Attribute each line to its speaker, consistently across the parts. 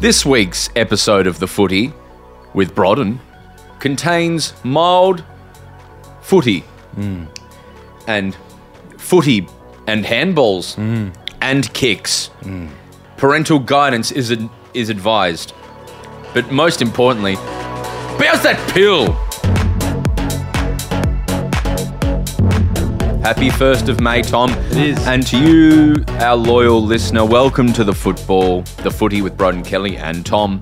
Speaker 1: This week's episode of The Footy with Brodden contains mild footy and footy and handballs and kicks. Parental guidance is, ad- is advised. But most importantly, bounce that pill! Happy 1st of May, Tom. It
Speaker 2: is.
Speaker 1: And to you, our loyal listener, welcome to the football, the footy with Broden Kelly and Tom.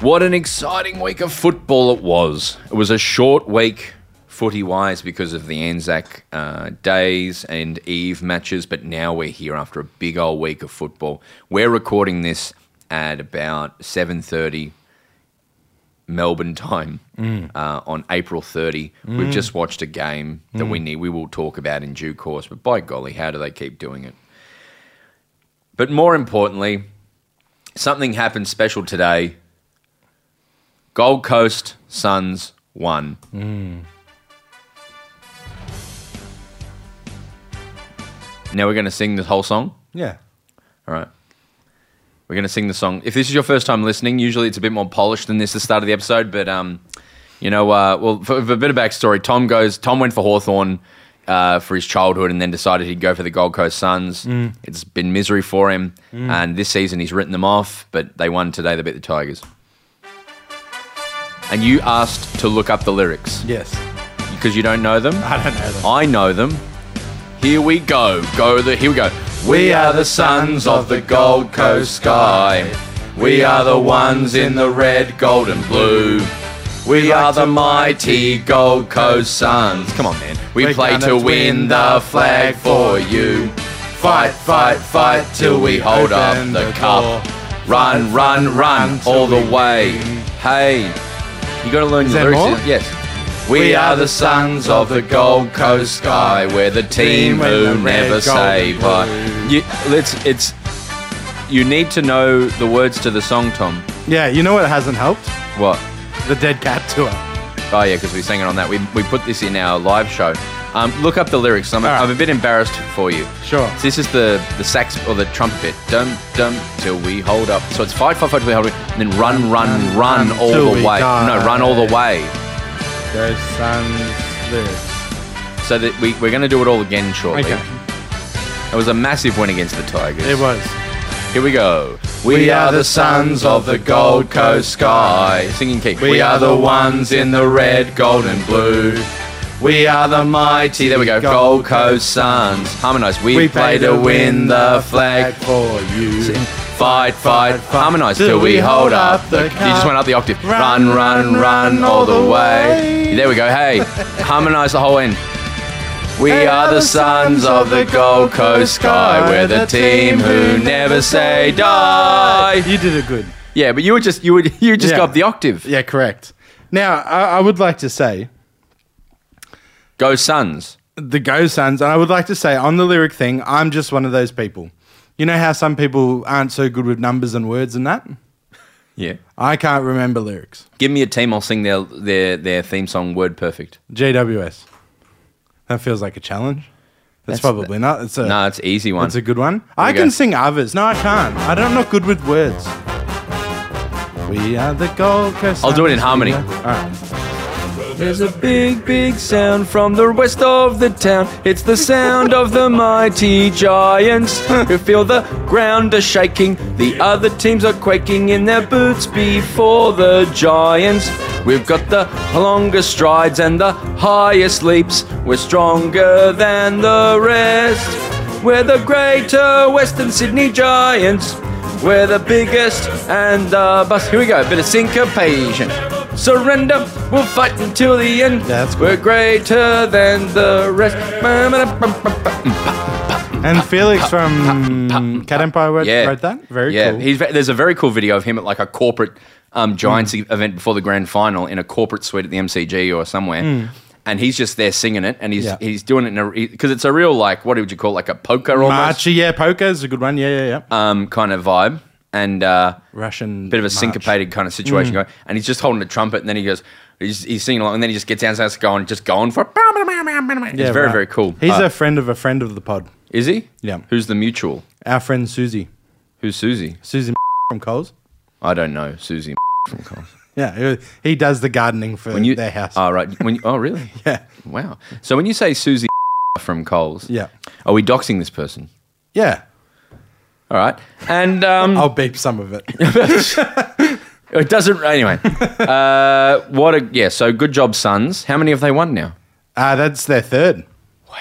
Speaker 1: What an exciting week of football it was. It was a short week, footy wise, because of the Anzac uh, days and Eve matches, but now we're here after a big old week of football. We're recording this at about 7.30 Melbourne time uh, on April 30. We've just watched a game that we need. We will talk about in due course. But by golly, how do they keep doing it? But more importantly, something happened special today. Gold Coast Suns won. Now we're going to sing the whole song.
Speaker 2: Yeah.
Speaker 1: All right. We're going to sing the song. If this is your first time listening, usually it's a bit more polished than this at the start of the episode, but um, you know, uh, well, for, for a bit of backstory, Tom goes. Tom went for Hawthorn uh, for his childhood, and then decided he'd go for the Gold Coast Suns. It's been misery for him, and this season he's written them off. But they won today. They beat the Tigers. And you asked to look up the lyrics
Speaker 2: Yes.
Speaker 1: because you don't know them.
Speaker 2: I don't know them.
Speaker 1: I know them. Here we go. Go the here we go. We are the sons of the Gold Coast sky. We are the ones in the red, gold and blue. We are the mighty Gold Coast Suns. Come on, man. We
Speaker 2: We're
Speaker 1: play
Speaker 2: gonna
Speaker 1: to win
Speaker 2: win
Speaker 1: the
Speaker 2: the
Speaker 1: flag
Speaker 2: flag
Speaker 1: for you. Fight, fight, fight till we hold up
Speaker 2: open
Speaker 1: the
Speaker 2: the door.
Speaker 1: cup. Run, run, run
Speaker 2: till
Speaker 1: all the
Speaker 2: we
Speaker 1: way.
Speaker 2: win.
Speaker 1: Hey, you got to learn
Speaker 2: there
Speaker 1: your lyrics.
Speaker 2: more?
Speaker 1: Yes. We are the sons of the Gold Coast sky. We're the team who
Speaker 2: Team in the
Speaker 1: never
Speaker 2: red,
Speaker 1: say
Speaker 2: gold,
Speaker 1: bye.
Speaker 2: blue.
Speaker 1: You, let's. It's. You need to know the words to the song, Tom.
Speaker 2: Yeah, you know what hasn't helped?
Speaker 1: What?
Speaker 2: The Dead Cat tour.
Speaker 1: Oh yeah, because we sang it on that. We, we put this in our live show. Um, look up the lyrics. I'm,
Speaker 2: All right.
Speaker 1: I'm a bit embarrassed for you.
Speaker 2: Sure.
Speaker 1: So this is the the sax or the trumpet bit. Dum dum till we hold up. So it's fight, fight, fight till we hold up, and then run, run, run,
Speaker 2: run
Speaker 1: all
Speaker 2: till
Speaker 1: the
Speaker 2: we
Speaker 1: way.
Speaker 2: die.
Speaker 1: No, run all the way.
Speaker 2: Those sons lives.
Speaker 1: So that we, we're going to do it all again shortly. It was a massive win against the Tigers.
Speaker 2: It was.
Speaker 1: Here we go. We are the sons of the Gold Coast sky. Singing key. We are the ones in the red, gold, and blue. We are the mighty. There we go. Gold Coast Suns. Harmonise. We, play to win the flag.
Speaker 2: for you.
Speaker 1: Fight, fight, harmonise till we hold up the. You just went up the octave. Run, run, run all the way. There we go. Hey, harmonise the whole end. We are the sons of the Gold Coast sky. We're the team who never say die.
Speaker 2: You did it good.
Speaker 1: Yeah, but you were just you were you just
Speaker 2: Yeah.
Speaker 1: got the octave.
Speaker 2: Yeah, correct. Now, I, I would like to say
Speaker 1: Go Suns.
Speaker 2: the Go Suns, and I would like to say on the lyric thing, I'm just one of those people. You know how some people aren't so good with numbers and words and that?
Speaker 1: Yeah.
Speaker 2: I can't remember lyrics.
Speaker 1: Give me a team. I'll sing their their their theme song. Word perfect.
Speaker 2: JWS. That feels like a challenge.
Speaker 1: That's-
Speaker 2: That's, probably not. It's a
Speaker 1: No, it's an easy one.
Speaker 2: That's a good one. I
Speaker 1: you go.
Speaker 2: can sing others. No, I can't. I don't, I'm not good with words. We are the Gold Coast.
Speaker 1: I'll do it in
Speaker 2: Suns.
Speaker 1: harmony.
Speaker 2: All right.
Speaker 1: There's a big, big sound from the west of the town. It's the sound of the mighty giants who feel the ground a shaking. The other teams are quaking in their boots before the giants. We've got the longest strides and the highest leaps. We're stronger than the rest. We're the greater Western Sydney Giants. We're the biggest and the best. Here we go, a bit of syncopation. Surrender, we'll fight until the end.
Speaker 2: Yeah, that's
Speaker 1: We're greater than the rest.
Speaker 2: And Felix from Cat Empire wrote,
Speaker 1: Yeah,
Speaker 2: wrote that. Very
Speaker 1: yeah.
Speaker 2: cool.
Speaker 1: He's, ve- there's a very cool video of him at like a corporate um, Giants
Speaker 2: Hmm.
Speaker 1: event before the grand final in a corporate suite at the MCG or somewhere. And he's just there singing it, and he's
Speaker 2: Hmm. Yeah.
Speaker 1: he's doing it because it's a real like what would you call it, like a poker almost
Speaker 2: Marchy, yeah, poker is a good one. Yeah, yeah, yeah.
Speaker 1: um, kind of vibe, and uh,
Speaker 2: Russian.
Speaker 1: bit of a
Speaker 2: march.
Speaker 1: syncopated kind of situation
Speaker 2: Mm.
Speaker 1: going. And he's just holding a trumpet, and then he goes, he's, he's singing along, and then he just gets down, starts going, just going for. It's
Speaker 2: Yeah,
Speaker 1: very
Speaker 2: right.
Speaker 1: very cool.
Speaker 2: He's
Speaker 1: Uh,
Speaker 2: a friend of a friend of the pod.
Speaker 1: is he?
Speaker 2: Yeah.
Speaker 1: Who's the mutual?
Speaker 2: Our friend Susie.
Speaker 1: Who's Susie?
Speaker 2: Susie from Coles.
Speaker 1: I don't know Susie from Coles.
Speaker 2: Yeah, he, he does the gardening for
Speaker 1: When you-
Speaker 2: their house.
Speaker 1: Oh right. When you, oh really?
Speaker 2: yeah,
Speaker 1: Wow. So when you say Susie from Coles,
Speaker 2: yeah,
Speaker 1: are we doxing this person?
Speaker 2: yeah.
Speaker 1: All right. And um,
Speaker 2: I'll beep some of it.
Speaker 1: it doesn't. Anyway. uh, what a yeah. So good job, Suns. How many have they won now?
Speaker 2: Uh, that's their third.
Speaker 1: Wow.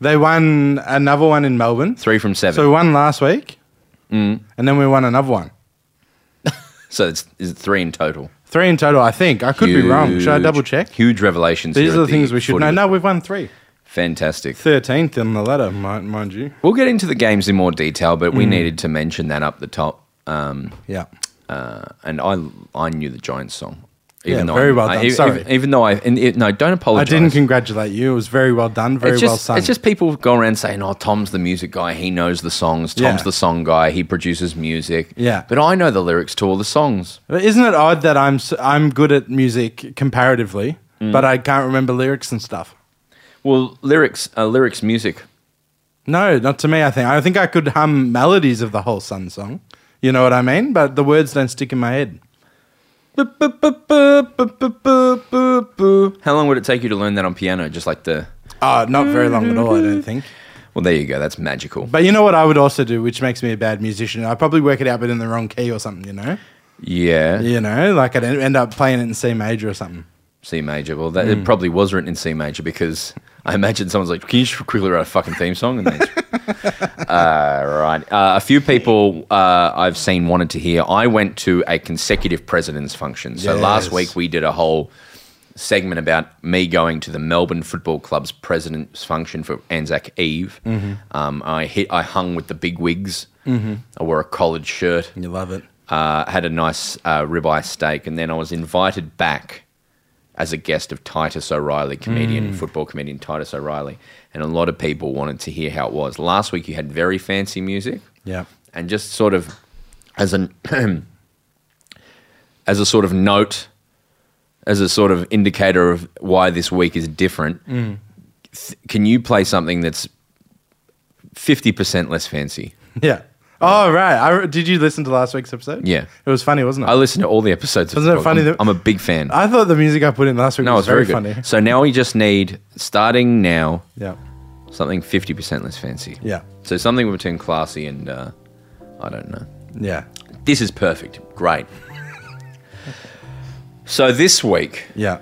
Speaker 2: They won another one in Melbourne.
Speaker 1: Three Mm. from seven.
Speaker 2: So we won last week, and then we won another one.
Speaker 1: So it's is it three in total.
Speaker 2: Three in total, I think. I could be wrong. Should I
Speaker 1: Huge-
Speaker 2: double check?
Speaker 1: Huge revelations.
Speaker 2: These
Speaker 1: here
Speaker 2: are the
Speaker 1: at
Speaker 2: things we should
Speaker 1: footy.
Speaker 2: know. No, we've won three.
Speaker 1: Fantastic.
Speaker 2: 13th in the ladder, mind, mind you.
Speaker 1: We'll get into the games in more detail, but
Speaker 2: Hmm.
Speaker 1: we needed to mention that up the top. Um,
Speaker 2: Yeah.
Speaker 1: uh, and I I knew the Giants song.
Speaker 2: Yeah,
Speaker 1: though
Speaker 2: very
Speaker 1: I-
Speaker 2: well
Speaker 1: I-
Speaker 2: done.
Speaker 1: even-
Speaker 2: Sorry.
Speaker 1: Even, though I and it, no, don't
Speaker 2: I
Speaker 1: apologize.
Speaker 2: didn't congratulate you. It was very well done, very
Speaker 1: It's
Speaker 2: well
Speaker 1: just,
Speaker 2: sung.
Speaker 1: it's just people go around saying, "Oh, Tom's the music guy. He knows the songs. Tom's
Speaker 2: Yeah.
Speaker 1: the song guy. He produces music."
Speaker 2: Yeah.
Speaker 1: but I know the lyrics to all the songs.
Speaker 2: But Isn't it odd that I'm, s- I'm good at music comparatively,
Speaker 1: Mm.
Speaker 2: but I can't remember lyrics and stuff?
Speaker 1: Well, lyrics, uh, lyrics, music.
Speaker 2: No, not to me, I think. I think I could hum melodies of the whole Sun song. You know what I mean? But the words don't stick in my head.
Speaker 1: Boop, boop, boop, boop, boop, boop, boop, boop, boop. How long would it take you to learn that on piano? Just like the
Speaker 2: Oh, not very long at all, I don't think.
Speaker 1: well, there you go. That's magical.
Speaker 2: But you know what I would also do, which makes me a bad musician? I probably work it out, but in the wrong key or something, you know?
Speaker 1: Yeah,
Speaker 2: You know, like I'd en- end up playing it in C major or something.
Speaker 1: C major. Well, that it probably was written in C major because I imagine someone's like, "Can you just quickly write a fucking theme song?" And then, uh, right, uh, a few people uh, I've seen wanted to hear. I went to a consecutive presidents function. So last
Speaker 2: Yes.
Speaker 1: week we did a whole segment about me going to the Melbourne Football Club's presidents function for Anzac Eve. Um, I hit, I hung with the big wigs. I wore a collared shirt
Speaker 2: You love it.
Speaker 1: uh, had a nice uh, ribeye steak, and then I was invited back as a guest of Titus O'Reilly, comedian,
Speaker 2: Mm.
Speaker 1: football comedian Titus O'Reilly. And a lot of people wanted to hear how it was. Last week, you had very fancy music,
Speaker 2: Yeah.
Speaker 1: and just sort of as an as a sort of note, as a sort of indicator of why this week is different.
Speaker 2: Mm.
Speaker 1: th- can you play something that's fifty percent less fancy?
Speaker 2: Yeah. Oh, right. I, re- did you listen to last week's episode?
Speaker 1: Yeah.
Speaker 2: It was funny, wasn't it?
Speaker 1: I listen to all the episodes. of
Speaker 2: Wasn't
Speaker 1: the
Speaker 2: it
Speaker 1: pod-
Speaker 2: funny
Speaker 1: I'm,
Speaker 2: that-
Speaker 1: I'm a big fan.
Speaker 2: I thought the music I put in last week
Speaker 1: No,
Speaker 2: was
Speaker 1: it's very,
Speaker 2: very,
Speaker 1: good.
Speaker 2: funny.
Speaker 1: So now we just need, starting now,
Speaker 2: Yeah.
Speaker 1: something 50% less fancy.
Speaker 2: Yeah.
Speaker 1: So something between classy and, uh, I don't know.
Speaker 2: Yeah.
Speaker 1: This is perfect. Great. so this week,
Speaker 2: Yeah.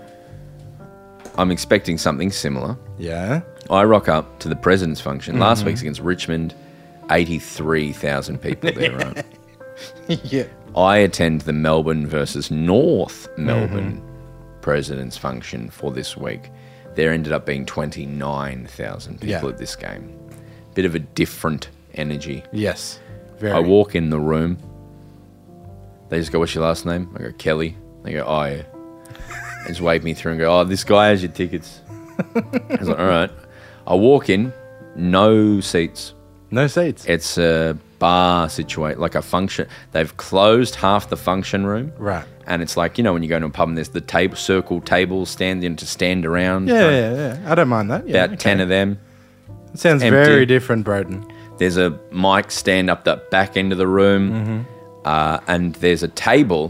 Speaker 1: I'm expecting something similar.
Speaker 2: Yeah.
Speaker 1: I rock up to the president's function.
Speaker 2: Mm-hmm.
Speaker 1: Last week's against Richmond, 83,000 people there, right?
Speaker 2: yeah.
Speaker 1: I attend the Melbourne versus North
Speaker 2: Mm-hmm.
Speaker 1: Melbourne president's function for this week. There ended up being 29,000 people
Speaker 2: Yeah.
Speaker 1: at this game. Bit of a different energy.
Speaker 2: Yes. Very.
Speaker 1: I walk in the room. They just go, What's your last name? I go, Kelly. They go, Oh, yeah. They just wave me through and go, Oh, this guy has your tickets. I was like, All right. I walk in, no seats
Speaker 2: no seats.
Speaker 1: it's a bar situation, like a function. They've closed half the function room.
Speaker 2: Right.
Speaker 1: And it's like, you know, when you go to a pub and there's the table, circle tables standing to stand around.
Speaker 2: Yeah, yeah, yeah. I don't mind that. Yeah.
Speaker 1: About 10 of them.
Speaker 2: It sounds
Speaker 1: empty.
Speaker 2: very different, Broden.
Speaker 1: There's a mic stand up the back end of the room.
Speaker 2: Mm-hmm.
Speaker 1: Uh, and there's a table.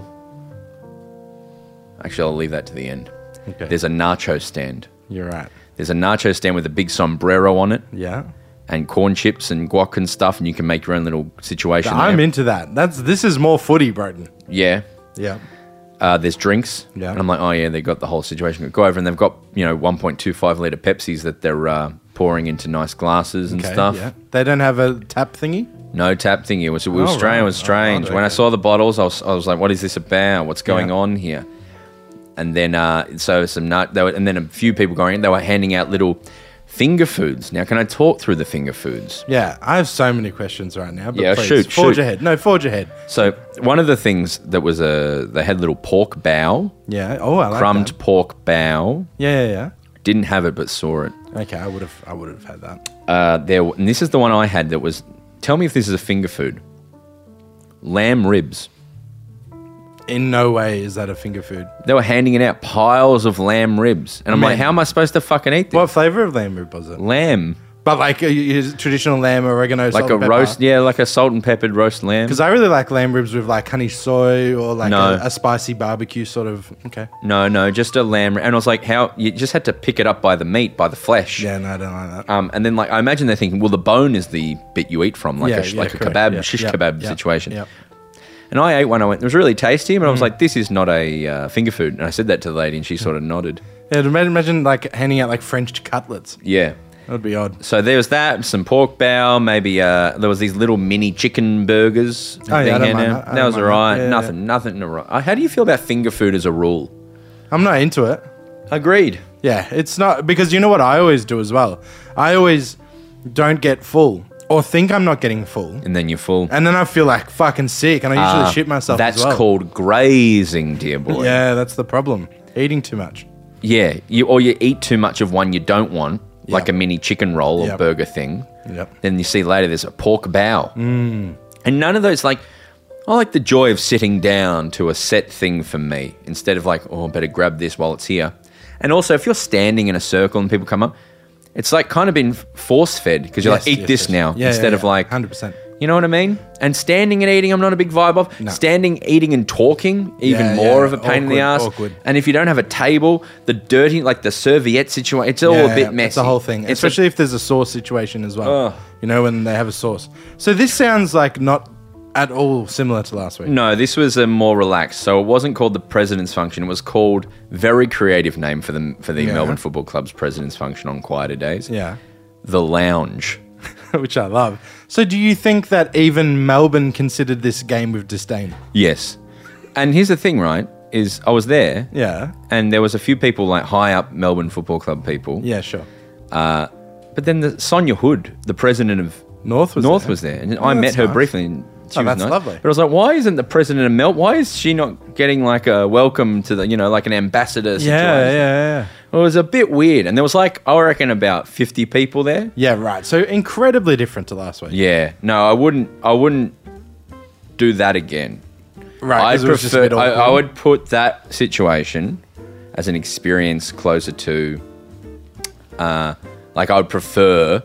Speaker 1: Actually, I'll leave that to the end.
Speaker 2: Okay.
Speaker 1: There's a nacho stand.
Speaker 2: You're right.
Speaker 1: There's a nacho stand with a big sombrero on it
Speaker 2: Yeah.
Speaker 1: and corn chips and guac and stuff. And you can make your own little situation.
Speaker 2: I'm
Speaker 1: there.
Speaker 2: into that. That's this is more footy, Broden.
Speaker 1: Yeah.
Speaker 2: Yeah.
Speaker 1: uh, there's drinks.
Speaker 2: Yeah.
Speaker 1: And I'm like, oh yeah, they've got the whole situation. Go over and they've got, you know, 1.25 litre Pepsis that they're uh, pouring into nice glasses and
Speaker 2: Okay,
Speaker 1: stuff.
Speaker 2: Yeah. They don't have a tap thingy.
Speaker 1: No tap thingy. It was, it was
Speaker 2: Oh,
Speaker 1: strange. It
Speaker 2: right.
Speaker 1: was strange.
Speaker 2: Oh,
Speaker 1: when I
Speaker 2: okay.
Speaker 1: saw the bottles, I was, I was like, what is this about? What's going
Speaker 2: Yeah.
Speaker 1: on here? And then, uh, so some nut, they were, and then a few people going in, they were handing out little finger foods. Now, can I talk through the finger foods?
Speaker 2: Yeah. I have so many questions right now. But
Speaker 1: Yeah,
Speaker 2: please,
Speaker 1: shoot,
Speaker 2: Forge
Speaker 1: shoot.
Speaker 2: ahead. No, forge ahead.
Speaker 1: So, one of the things that was a, they had little pork bow,
Speaker 2: Yeah. Oh, I like
Speaker 1: crumbed
Speaker 2: that.
Speaker 1: pork bow.
Speaker 2: Yeah, yeah,
Speaker 1: Didn't have it, but saw it.
Speaker 2: yeah. Okay, I would have. I would have had that.
Speaker 1: uh, there, and this is the one I had that was. Tell me if this is a finger food. Lamb ribs.
Speaker 2: In no way is that a finger food.
Speaker 1: They were handing it out piles of lamb ribs, and I'm like,
Speaker 2: Man.
Speaker 1: how am I supposed to fucking eat this?
Speaker 2: What flavor of lamb rib was it?
Speaker 1: Lamb.
Speaker 2: But like a, a traditional lamb, oregano,
Speaker 1: Like a roast, yeah, like a salt and peppered roast lamb.
Speaker 2: Because I really like lamb ribs with like honey soy or like
Speaker 1: No.
Speaker 2: a, a spicy barbecue sort of. Okay.
Speaker 1: No, no, just a lamb. And I was like, how? You just had to pick it up by the meat, by the flesh.
Speaker 2: Yeah, no, I don't like that.
Speaker 1: Um, and then, like, I imagine they're thinking, well, the bone is the bit you eat from, like
Speaker 2: yeah,
Speaker 1: a, sh- like a
Speaker 2: correct.
Speaker 1: kebab,
Speaker 2: Yeah,
Speaker 1: shish
Speaker 2: yeah,
Speaker 1: kebab
Speaker 2: yeah,
Speaker 1: situation.
Speaker 2: Yeah. Mm.
Speaker 1: And I ate one. I went, it was really tasty, but I was like, this is not a uh, finger food. And I said that to the lady, and she sort of nodded.
Speaker 2: Yeah, imagine, imagine like handing out like French cutlets.
Speaker 1: Yeah.
Speaker 2: That would be odd.
Speaker 1: So there was that, some pork bow, maybe uh, there was these little mini chicken burgers.
Speaker 2: Oh, yeah, I don't mind that. I
Speaker 1: that.
Speaker 2: don't
Speaker 1: was all
Speaker 2: mind that.
Speaker 1: right.
Speaker 2: Yeah, yeah.
Speaker 1: nothing, nothing to wrong. How do you feel about finger food as a rule?
Speaker 2: I'm not into it.
Speaker 1: Agreed.
Speaker 2: Yeah, it's not because you know what I always do as well. I always don't get full or think I'm not getting full,
Speaker 1: And then you're full.
Speaker 2: and then I feel like fucking sick, and I usually
Speaker 1: Ah,
Speaker 2: shit myself.
Speaker 1: That's
Speaker 2: as well.
Speaker 1: called grazing, dear boy. yeah.
Speaker 2: Yeah, that's the problem. Eating too much.
Speaker 1: You or you eat too much of one you don't want, like a mini chicken roll or
Speaker 2: Yep.
Speaker 1: burger thing.
Speaker 2: Yep.
Speaker 1: Then you see later there's a pork bow, mm. and none of those like. I like the joy of sitting down to a set thing for me instead of like, oh, I better grab this while it's here. And also, if you're standing in a circle and people come up, it's like kind of been force fed because you're
Speaker 2: Yes,
Speaker 1: like, eat
Speaker 2: yes,
Speaker 1: this
Speaker 2: yes.
Speaker 1: now
Speaker 2: Yeah, yeah,
Speaker 1: instead of
Speaker 2: yeah.
Speaker 1: like,
Speaker 2: 100%.
Speaker 1: You know what I mean? And standing and eating, I'm not a big vibe of.
Speaker 2: No.
Speaker 1: Standing, eating, and talking, even
Speaker 2: Yeah,
Speaker 1: more
Speaker 2: yeah.
Speaker 1: of a pain in the
Speaker 2: Awkward,
Speaker 1: ass.
Speaker 2: awkward.
Speaker 1: And if you don't have a table, the dirty, like the serviette situation, it's all a
Speaker 2: Yeah,
Speaker 1: bit messy.
Speaker 2: It's the whole thing,
Speaker 1: It's a-
Speaker 2: especially if there's a sauce situation as well.
Speaker 1: Ugh.
Speaker 2: You know when they have a sauce. So this sounds like not at all similar to last week.
Speaker 1: no, this was a more relaxed. So it wasn't called the president's function. It was called very creative name for the for the
Speaker 2: Yeah.
Speaker 1: Melbourne Football Club's president's function on quieter days.
Speaker 2: Yeah,
Speaker 1: the lounge.
Speaker 2: which I love. So do you think that even Melbourne considered this game with disdain?
Speaker 1: Yes, and here's the thing, right? Is I was there,
Speaker 2: Yeah.
Speaker 1: and there was a few people like high up Melbourne Football Club people.
Speaker 2: Yeah, sure.
Speaker 1: But then the Sonia Hood, the president of
Speaker 2: North was
Speaker 1: North
Speaker 2: there.
Speaker 1: was there, and
Speaker 2: Oh,
Speaker 1: I met
Speaker 2: that's
Speaker 1: her
Speaker 2: nice.
Speaker 1: briefly. And she
Speaker 2: Oh,
Speaker 1: was
Speaker 2: that's
Speaker 1: nice.
Speaker 2: lovely.
Speaker 1: But I was like, why isn't the president of Melt? Why is she not getting like a welcome to the, you know, like an ambassador situation?
Speaker 2: Yeah, yeah, yeah.
Speaker 1: It was a bit weird, and there was like I reckon about fifty people there.
Speaker 2: Yeah, right. So incredibly different to last week.
Speaker 1: Yeah, no, I wouldn't. I wouldn't do that again.
Speaker 2: Right.
Speaker 1: I'd
Speaker 2: 'cause it was just a
Speaker 1: prefer.
Speaker 2: bit
Speaker 1: I, I
Speaker 2: awkward.
Speaker 1: would put that situation as an experience closer to, uh, like I would prefer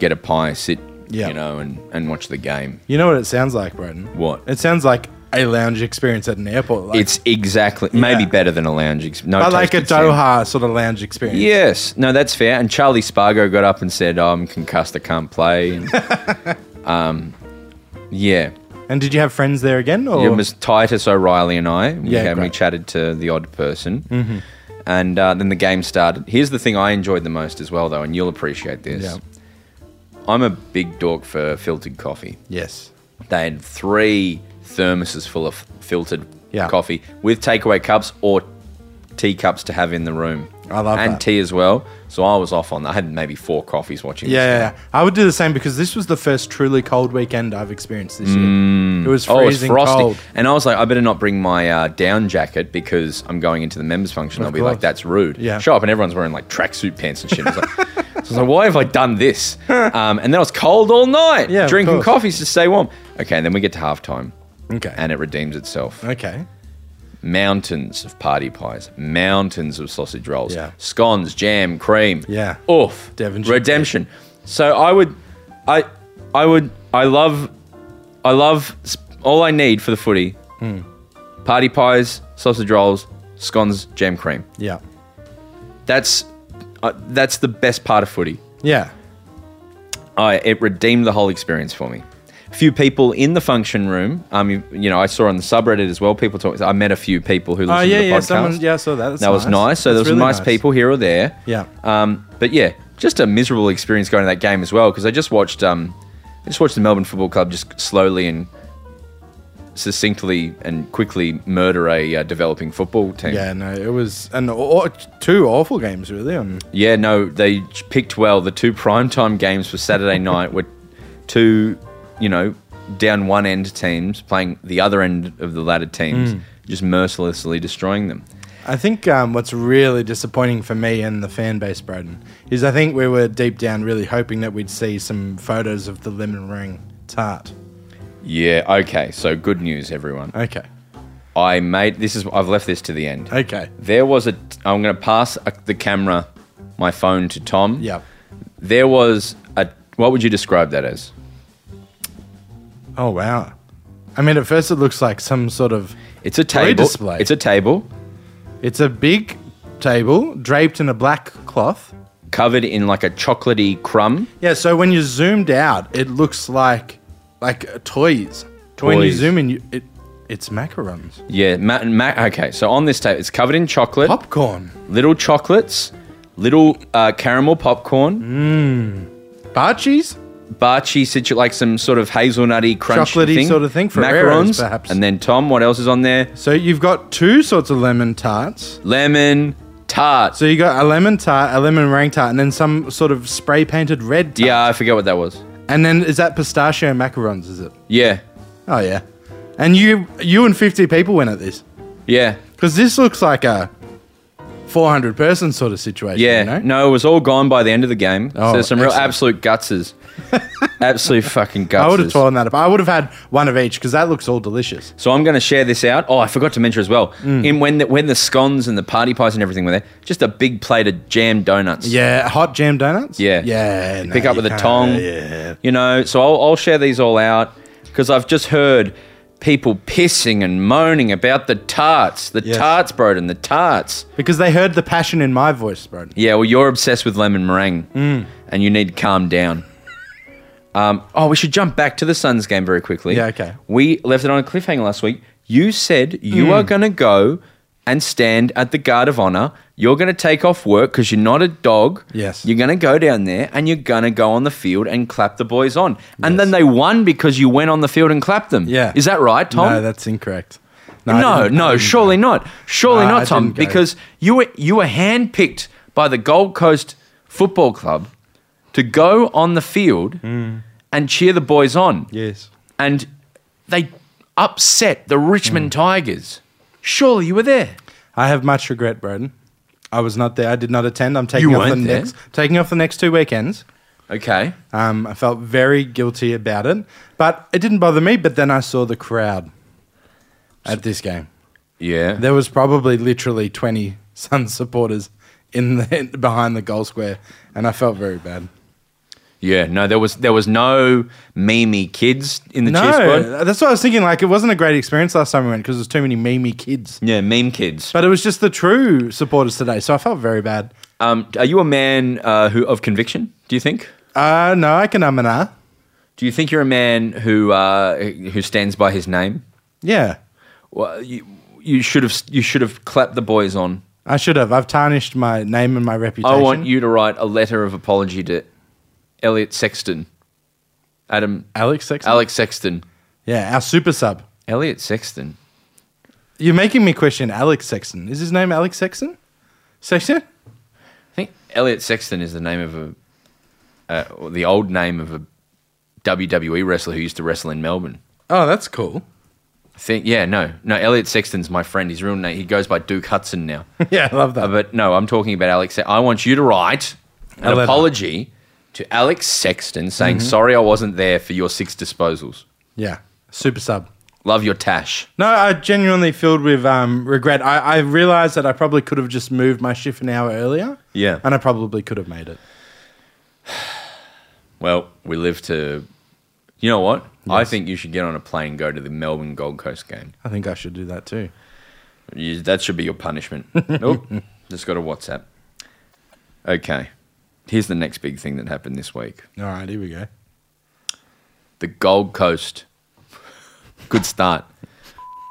Speaker 1: get a pie, sit,
Speaker 2: Yeah.
Speaker 1: you know, and and watch the game.
Speaker 2: You know what it sounds like, Broden?
Speaker 1: What?
Speaker 2: It sounds like a lounge experience at an airport. Like,
Speaker 1: It's exactly maybe better than a lounge. Ex- no,
Speaker 2: but like a
Speaker 1: taste consent.
Speaker 2: Doha sort of lounge experience.
Speaker 1: Yes, no, that's fair. And Charlie Spargo got up and said, oh, "I'm concussed, I can't play." And, um, yeah,
Speaker 2: And did you have friends there again? Or
Speaker 1: it was Titus O'Reilly and I. We,
Speaker 2: Yeah,
Speaker 1: had- we
Speaker 2: great.
Speaker 1: chatted to the odd person, mm-hmm. and uh, then the game started. Here's the thing I enjoyed the most as well, though, and you'll appreciate this.
Speaker 2: Yeah.
Speaker 1: I'm a big dork for filtered coffee.
Speaker 2: yes.
Speaker 1: They had three thermoses full of filtered
Speaker 2: Yeah.
Speaker 1: coffee with takeaway cups or teacups to have in the room.
Speaker 2: I love
Speaker 1: and
Speaker 2: that.
Speaker 1: tea as well. So I was off on that. I had maybe four coffees watching.
Speaker 2: Yeah,
Speaker 1: this
Speaker 2: yeah, yeah. I would do the same because this was the first truly cold weekend I've experienced this year. It was
Speaker 1: Oh, it's
Speaker 2: freezing
Speaker 1: frosty.
Speaker 2: cold.
Speaker 1: And I was like, I better not bring my uh, down jacket because I'm going into the members function. I'll be like,
Speaker 2: course.
Speaker 1: that's rude.
Speaker 2: Yeah.
Speaker 1: Show up and everyone's wearing like tracksuit pants and shit. I was like, so I was like, why have I done this? Um, and then I was cold all night,
Speaker 2: Yeah, of
Speaker 1: drinking
Speaker 2: course.
Speaker 1: coffees to stay warm. Okay, and then we get to halftime
Speaker 2: Okay.
Speaker 1: and it redeems itself.
Speaker 2: okay.
Speaker 1: mountains of party pies, mountains of sausage rolls,
Speaker 2: Yeah.
Speaker 1: scones, jam, cream.
Speaker 2: Yeah.
Speaker 1: Oof.
Speaker 2: Devonshire
Speaker 1: Redemption. So I would I I would I love I love s- all I need for the footy.
Speaker 2: Hmm.
Speaker 1: Party pies, sausage rolls, scones, jam cream.
Speaker 2: Yeah.
Speaker 1: That's uh, that's the best part of footy.
Speaker 2: Yeah.
Speaker 1: I it redeemed the whole experience for me. A few people in the function room. Um, you, you know, I saw on the subreddit as well. People talk. I met a few people who
Speaker 2: Oh,
Speaker 1: listened
Speaker 2: yeah,
Speaker 1: to the
Speaker 2: yeah.
Speaker 1: podcast.
Speaker 2: Someone, yeah, I saw that. That's
Speaker 1: that was nice. So there
Speaker 2: That's
Speaker 1: was
Speaker 2: really
Speaker 1: nice, people here or there.
Speaker 2: Yeah.
Speaker 1: Um, but yeah, just a miserable experience going to that game as well because I just watched um, I just watched the Melbourne Football Club just slowly and succinctly and quickly murder a uh, developing football team.
Speaker 2: Yeah, no, it was an aw- two awful games really. Um,
Speaker 1: Yeah, no, they picked well. The two primetime games for Saturday night were two, you know, down one end teams playing the other end of the ladder teams,
Speaker 2: Mm.
Speaker 1: just mercilessly destroying them.
Speaker 2: I think um, what's really disappointing for me and the fan base, Braden, is I think we were deep down really hoping that we'd see some photos of the lemon ring tart.
Speaker 1: Yeah, okay. So good news, everyone.
Speaker 2: Okay,
Speaker 1: I made this is I've left this to the end.
Speaker 2: okay,
Speaker 1: There was a. I'm going to pass uh the camera, my phone to Tom.
Speaker 2: yeah,
Speaker 1: There was What would you describe that as?
Speaker 2: Oh wow. I mean, at first it looks like some sort of.
Speaker 1: It's a
Speaker 2: Display
Speaker 1: table.
Speaker 2: display.
Speaker 1: It's a table
Speaker 2: It's a big table draped in a black cloth.
Speaker 1: covered in like a chocolatey crumb.
Speaker 2: Yeah. So when you zoomed out, it looks like like uh, toys. When you
Speaker 1: Toys.
Speaker 2: zoom in, you, it it's macarons,
Speaker 1: Yeah, ma- ma- okay. So on this table, it's covered in chocolate,
Speaker 2: popcorn,
Speaker 1: little chocolates, little uh, caramel popcorn,
Speaker 2: Mm. barchies.
Speaker 1: Barchi situ like some sort of hazelnutty crunchy
Speaker 2: Chocolatey
Speaker 1: thing.
Speaker 2: sort of thing,
Speaker 1: macarons,
Speaker 2: Ferreros, perhaps.
Speaker 1: And then Tom, what else is on there?
Speaker 2: So you've got two sorts of lemon tarts.
Speaker 1: Lemon tart.
Speaker 2: So you got a lemon tart, a lemon meringue tart, and then some sort of spray painted red. Tart.
Speaker 1: Yeah, I forget what that was.
Speaker 2: And then is that pistachio macarons? Is it?
Speaker 1: Yeah,
Speaker 2: Oh yeah. And you you and fifty people went at this
Speaker 1: yeah,
Speaker 2: because this looks like a four hundred person sort of situation.
Speaker 1: yeah.
Speaker 2: You know?
Speaker 1: No, it was all gone by the end of the game. so
Speaker 2: Oh,
Speaker 1: there's some real
Speaker 2: excellent.
Speaker 1: absolute gutses. absolute fucking gutses.
Speaker 2: I would have torn that up. I would have had one of each because that looks all delicious.
Speaker 1: So I'm going to share this out. Oh, I forgot to mention as well.
Speaker 2: Mm.
Speaker 1: In when the, when the scones and the party pies and everything were there, just a big plate of jam donuts.
Speaker 2: Yeah, hot jam donuts.
Speaker 1: Yeah.
Speaker 2: yeah. no,
Speaker 1: Pick up
Speaker 2: you
Speaker 1: with a
Speaker 2: can't-
Speaker 1: tong.
Speaker 2: Yeah.
Speaker 1: You know, so I'll, I'll share these all out because I've just heard people pissing and moaning about the tarts, the
Speaker 2: Yes.
Speaker 1: tarts, Broden, the tarts.
Speaker 2: Because they heard the passion in my voice, bro.
Speaker 1: Yeah, well, you're obsessed with lemon meringue
Speaker 2: Mm.
Speaker 1: and you need to calm down. Um, oh, we should jump back to the Suns game very quickly.
Speaker 2: Yeah, okay.
Speaker 1: We left it on a cliffhanger last week. You said you
Speaker 2: Mm.
Speaker 1: are going to go and stand at the guard of honor. You're going to take off work because you're not a dog.
Speaker 2: Yes.
Speaker 1: You're going to go down there and you're going to go on the field and clap the boys on. And then they won because you went on the field and clapped them.
Speaker 2: Yeah.
Speaker 1: Is that right, Tom?
Speaker 2: No, that's incorrect. I
Speaker 1: No,
Speaker 2: didn't- I
Speaker 1: no,
Speaker 2: didn't
Speaker 1: surely not. Surely
Speaker 2: No, I
Speaker 1: not, Tom,
Speaker 2: didn't go.
Speaker 1: because you were you were handpicked by the Gold Coast Football Club to go on the field
Speaker 2: Hmm.
Speaker 1: and cheer the boys on.
Speaker 2: Yes.
Speaker 1: And they upset the Richmond
Speaker 2: Hmm.
Speaker 1: Tigers. Surely you were there.
Speaker 2: I have much regret, Broden. I was not there. I did not attend. I'm taking
Speaker 1: You
Speaker 2: off the
Speaker 1: weren't there?
Speaker 2: next taking off the next two weekends.
Speaker 1: Okay.
Speaker 2: Um, I felt very guilty about it, but it didn't bother me. But then I saw the crowd at this game.
Speaker 1: Yeah.
Speaker 2: There was probably literally 20 Sun supporters in the behind the goal square, and I felt very bad.
Speaker 1: Yeah. No, there was there was no memey kids in the cheer squad.
Speaker 2: No, that's what I was thinking. Like, it wasn't a great experience last time we went because there's too many memey kids.
Speaker 1: Yeah, meme kids.
Speaker 2: But it was just the true supporters today, so I felt very bad.
Speaker 1: Um, are you a man uh, who of conviction? Do you think?
Speaker 2: Uh, no, I can um and ah.
Speaker 1: Do you think you're a man who uh, who stands by his name?
Speaker 2: Yeah,
Speaker 1: Well, you, you should have you should have clapped the boys on.
Speaker 2: I should have. I've tarnished my name and my reputation.
Speaker 1: I want you to write a letter of apology to Elliot Sexton, Adam
Speaker 2: Alex Sexton.
Speaker 1: Alex Sexton,
Speaker 2: Yeah, our super sub.
Speaker 1: Elliot Sexton.
Speaker 2: You're making me question Alex Sexton. Is his name Alex Sexton? Sexton?
Speaker 1: I think Elliot Sexton is the name of a uh, or the old name of a WWE wrestler who used to wrestle in Melbourne.
Speaker 2: Oh, that's cool.
Speaker 1: I think yeah, no, no. Elliot Sexton's my friend. His real name. He goes by Duke Hudson now.
Speaker 2: yeah, I love that.
Speaker 1: Uh, but no, I'm talking about Alex. I want you to write an
Speaker 2: A letter.
Speaker 1: apology to Alex Sexton saying, sorry I wasn't there for your six disposals.
Speaker 2: yeah, super sub.
Speaker 1: Love your tash.
Speaker 2: No, I genuinely filled with um, regret. I, I realized that I probably could have just moved my shift an hour earlier.
Speaker 1: Yeah.
Speaker 2: And I probably could have made it.
Speaker 1: Well, we live to. You know what? I think you should get on a plane and go to the Melbourne Gold Coast game.
Speaker 2: I think I should do that too.
Speaker 1: You, that should be your punishment. nope. Just got a WhatsApp. Okay. Here's the next big thing that happened this week
Speaker 2: All right, here we go.
Speaker 1: the Gold Coast. Good start.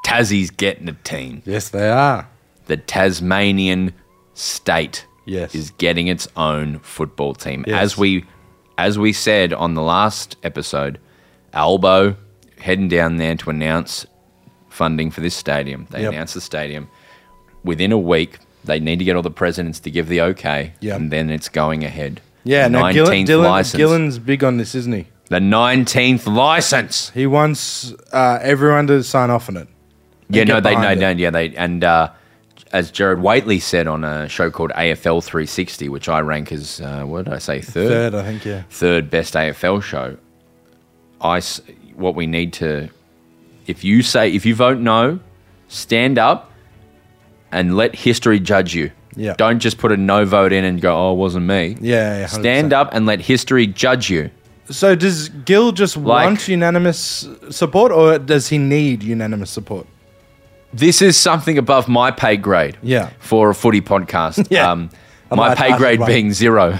Speaker 1: Tassie's getting a team.
Speaker 2: Yes, they are.
Speaker 1: the Tasmanian state
Speaker 2: Yes.
Speaker 1: is getting its own football team.
Speaker 2: Yes.
Speaker 1: As we as we said on the last episode, Albo heading down there to announce funding for this stadium. They
Speaker 2: Yep.
Speaker 1: announced the stadium. Within a week, they need to get all the presidents to give the okay,
Speaker 2: Yep.
Speaker 1: and then it's going ahead.
Speaker 2: Yeah,
Speaker 1: the
Speaker 2: no,
Speaker 1: 19th
Speaker 2: Gillen, Dylan,
Speaker 1: license.
Speaker 2: Gillen's big on this, isn't he?
Speaker 1: The 19th license.
Speaker 2: He wants uh, everyone to sign off on it.
Speaker 1: Yeah,
Speaker 2: and get
Speaker 1: no, they no,
Speaker 2: behind
Speaker 1: no,
Speaker 2: it.
Speaker 1: yeah, they and uh, as Jared Waitley said on a show called AFL 360, which I rank as uh, what did I say third, third,
Speaker 2: Third, I think, yeah.
Speaker 1: best AFL show. I s- what we need to, if you say if you vote no, stand up and let history judge you.
Speaker 2: Yeah.
Speaker 1: don't just put a no vote in and go, oh, it wasn't me.
Speaker 2: Yeah, yeah, 100%.
Speaker 1: stand up and let history judge you.
Speaker 2: So does Gil just
Speaker 1: Like-
Speaker 2: want unanimous support, or does he need unanimous support?
Speaker 1: This is something above my pay grade.
Speaker 2: Yeah.
Speaker 1: For a footy podcast. Um,
Speaker 2: Yeah. I'm
Speaker 1: my
Speaker 2: like, I
Speaker 1: pay
Speaker 2: should
Speaker 1: grade
Speaker 2: like-
Speaker 1: being zero.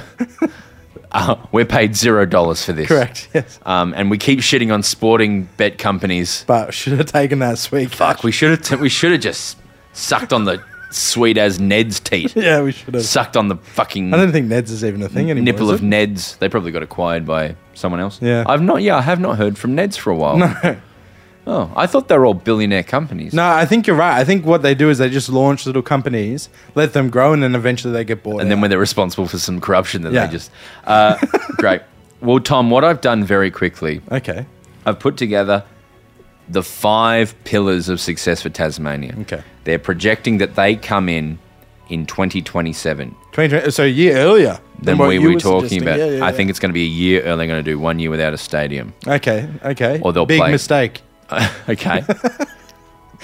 Speaker 1: Uh, we're paid zero dollars for this.
Speaker 2: Correct, yes.
Speaker 1: Um, and we keep shitting on sporting bet companies.
Speaker 2: But should have taken that sweet.
Speaker 1: Fuck, we should have. T- we should have just sucked on the sweet as Ned's teat.
Speaker 2: Yeah, we should have.
Speaker 1: Sucked on the fucking
Speaker 2: I don't think Ned's is even a thing anymore.
Speaker 1: nipple
Speaker 2: is
Speaker 1: of
Speaker 2: it?
Speaker 1: Ned's. They probably got acquired by someone else.
Speaker 2: Yeah.
Speaker 1: I've not. Yeah, I have not heard from Ned's for a while.
Speaker 2: No.
Speaker 1: Oh, I thought they were all billionaire companies.
Speaker 2: No, I think you're right. I think what they do is they just launch little companies, let them grow, and then eventually they get bought.
Speaker 1: and then
Speaker 2: out.
Speaker 1: when they're responsible for some corruption, then
Speaker 2: Yeah.
Speaker 1: they just uh, great. Well, Tom, what I've done very quickly,
Speaker 2: okay,
Speaker 1: I've put together the five pillars of success for Tasmania.
Speaker 2: Okay.
Speaker 1: they're projecting that they come in in 2027
Speaker 2: twenty so a year earlier
Speaker 1: than
Speaker 2: what
Speaker 1: we
Speaker 2: you
Speaker 1: were talking
Speaker 2: suggesting.
Speaker 1: about.
Speaker 2: Yeah, yeah,
Speaker 1: I
Speaker 2: yeah.
Speaker 1: think it's going to be a year early. They're going to do one year without a stadium.
Speaker 2: Okay, okay.
Speaker 1: Or they'll
Speaker 2: big
Speaker 1: play.
Speaker 2: mistake.
Speaker 1: okay.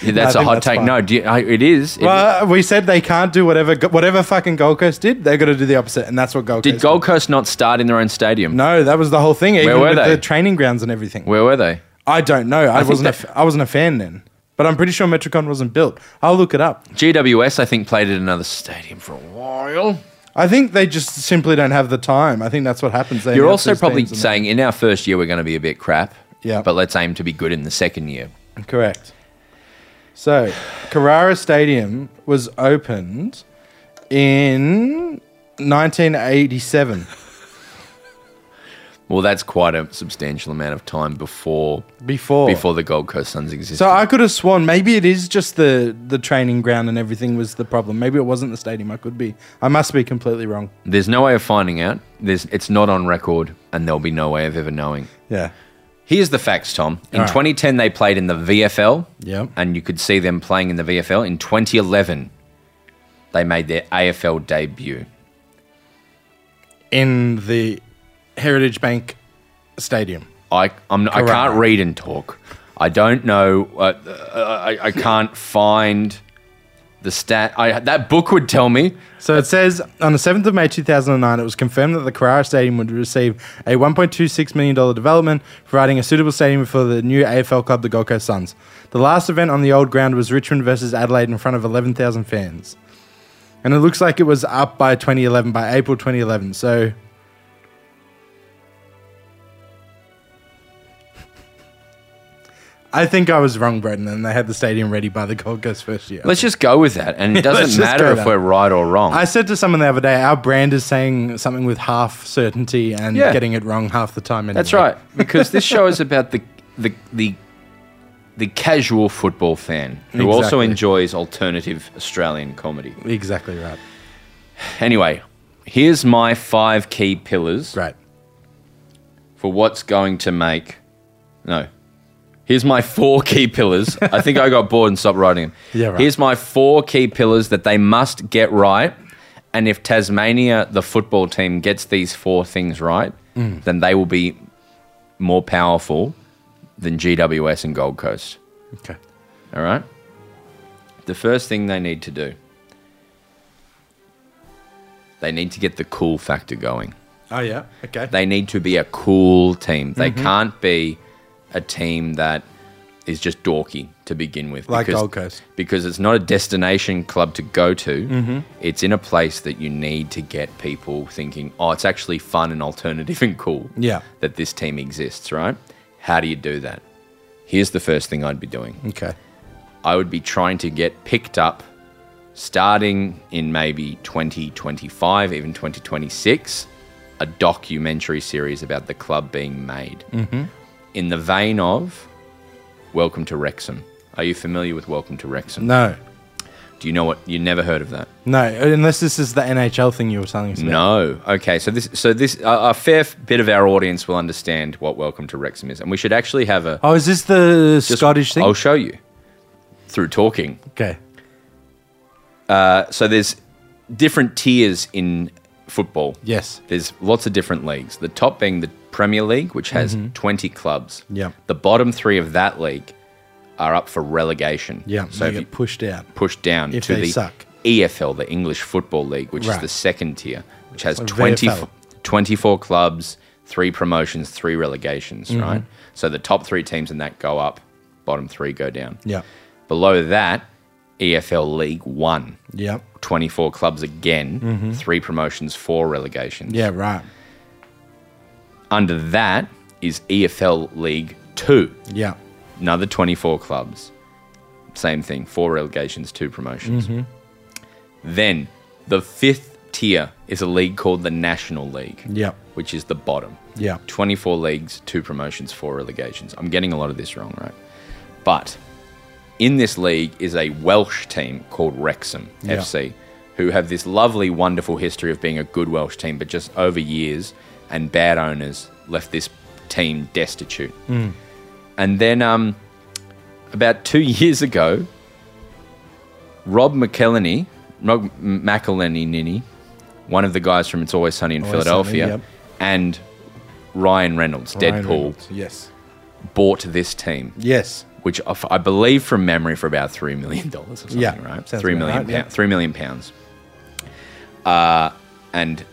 Speaker 1: Yeah, that's a hot
Speaker 2: think that's
Speaker 1: take.
Speaker 2: fine.
Speaker 1: No, do you, I, it is. It is.
Speaker 2: Well, we said they can't do whatever whatever fucking Gold Coast did. They're going to do the opposite, and that's what Gold
Speaker 1: Did
Speaker 2: Coast
Speaker 1: Gold Coast not start in their own stadium?
Speaker 2: No, that was the whole thing. Even
Speaker 1: were
Speaker 2: with
Speaker 1: they?
Speaker 2: the training grounds and everything.
Speaker 1: Where were they?
Speaker 2: I don't know. I,
Speaker 1: think
Speaker 2: wasn't. a
Speaker 1: that-
Speaker 2: f- I wasn't a fan then, but I'm pretty sure Metricon wasn't built. I'll look it up.
Speaker 1: GWS, I think, played at another stadium for a while.
Speaker 2: I think they just simply don't have the time. I think that's what happens. They
Speaker 1: You're
Speaker 2: announce
Speaker 1: also
Speaker 2: these
Speaker 1: probably
Speaker 2: teams and-
Speaker 1: saying in our first year we're going to be a bit crap.
Speaker 2: Yeah.
Speaker 1: But let's aim to be good in the second year.
Speaker 2: correct. So, Carrara Stadium was opened in 1987.
Speaker 1: Well, that's quite a substantial amount of time before
Speaker 2: Before,
Speaker 1: before the Gold Coast Suns existed.
Speaker 2: So I could have sworn maybe it is just the the training ground and everything was the problem. Maybe it wasn't the stadium. I could be. I must be completely wrong.
Speaker 1: There's no way of finding out. There's it's not on record, and there'll be no way of ever knowing.
Speaker 2: Yeah.
Speaker 1: Here's the facts, Tom. In
Speaker 2: All right.
Speaker 1: 2010, they played in the VFL.
Speaker 2: Yep.
Speaker 1: And you could see them playing in the VFL. In 2011, they made their AFL debut.
Speaker 2: In the Heritage Bank Stadium.
Speaker 1: I I'm, I
Speaker 2: Correct.
Speaker 1: can't read and talk. I don't know. Uh, uh, I I can't find the stat. I that book would tell me.
Speaker 2: So it says on the 7th of May 2009, it was confirmed that the Carrara Stadium would receive a $1.26 million development, providing a suitable stadium for the new AFL club, the Gold Coast Suns. The last event on the old ground was Richmond versus Adelaide in front of 11,000 fans. And it looks like it was up by 2011, by April 2011. So. I think I was wrong, Brendan, and they had the stadium ready by the Gold Coast first year.
Speaker 1: Let's just go with that, and it
Speaker 2: let's
Speaker 1: doesn't
Speaker 2: just
Speaker 1: matter
Speaker 2: go
Speaker 1: if
Speaker 2: there.
Speaker 1: we're right or wrong.
Speaker 2: I said to someone the other day, our brand is saying something with half certainty and
Speaker 1: Yeah.
Speaker 2: getting it wrong half the time. Anyway.
Speaker 1: That's right, because this show is about the the the the casual football fan who also
Speaker 2: Exactly.
Speaker 1: enjoys alternative Australian comedy.
Speaker 2: Exactly right.
Speaker 1: Anyway, here's my five key pillars.
Speaker 2: Right.
Speaker 1: for what's going to make. No. Here's my four key pillars. I think I got bored and stopped writing them.
Speaker 2: Yeah, right.
Speaker 1: Here's my four key pillars that they must get right. And if Tasmania, the football team, gets these four things right,
Speaker 2: Mm.
Speaker 1: then they will be more powerful than GWS and Gold Coast.
Speaker 2: Okay.
Speaker 1: All right? The first thing they need to do, they need to get the cool factor going
Speaker 2: Oh, yeah. Okay.
Speaker 1: they need to be a cool team. They
Speaker 2: Mm-hmm.
Speaker 1: can't be a team that is just dorky to begin with.
Speaker 2: Like Gold Coast.
Speaker 1: Because it's not a destination club to go to.
Speaker 2: Mm-hmm.
Speaker 1: It's in a place that you need to get people thinking, oh, it's actually fun and alternative and cool
Speaker 2: Yeah.
Speaker 1: that this team exists, right? How do you do that? Here's the first thing I'd be doing.
Speaker 2: okay.
Speaker 1: I would be trying to get picked up starting in maybe 2025, even 2026, a documentary series about the club being made.
Speaker 2: Mm-hmm.
Speaker 1: In the vein of Welcome to Wrexham. Are you familiar with Welcome to Wrexham?
Speaker 2: No.
Speaker 1: Do you know what? You never heard of that?
Speaker 2: No. Unless this is the NHL thing you were telling us about.
Speaker 1: No. Okay. So this, so this, a a fair bit of our audience will understand what Welcome to Wrexham is, and we should actually have a
Speaker 2: Oh, is this the
Speaker 1: just-
Speaker 2: Scottish thing?
Speaker 1: I'll show you through talking.
Speaker 2: okay.
Speaker 1: so there's different tiers in football.
Speaker 2: Yes.
Speaker 1: There's lots of different leagues. The top being the Premier League, which has 20 clubs.
Speaker 2: Mm-hmm. Yeah.
Speaker 1: The bottom three of that league are up for relegation.
Speaker 2: Yeah.
Speaker 1: So
Speaker 2: they
Speaker 1: if you
Speaker 2: get pushed out.
Speaker 1: push down
Speaker 2: if
Speaker 1: to
Speaker 2: they
Speaker 1: the
Speaker 2: suck.
Speaker 1: EFL, the English Football League, which is
Speaker 2: Right.
Speaker 1: the second tier, which has
Speaker 2: So
Speaker 1: 20,
Speaker 2: VFL.
Speaker 1: 24 clubs, three promotions, three relegations,
Speaker 2: Mm-hmm.
Speaker 1: right? So the top three teams in that go up, bottom three go down.
Speaker 2: Yeah.
Speaker 1: Below that, EFL League One,
Speaker 2: Yeah.
Speaker 1: 24 clubs again, three promotions, four relegations.
Speaker 2: Mm-hmm. Yeah, right.
Speaker 1: Under that is EFL League Two,
Speaker 2: Yeah.
Speaker 1: another 24 clubs. Same thing, four relegations, two promotions.
Speaker 2: Mm-hmm.
Speaker 1: Then the fifth tier is a league called the National League,
Speaker 2: Yeah.
Speaker 1: which is the bottom.
Speaker 2: Yeah.
Speaker 1: 24 leagues, two promotions, four relegations. I'm getting a lot of this wrong, right? But in this league is a Welsh team called Wrexham
Speaker 2: Yeah.
Speaker 1: FC, who have this lovely, wonderful history of being a good Welsh team, but just over years and bad owners left this team destitute.
Speaker 2: Hmm.
Speaker 1: And then um, about two years ago, Rob McElhenney, Rob McElhenney, Nini, one of the guys from It's Always Sunny in
Speaker 2: Always
Speaker 1: Philadelphia,
Speaker 2: Sunny, yep.
Speaker 1: and Ryan Reynolds, Deadpool,
Speaker 2: Ryan Reynolds. Yes.
Speaker 1: bought this team
Speaker 2: Yes.
Speaker 1: which I I believe from memory for about three million dollars or something,
Speaker 2: Yeah,
Speaker 1: right?
Speaker 2: sounds
Speaker 1: Three
Speaker 2: about
Speaker 1: million,
Speaker 2: right,
Speaker 1: pounds,
Speaker 2: yeah.
Speaker 1: three million pounds, uh, and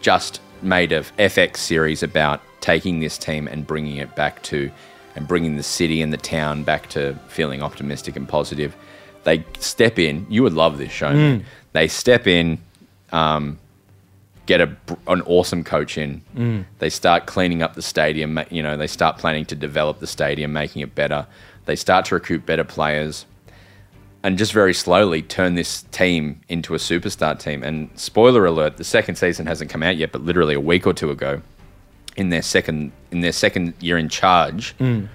Speaker 1: just made a FX series about taking this team and bringing it back to, and bringing the city and the town back to feeling optimistic and positive. They step in. You would love this show. man.
Speaker 2: Mm.
Speaker 1: They step in get a, br- an awesome coach in.
Speaker 2: Mm.
Speaker 1: They start cleaning up the stadium. ma- You know, they start planning to develop the stadium, making it better. They start to recruit better players, and just very slowly turn this team into a superstar team. And spoiler alert: the second season hasn't come out yet, but literally a week or two ago, in their second in their second year in charge,
Speaker 2: Mm.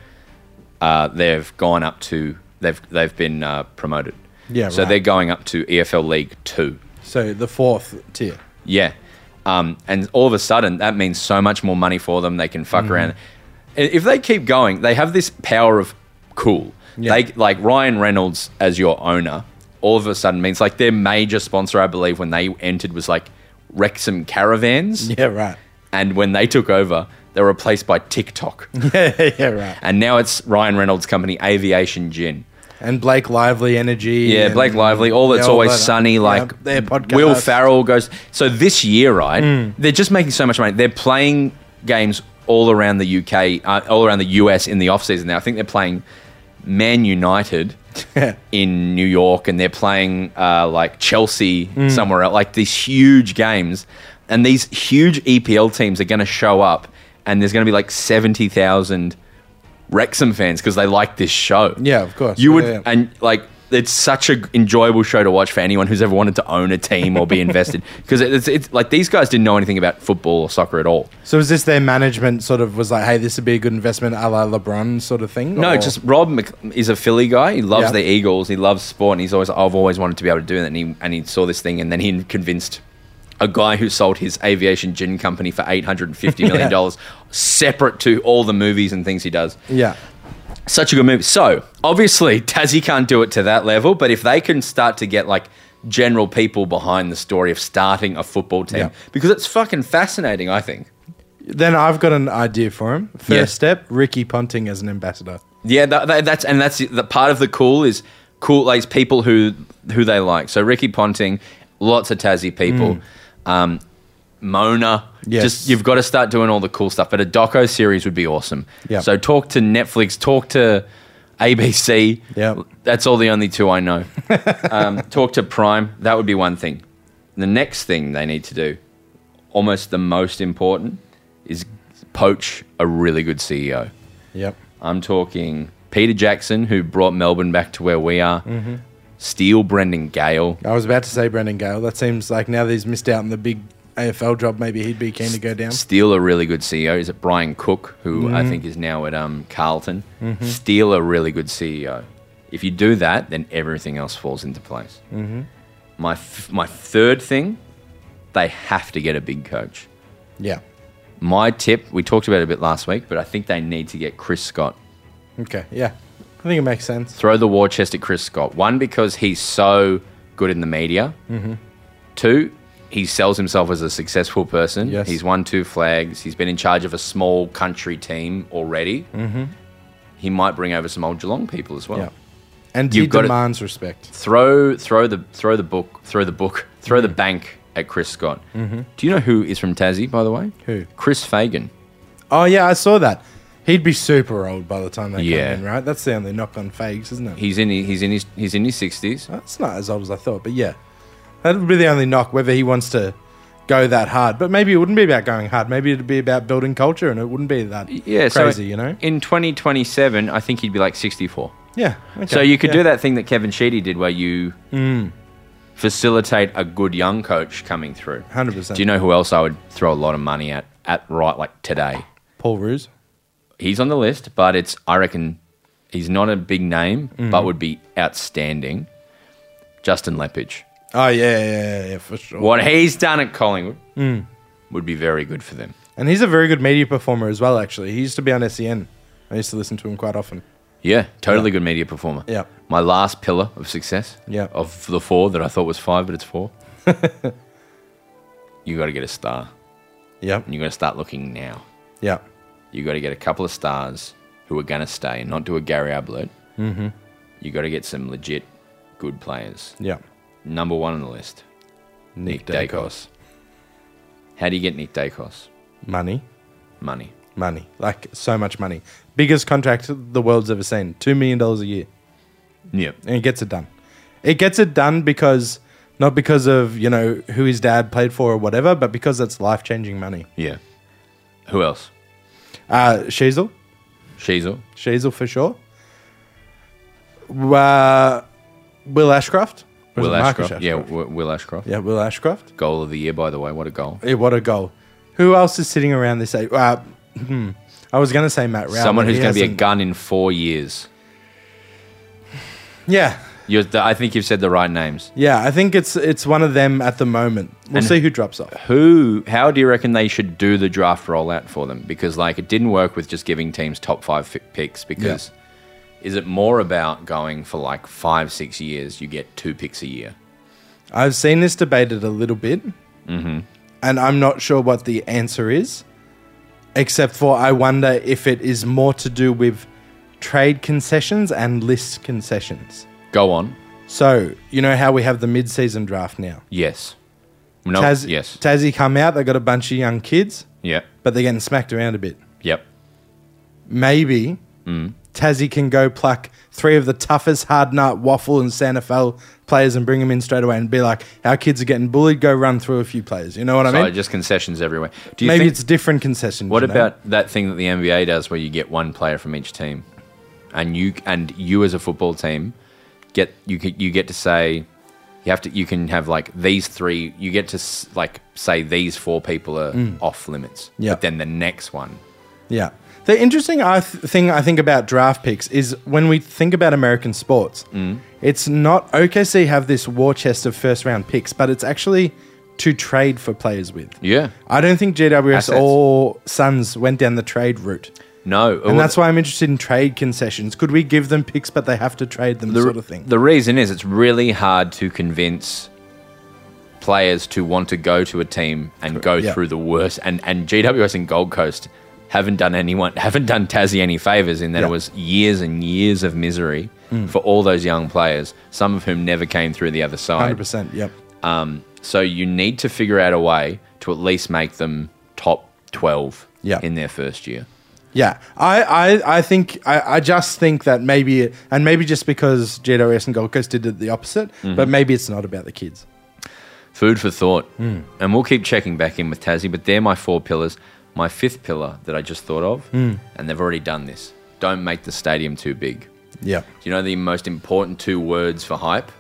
Speaker 1: uh, they've gone up to they've they've been uh, promoted.
Speaker 2: Yeah,
Speaker 1: so
Speaker 2: right.
Speaker 1: they're going up to EFL League Two.
Speaker 2: So the fourth tier.
Speaker 1: Yeah. Um, and all of a sudden, that means so much more money for them. They can fuck
Speaker 2: Mm-hmm.
Speaker 1: around. I- If they keep going, they have this power of cool.
Speaker 2: Yeah.
Speaker 1: They like Ryan Reynolds as your owner. All of a sudden means like their major sponsor, I believe, when they entered was like Wrexham Caravans,
Speaker 2: Yeah, right.
Speaker 1: and when they took over, they were replaced by TikTok,
Speaker 2: yeah, yeah, right.
Speaker 1: and now it's Ryan Reynolds' company, Aviation Gin.
Speaker 2: And Blake Lively energy.
Speaker 1: Yeah,
Speaker 2: and-
Speaker 1: Blake Lively, all that's
Speaker 2: Yeah, all
Speaker 1: always
Speaker 2: that.
Speaker 1: sunny,
Speaker 2: Yeah,
Speaker 1: like
Speaker 2: their podcast. Mm.
Speaker 1: Will Farrell goes. So this year, right? They're just making so much money. They're playing games all around the UK, uh, all around the US in the off season now. I think they're playing Man United in New York, and they're playing uh, like Chelsea
Speaker 2: Mm.
Speaker 1: somewhere else, like these huge games. And these huge EPL teams are going to show up, and there's going to be like seventy thousand Wrexham fans because they like this show.
Speaker 2: Yeah, of course.
Speaker 1: You
Speaker 2: Yeah,
Speaker 1: would,
Speaker 2: yeah.
Speaker 1: and like, it's such an enjoyable show to watch for anyone who's ever wanted to own a team or be invested because it's, it's like these guys didn't know anything about football or soccer at all.
Speaker 2: So is this their management sort of was like, hey, this would be a good investment a la LeBron sort of thing?
Speaker 1: No,
Speaker 2: or-
Speaker 1: just Rob Mc, is a Philly guy. He loves
Speaker 2: Yeah.
Speaker 1: the Eagles. He loves sport. And he's always I've always wanted to be able to do that. And he and he saw this thing, and then he convinced a guy who sold his aviation gin company for eight hundred and fifty million dollars, separate to all the movies and things he does.
Speaker 2: Yeah.
Speaker 1: Such a good movie. So obviously Tassie can't do it to that level, but if they can start to get like general people behind the story of starting a football team,
Speaker 2: Yeah.
Speaker 1: because it's fucking fascinating. I think.
Speaker 2: Then I've got an idea for him. First
Speaker 1: Yeah.
Speaker 2: step, Ricky Ponting as an ambassador.
Speaker 1: Yeah, that, that, that's and that's the- the part of the cool is cool like people who who they like. So Ricky Ponting, lots of Tassie people, um, Mona.
Speaker 2: Yes.
Speaker 1: Just you've got to start doing all the cool stuff. But a doco series would be awesome.
Speaker 2: Yep.
Speaker 1: So talk to Netflix, talk to ABC.
Speaker 2: Yep.
Speaker 1: That's all the only two I know. um, talk to Prime. That would be one thing. The next thing they need to do, almost the most important, is poach a really good E CEO.
Speaker 2: Yep.
Speaker 1: I'm talking Peter Jackson, who brought Melbourne back to where we are. Steele Brendan Gale.
Speaker 2: I was about to say Brendan Gale. That seems like now that he's missed out on the big AFL job, maybe he'd be keen to go down.
Speaker 1: Steele a really good CEO. Is it Brian Cook, who I think is now at um, Carlton? Steele a really good CEO. If you do that, then everything else falls into place. My f- my third thing, they have to get a big coach.
Speaker 2: Yeah.
Speaker 1: My tip, we talked about it a bit last week, but I think they need to get Chris Scott
Speaker 2: Okay. Yeah. I think it makes sense.
Speaker 1: throw the war chest at Chris Scott. One, because he's so good in the media.
Speaker 2: Mm-hmm.
Speaker 1: Two, he sells himself as a successful person.
Speaker 2: Yes.
Speaker 1: He's won two flags. He's been in charge of a small country team already. He might bring over some old Geelong people as well.
Speaker 2: Mm-hmm. Yeah. And he
Speaker 1: You've got it.
Speaker 2: demands respect. Mm-hmm.
Speaker 1: Throw, throw the, throw the book, throw the book, throw the bank at Chris Scott. Mm-hmm. Do you know who is from Tassie, by the way?
Speaker 2: Who?
Speaker 1: Chris Fagan.
Speaker 2: Oh yeah, I saw that. He'd be super old by the time they
Speaker 1: Yeah.
Speaker 2: come in, right? That's the only knock on fakes, isn't it?
Speaker 1: He's in he's in his he's in his sixties.
Speaker 2: That's not as old as I thought, but yeah, that would be the only knock whether he wants to go that hard. But maybe it wouldn't be about going hard. Maybe it'd be about building culture, and it wouldn't be that
Speaker 1: Yeah, so
Speaker 2: crazy, you know?
Speaker 1: In 2027, I think he'd be like 64.
Speaker 2: Yeah. okay,
Speaker 1: So you could
Speaker 2: yeah. Mm.
Speaker 1: do that thing that Kevin Sheedy did, where you facilitate a good young coach coming through.
Speaker 2: 100%.
Speaker 1: Do you know who else I would throw a lot of money at at right like today?
Speaker 2: Paul Ruse.
Speaker 1: He's on the list, but it's I reckon he's not a big name,
Speaker 2: Mm.
Speaker 1: but would be outstanding. Justin Lepage,
Speaker 2: Oh yeah, yeah, yeah, yeah, for sure.
Speaker 1: what he's done at Collingwood
Speaker 2: Mm.
Speaker 1: would be very good for them.
Speaker 2: And he's a very good media performer as well. Actually, he used to be on SEN. I used to listen to him quite often.
Speaker 1: Yeah, totally good media performer.
Speaker 2: Yeah.
Speaker 1: My last pillar of success.
Speaker 2: Yeah.
Speaker 1: Of the four that I thought was five, but it's four. you got to get a star.
Speaker 2: Yeah,
Speaker 1: And you got to start looking now.
Speaker 2: yeah,
Speaker 1: You got to get a couple of stars who are going to stay and not do a Gary Ablett. Mm-hmm. You got to get some legit good players.
Speaker 2: yeah.
Speaker 1: Number one on the list, Nick, Dacos. How do you get Nick Dacos?
Speaker 2: money,
Speaker 1: Money.
Speaker 2: money, like so much money. Biggest contract the world's ever seen. Two million dollars a year.
Speaker 1: Yep.
Speaker 2: and it gets it done. It gets it done because not because of you know who his dad played for or whatever, but because it's life changing money.
Speaker 1: Yeah. Who else?
Speaker 2: Uh, Sheasel,
Speaker 1: Sheasel.
Speaker 2: Sheasel for sure. Uh, Will Ashcroft, Or is
Speaker 1: Will
Speaker 2: it Marcus
Speaker 1: Ashcroft. Yeah, Wi- Will Ashcroft.
Speaker 2: yeah, Will Ashcroft.
Speaker 1: Goal of the year, by the way. What a goal.
Speaker 2: Eh, what a goal! Who else is sitting around this age? Uh, hmm. I was going to say Matt Round.
Speaker 1: Someone
Speaker 2: but
Speaker 1: who's
Speaker 2: he
Speaker 1: going to be a
Speaker 2: hasn't-
Speaker 1: gun in four years.
Speaker 2: Yeah,
Speaker 1: You're, th- I think you've said the right names.
Speaker 2: yeah. I think it's it's one of them at the moment. We'll
Speaker 1: And-
Speaker 2: see who drops off.
Speaker 1: Who? How do you reckon they should do the draft rollout for them? Because like it didn't work with just giving teams top five fi- picks. Because is it more about going for like five, six years? You get two picks a year.
Speaker 2: I've seen this debated a little bit,
Speaker 1: Mm-hmm.
Speaker 2: and I'm not sure what the answer is, except for I wonder if it is more to do with trade concessions and list concessions.
Speaker 1: Go on.
Speaker 2: So, you know how we have the mid season draft now?
Speaker 1: Yes. No.
Speaker 2: Taz-
Speaker 1: yes.
Speaker 2: Tassie come out, they got a bunch of young kids,
Speaker 1: yep.
Speaker 2: but they're getting smacked around a bit.
Speaker 1: Yep.
Speaker 2: Maybe
Speaker 1: Mm.
Speaker 2: Tassie can go pluck three of the toughest hard nut waffle and Santa Fe players and bring them in straight away and be like, our kids are getting bullied, go run through a few players. You know what I
Speaker 1: so
Speaker 2: mean?
Speaker 1: just concessions everywhere. Do you
Speaker 2: Maybe
Speaker 1: think,
Speaker 2: it's different concessions.
Speaker 1: What
Speaker 2: you know?
Speaker 1: about that thing that the NBA does, where you get one player from each team, and you and you as a football team get you get- you get to say you have to you can have like these three you get to s- like say these four people are off limits.
Speaker 2: Mm. Yeah.
Speaker 1: But then the next one,
Speaker 2: Yeah, the interesting I th- thing I think about draft picks is when we think about American sports,
Speaker 1: Mm.
Speaker 2: it's not OKC have this war chest of first round picks, but it's actually to trade for players with.
Speaker 1: yeah,
Speaker 2: I don't think GWS
Speaker 1: Assets.
Speaker 2: or Suns went down the trade route,
Speaker 1: no,
Speaker 2: and that's why I'm interested in trade concessions. Could we give them picks, but they have to trade them,
Speaker 1: the,
Speaker 2: sort of thing?
Speaker 1: The reason is it's really hard to convince players to want to go to a team and go
Speaker 2: Yeah.
Speaker 1: through the worst. And and GWS and Gold Coast haven't done anyone haven't done Tassie any favors in that
Speaker 2: Yeah. Mm.
Speaker 1: it was years and years of misery for all those young players, some of whom never came through the other
Speaker 2: Hundred
Speaker 1: side.
Speaker 2: percent. Yep.
Speaker 1: Um, so you need to figure out a way to at least make them top twelve
Speaker 2: Yeah.
Speaker 1: in their first year.
Speaker 2: Yeah, I, I, I think I, I just think that maybe and maybe just because GWS and Gold Coast did it the opposite,
Speaker 1: Mm-hmm.
Speaker 2: but maybe it's not about the kids.
Speaker 1: Food for thought. And we'll keep checking back in with Tassie, but they're my four pillars. My fifth pillar that I just thought of, and they've already done this don't make the stadium too big.
Speaker 2: Yeah,
Speaker 1: Do you know the most important two words for hype?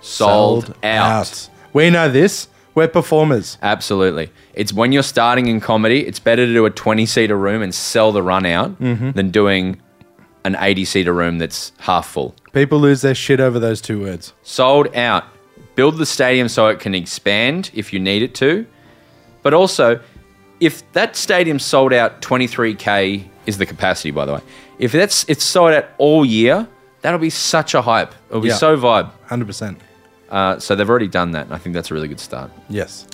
Speaker 1: Sold, out.
Speaker 2: We know this. We're performers.
Speaker 1: Absolutely. It's when you're starting in comedy, it's better to do a 20 seater room and sell the run out than doing an 80 seater room that's half full.
Speaker 2: People lose their shit over those two words.
Speaker 1: sold out. Build the stadium so it can expand if you need it to. But also, if that stadium sold out 23k is the capacity by the way. If that's it's sold out all year, that'll be such a hype. It'll be
Speaker 2: Yeah.
Speaker 1: so vibe.
Speaker 2: Hundred percent.
Speaker 1: Uh, so they've already done that and I think that's a really good start.
Speaker 2: Yes.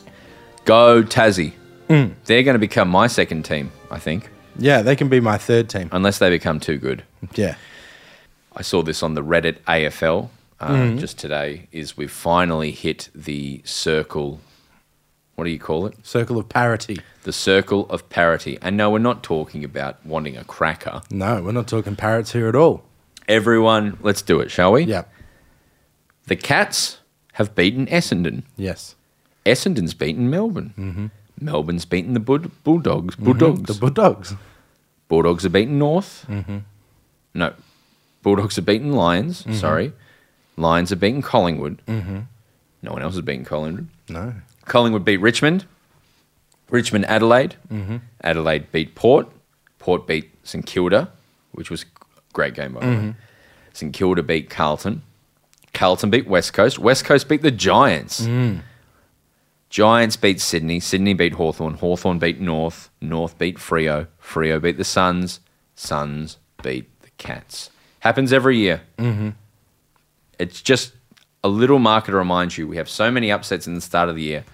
Speaker 1: Go Tassie. They're going to become my second team, I think,
Speaker 2: Yeah, they can be my third team.
Speaker 1: unless they become too good.
Speaker 2: Yeah.
Speaker 1: I saw this on the Reddit
Speaker 2: Mm-hmm.
Speaker 1: AFL uh, just today. Is we've finally hit the circle what do you call it?
Speaker 2: Circle of parity.
Speaker 1: The circle of parity. And no, we're not talking about wanting a cracker.
Speaker 2: No, we're not talking parrots here at all.
Speaker 1: Everyone, let's do it, shall we?
Speaker 2: Yeah.
Speaker 1: The Cats have beaten Essendon.
Speaker 2: Yes.
Speaker 1: Essendon's beaten Melbourne. Melbourne's beaten the Bull- Bulldogs. Bulldogs.
Speaker 2: Mm-hmm. The Mm-hmm. Bulldogs.
Speaker 1: Bulldogs have beaten North. No, Bulldogs have beaten Lions.
Speaker 2: Mm-hmm.
Speaker 1: Sorry, Lions have beaten Collingwood. No one else has beaten Collingwood.
Speaker 2: No.
Speaker 1: Collingwood beat Richmond. Richmond Adelaide. Adelaide beat Port. Port beat St Kilda, which was a great game by the way. St Kilda beat Carlton. Carlton beat West Coast. West Coast beat the Giants. Giants beat Sydney. Sydney beat Hawthorn. Hawthorn beat North. North beat Frio. Frio beat the Suns. Suns beat the Cats. Happens every year. Mm-hmm. It's just a little marker to remind you we have so many upsets in the start of the year.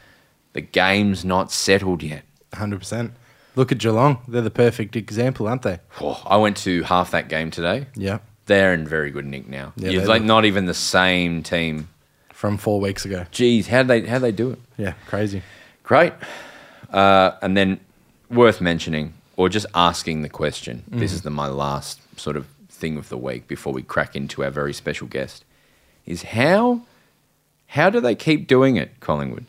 Speaker 1: The game's not settled yet.
Speaker 2: 100%. Look at Geelong. They're the perfect example, aren't they?
Speaker 1: Oh, I went to half that game today.
Speaker 2: Yeah.
Speaker 1: They're in very good nick now.
Speaker 2: Yeah,
Speaker 1: it's
Speaker 2: they
Speaker 1: like
Speaker 2: look-
Speaker 1: not even the same team.
Speaker 2: From four weeks ago.
Speaker 1: Geez, how they how they do it?
Speaker 2: Yeah. Crazy.
Speaker 1: Great. Uh, and then worth mentioning or just asking the question. This is the, my last sort of thing of the week before we crack into our very special guest is how how do they keep doing it, Collingwood?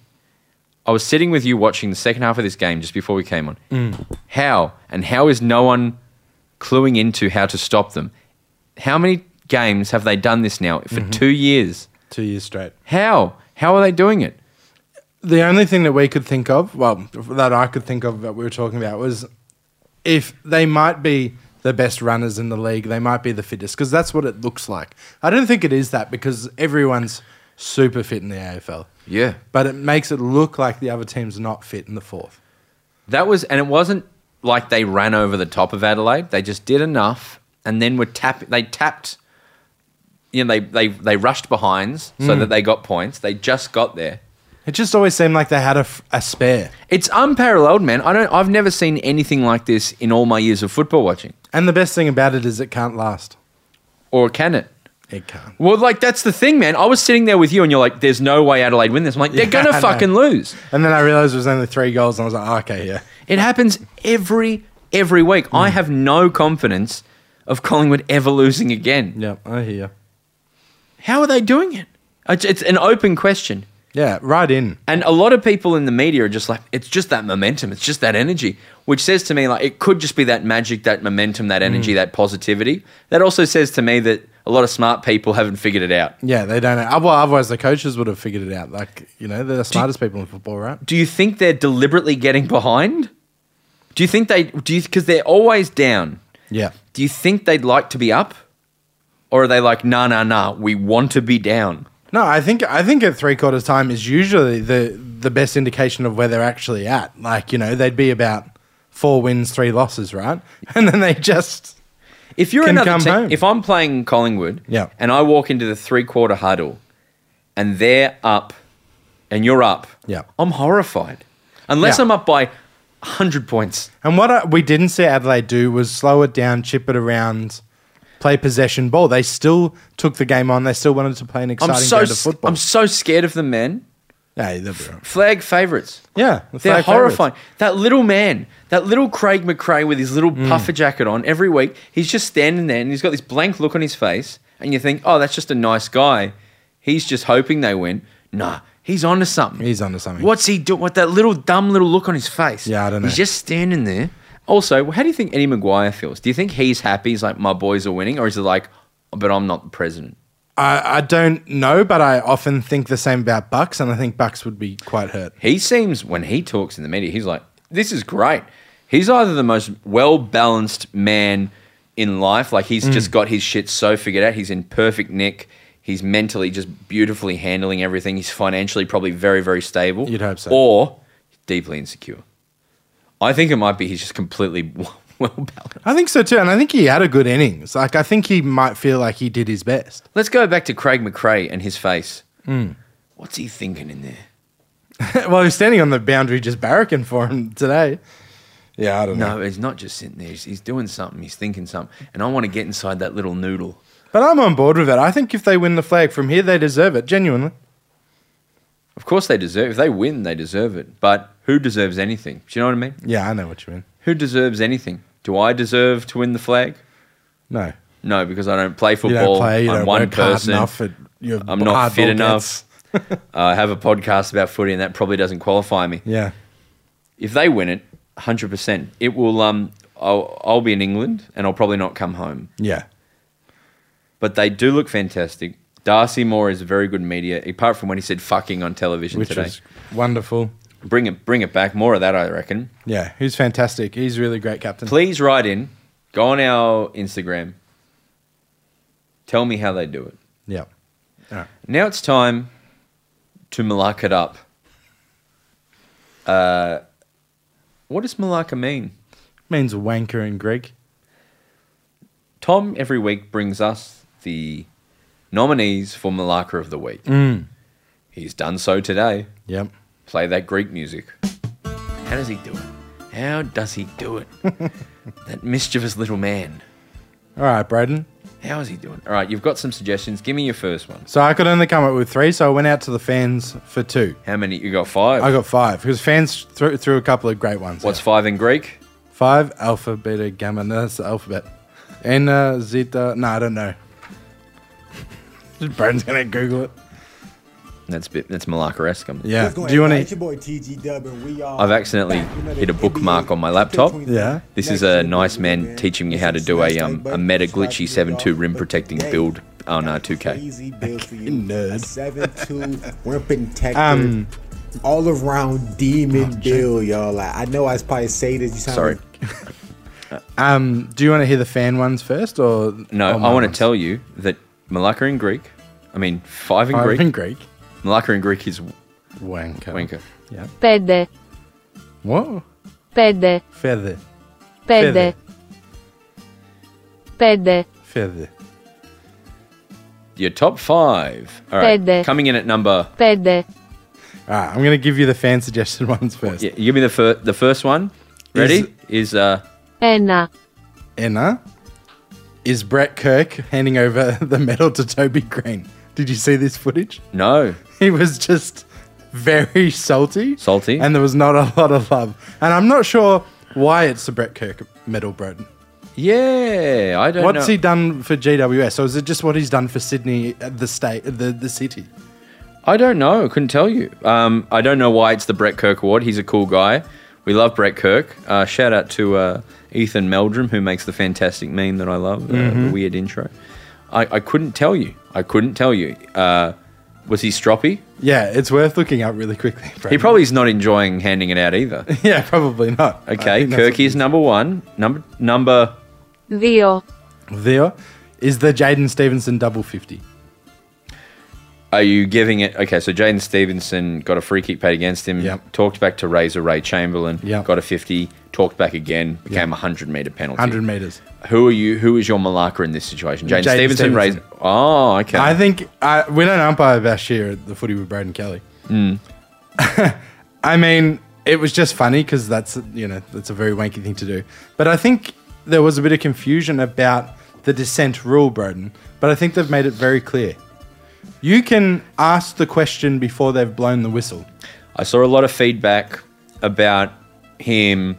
Speaker 1: I was sitting with you watching the second half of this game just before we came on. How and how is no one cluing into how to stop them? How many games have they done this now for 2 years?
Speaker 2: Two years straight.
Speaker 1: How? How are they doing it?
Speaker 2: The only thing that we could think of, well, that I could think of that we were talking about was if they might be the best runners in the league, they might be the fittest because that's what it looks like. I don't think it is that because everyone's super fit in the AFL.
Speaker 1: Yeah.
Speaker 2: But it makes it look like the other team's not fit in the fourth.
Speaker 1: That was, and it wasn't like they ran over the top of Adelaide. They just did enough, and then were tap. They tapped. You know, they they they rushed behinds
Speaker 2: Hmm.
Speaker 1: so that they got points. They just got there.
Speaker 2: It just always seemed like they had a, f- a spare.
Speaker 1: It's unparalleled, man. I don't. I've never seen anything like this in all my years of football watching.
Speaker 2: And the best thing about it is it can't last.
Speaker 1: Or can it?
Speaker 2: It can't.
Speaker 1: Well, like that's the thing, man. I was sitting there with you, and you're like, "There's no way Adelaide win this." I'm like, "They're
Speaker 2: Yeah, I
Speaker 1: gonna
Speaker 2: know.
Speaker 1: fucking lose."
Speaker 2: And then I realized it was only three goals, and I was like, oh, okay, yeah.
Speaker 1: It happens every every week. I
Speaker 2: Hmm.
Speaker 1: have no confidence of Collingwood ever losing again.
Speaker 2: Yeah, I hear you.
Speaker 1: How are they doing it? It's, it's an open question.
Speaker 2: Yeah, right in.
Speaker 1: And a lot of people in the media are just like, it's just that momentum, it's just that energy, which says to me, like, it could just be that magic, that momentum, that energy, that positivity. That also says to me that a lot of smart people haven't figured it out.
Speaker 2: Yeah, they don't. Know. Well, otherwise the coaches would have figured it out. Like you know, they're the smartest people in football, right?
Speaker 1: Do you think they're deliberately getting behind? Do you think they, do you, because they're always down.
Speaker 2: Yeah,
Speaker 1: Do you think they'd like to be up? Or are they like, nah, nah, nah, we want to be down?
Speaker 2: No, I think I think at three quarters time is usually the the best indication of where they're actually at. Like you know, they'd be about four wins, three losses, right? And then they just
Speaker 1: If you're
Speaker 2: can
Speaker 1: another
Speaker 2: come
Speaker 1: team,
Speaker 2: home.
Speaker 1: if I'm playing Collingwood,
Speaker 2: Yeah.
Speaker 1: and I walk into the three quarter huddle, and they're up, and you're up,
Speaker 2: Yeah.
Speaker 1: I'm horrified. Unless
Speaker 2: Yeah.
Speaker 1: I'm up by hundred points,
Speaker 2: and what I, we didn't see Adelaide do was slow it down, chip it around, play possession ball. They still took the game on. They still wanted to play an
Speaker 1: I'm
Speaker 2: exciting
Speaker 1: so
Speaker 2: game of
Speaker 1: s-
Speaker 2: football.
Speaker 1: I'm so scared of the men.
Speaker 2: Hey, they'll be all right.
Speaker 1: Flag favourites.
Speaker 2: yeah, the
Speaker 1: They're
Speaker 2: flag favourites.
Speaker 1: horrifying. That little man, that little Craig McRae with his little
Speaker 2: Mm.
Speaker 1: puffer jacket on every week, he's just standing there and he's got this blank look on his face. And you think, oh, that's just a nice guy. He's just hoping they win. Nah, he's onto something.
Speaker 2: He's onto something.
Speaker 1: What's he doing? What that little dumb little look on his face?
Speaker 2: Yeah, I don't
Speaker 1: He's
Speaker 2: know.
Speaker 1: just standing there. Also, how do you think Eddie Maguire feels? Do you think he's happy? He's like, my boys are winning, or is it like, but I'm not the president?
Speaker 2: I, I don't know, but I often think the same about Bucks, and I think Bucks would be quite hurt.
Speaker 1: He seems when he talks in the media, he's like, "This is great." He's either the most well balanced man in life, like he's
Speaker 2: Mm.
Speaker 1: just got his shit so figured out. He's in perfect nick. He's mentally just beautifully handling everything. He's financially probably very very stable.
Speaker 2: You'd hope so.
Speaker 1: Or deeply insecure. I think it might be he's just completely well balanced.
Speaker 2: I think so too, and I think he had a good innings. Like I think he might feel like he did his best.
Speaker 1: Let's go back to Craig McRae and his face.
Speaker 2: Mm.
Speaker 1: What's he thinking in there?
Speaker 2: well, he was standing on the boundary just barracking for him today. Yeah, I don't know.
Speaker 1: No, he's not just sitting there. He's, he's doing something. He's thinking something. And I want to get inside that little noodle.
Speaker 2: But I'm on board with it. I think if they win the flag from here, they deserve it. Genuinely,
Speaker 1: Of course they deserve. If they win, they deserve it. But who deserves anything? Do you know what I mean?
Speaker 2: Yeah, I know what you mean.
Speaker 1: Who deserves anything? Do I deserve to win the flag?
Speaker 2: No,
Speaker 1: No, because I don't play
Speaker 2: you
Speaker 1: football.
Speaker 2: don't play. You
Speaker 1: I'm
Speaker 2: don't
Speaker 1: one
Speaker 2: work
Speaker 1: person.
Speaker 2: hard enough. At your
Speaker 1: I'm not
Speaker 2: hard
Speaker 1: fit
Speaker 2: ball
Speaker 1: enough.
Speaker 2: gets.
Speaker 1: I have a podcast about footy, and that probably doesn't qualify me.
Speaker 2: yeah,
Speaker 1: If they win it, hundred percent, it will. Um, I'll, I'll be in England, and I'll probably not come home.
Speaker 2: yeah,
Speaker 1: But they do look fantastic. Darcy Moore is very good media, apart from when he said "fucking" on television
Speaker 2: which
Speaker 1: today.
Speaker 2: is wonderful.
Speaker 1: Bring it, bring it back. More of that, I reckon.
Speaker 2: Yeah, he's fantastic. He's really great captain.
Speaker 1: Please write in. Go on our Instagram. Tell me how they do it.
Speaker 2: Yeah. All right.
Speaker 1: Now it's time to malak it up. Uh, what does malaka mean?
Speaker 2: Means wanker in Greek.
Speaker 1: Tom every week brings us the nominees for malaka of the week. He's done so today.
Speaker 2: Yep.
Speaker 1: Play that Greek music. How does he do it? How does he do it? that mischievous little man.
Speaker 2: All right, Braden.
Speaker 1: How is he doing? All right, you've got some suggestions. Give me your first one.
Speaker 2: So I could only come up with three, so I went out to the fans for two.
Speaker 1: How many? You got five.
Speaker 2: I got five because fans threw, threw a couple of great ones.
Speaker 1: What's five in Greek?
Speaker 2: out. five? Alpha, beta, gamma. No, that's the alphabet. N, uh, zeta. No, I don't know. Braden's gonna Google it.
Speaker 1: That's bit. That's malaka-esque. I'm-
Speaker 2: Yeah.
Speaker 3: What's going
Speaker 2: Do you
Speaker 3: on,
Speaker 2: want
Speaker 3: It's
Speaker 2: to?
Speaker 3: your boy TGW, and we are
Speaker 1: I've accidentally
Speaker 3: back. You know, the
Speaker 1: hit a
Speaker 3: NBA
Speaker 1: bookmark on my laptop.
Speaker 3: 2K23.
Speaker 2: Yeah.
Speaker 1: This
Speaker 3: Next
Speaker 1: is a
Speaker 3: year,
Speaker 1: nice
Speaker 3: we'll be
Speaker 1: man
Speaker 3: in
Speaker 1: teaching you how to
Speaker 3: some
Speaker 1: do a
Speaker 3: smash
Speaker 1: um,
Speaker 3: like
Speaker 1: a meta
Speaker 3: buttons,
Speaker 1: glitchy
Speaker 3: slide
Speaker 1: 7.2
Speaker 3: to the
Speaker 1: rim
Speaker 3: dog,
Speaker 1: protecting
Speaker 3: but
Speaker 1: build
Speaker 3: today,
Speaker 1: on uh,
Speaker 3: got a
Speaker 1: 2K.
Speaker 3: Crazy build for you.
Speaker 2: Nerd.
Speaker 3: A 7-2 rim protector.
Speaker 2: Um,
Speaker 3: all around demon build, y'all. Like, I know I probably say this. You sound
Speaker 1: Oh, Sorry.
Speaker 3: like-
Speaker 2: Um, do you want to hear the fan ones first, or
Speaker 1: No,
Speaker 2: or
Speaker 1: I
Speaker 2: my
Speaker 1: want
Speaker 2: ones?
Speaker 1: to tell you that malaka in Greek, I mean five in
Speaker 2: Five
Speaker 1: Greek.
Speaker 2: in Greek.
Speaker 1: Malaka in Greek is
Speaker 2: Wanker.
Speaker 1: wanker.
Speaker 2: Yeah.
Speaker 4: 5
Speaker 2: What?
Speaker 4: 5
Speaker 2: Feather.
Speaker 4: 5 5
Speaker 2: Feather.
Speaker 1: Your top five. All right,
Speaker 4: Pede.
Speaker 1: coming in at number.
Speaker 4: 5
Speaker 2: All right, I'm gonna give you the fan suggested ones first.
Speaker 1: Yeah, you give me the fir- the first one. Ready? Is uh
Speaker 4: 1
Speaker 2: Anna, is Brett Kirk handing over the medal to Toby Green? Did you see this footage?
Speaker 1: no
Speaker 2: He was just very salty.
Speaker 1: salty.
Speaker 2: And there was not a lot of love. And I'm not sure why it's the Brett Kirk medal, Braden.
Speaker 1: yeah, I don't know.
Speaker 2: What's he done for GWS? Or is it just what he's done for Sydney, uh, the state, the, the city?
Speaker 1: I don't know. Couldn't tell you. Um, I don't know why it's the Brett Kirk Award. He's a cool guy. We love Brett Kirk. Uh, shout out to uh, Ethan Meldrum, who makes the fantastic meme that I love,
Speaker 2: Mm-hmm.
Speaker 1: uh, the weird intro. I, I couldn't tell you. I couldn't tell you. Uh, was he stroppy?
Speaker 2: Yeah, it's worth looking up really quickly. Braden.
Speaker 1: He probably is not enjoying handing it out either.
Speaker 2: yeah, probably not. I
Speaker 1: Okay,
Speaker 2: think that's
Speaker 1: Kirk
Speaker 2: what it
Speaker 1: is number one. Number number
Speaker 4: 2
Speaker 2: There is the Jaden Stevenson double 50.
Speaker 1: Are you giving it? Okay, so Jaden Stevenson got a free kick paid against him.
Speaker 2: Yep.
Speaker 1: Talked back to Razor Ray Chamberlain.
Speaker 2: Yep.
Speaker 1: Got a fifty. Talked back again. Became a hundred meter penalty.
Speaker 2: 100 meters.
Speaker 1: Who are you? Who is your malaka in this situation? Jaden
Speaker 2: Jaden
Speaker 1: Stevenson.
Speaker 2: Stevenson.
Speaker 1: Razor. Oh, okay.
Speaker 2: I think I, we don't umpire bash here at the footy with Braden Kelly. I mean, it was just funny because that's you know that's a very wanky thing to do. But I think there was a bit of confusion about the dissent rule, Braden. But I think they've made it very clear. You can ask the question before they've blown the whistle.
Speaker 1: I saw a lot of feedback about him,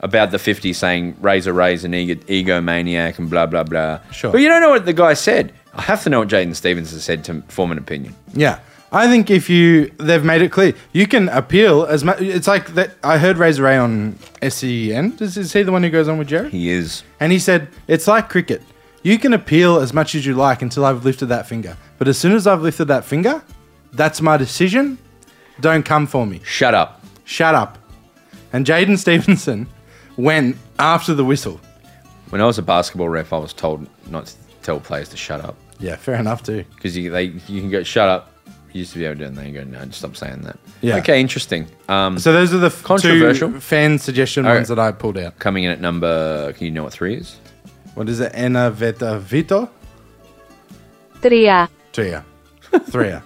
Speaker 1: about the 50 saying Razor Ray's an ego, egomaniac and blah, blah, blah.
Speaker 2: Sure.
Speaker 1: But you don't know what the guy said. I have to know what Jaden Stevenson said to form an opinion.
Speaker 2: Yeah. I think if you they've made it clear, you can appeal as much. It's like that. I heard Razor Ray on SEN. Is, is he the one who goes on with Jerry?
Speaker 1: He is.
Speaker 2: And he said, It's like cricket. You can appeal as much as you like until I've lifted that finger. But as soon as I've lifted that finger, that's my decision. Don't come for me.
Speaker 1: Shut up.
Speaker 2: Shut up. And Jaden Stevenson went after the whistle.
Speaker 1: When I was a basketball ref, I was told not to tell players to shut up
Speaker 2: Yeah, fair enough, too.
Speaker 1: because you, they, you can go, shut up. You used to be able to do it, and then you go, no, stop saying that.
Speaker 2: Yeah.
Speaker 1: Okay, interesting. Um,
Speaker 2: So those are the f-
Speaker 1: Controversial.
Speaker 2: two fan suggestion
Speaker 1: All
Speaker 2: ones
Speaker 1: right.
Speaker 2: that I pulled out.
Speaker 1: coming in at number, can you know what three is?
Speaker 2: What is it? Anna Veta Vito?
Speaker 4: 3
Speaker 2: Tria. Tria.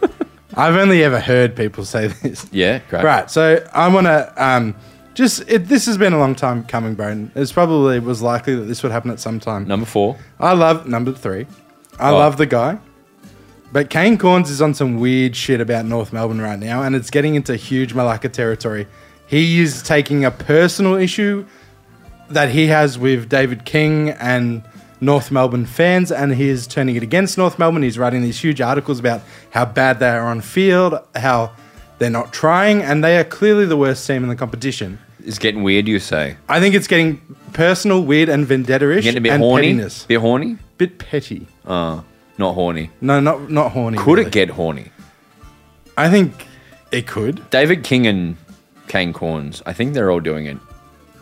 Speaker 2: I've only ever heard people say this.
Speaker 1: Yeah, great.
Speaker 2: Right. So I want to um, just it, this has been a long time coming, Braden. It's probably was likely that this would happen at some time.
Speaker 1: Number four.
Speaker 2: I love number three. I
Speaker 1: Oh.
Speaker 2: love the guy, But Kane Corns is on some weird shit about North Melbourne right now, and it's getting into huge Malacca territory. He is taking a personal issue that he has with David King and North Melbourne fans, and he is turning it against North Melbourne. He's writing these huge articles about how bad they are on field, how they're not trying, and they are clearly the worst team in the competition.
Speaker 1: It's getting weird, you say.
Speaker 2: I think it's getting personal, weird, and vendetta-ish,
Speaker 1: Getting a bit
Speaker 2: and
Speaker 1: horny.
Speaker 2: pettiness.
Speaker 1: Bit horny?
Speaker 2: Bit petty.
Speaker 1: Uh, not horny.
Speaker 2: No, not not horny.
Speaker 1: Could
Speaker 2: really.
Speaker 1: it get horny?
Speaker 2: I think it could.
Speaker 1: David King and Kane Corns, I think they're all doing it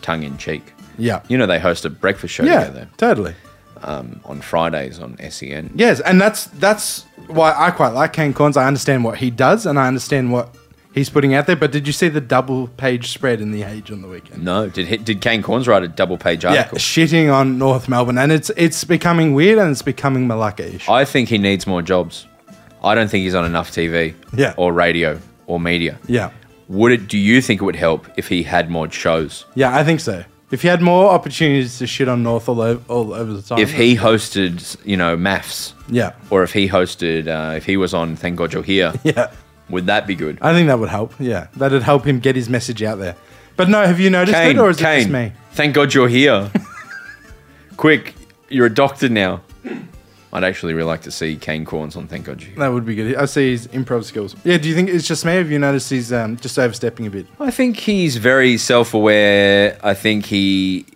Speaker 1: tongue in cheek.
Speaker 2: Yeah.
Speaker 1: You know, they host a breakfast show
Speaker 2: yeah.
Speaker 1: together
Speaker 2: Totally.
Speaker 1: um, on Fridays on E SEN.
Speaker 2: Yes, and that's that's why I quite like Kane Corns. I understand what he does, and I understand what he's putting out there. But did you see the double page spread in the Age on the weekend?
Speaker 1: No, did he, did Kane Corns write a double page
Speaker 2: Yeah,
Speaker 1: Mm, article?
Speaker 2: shitting on North Melbourne, and it's it's becoming weird and it's becoming Malacca-ish.
Speaker 1: I think he needs more jobs. I don't think he's on enough TV
Speaker 2: Yeah.
Speaker 1: or radio or media.
Speaker 2: yeah,
Speaker 1: Would it? Do you think it would help if he had more shows?
Speaker 2: yeah, I think so. If he had more opportunities to shit on North all over, all over the time,
Speaker 1: If he hosted, you know, maths,
Speaker 2: yeah,
Speaker 1: or if he hosted, uh, if he was on Thank God You're Here,
Speaker 2: yeah,
Speaker 1: would that be good?
Speaker 2: I think that would help. Yeah, that'd help him get his message out there. But no, have you noticed
Speaker 1: Kane,
Speaker 2: it, or is
Speaker 1: Kane,
Speaker 2: it just me?
Speaker 1: thank God you're here. Quick, you're a doctor now. I'd actually really like to see Kane Corns on Thank God You're Here.
Speaker 2: That would be good. I see his improv skills. Yeah, do you think it's just me? Have you noticed he's um, just overstepping a bit?
Speaker 1: I think he's very self-aware. I think he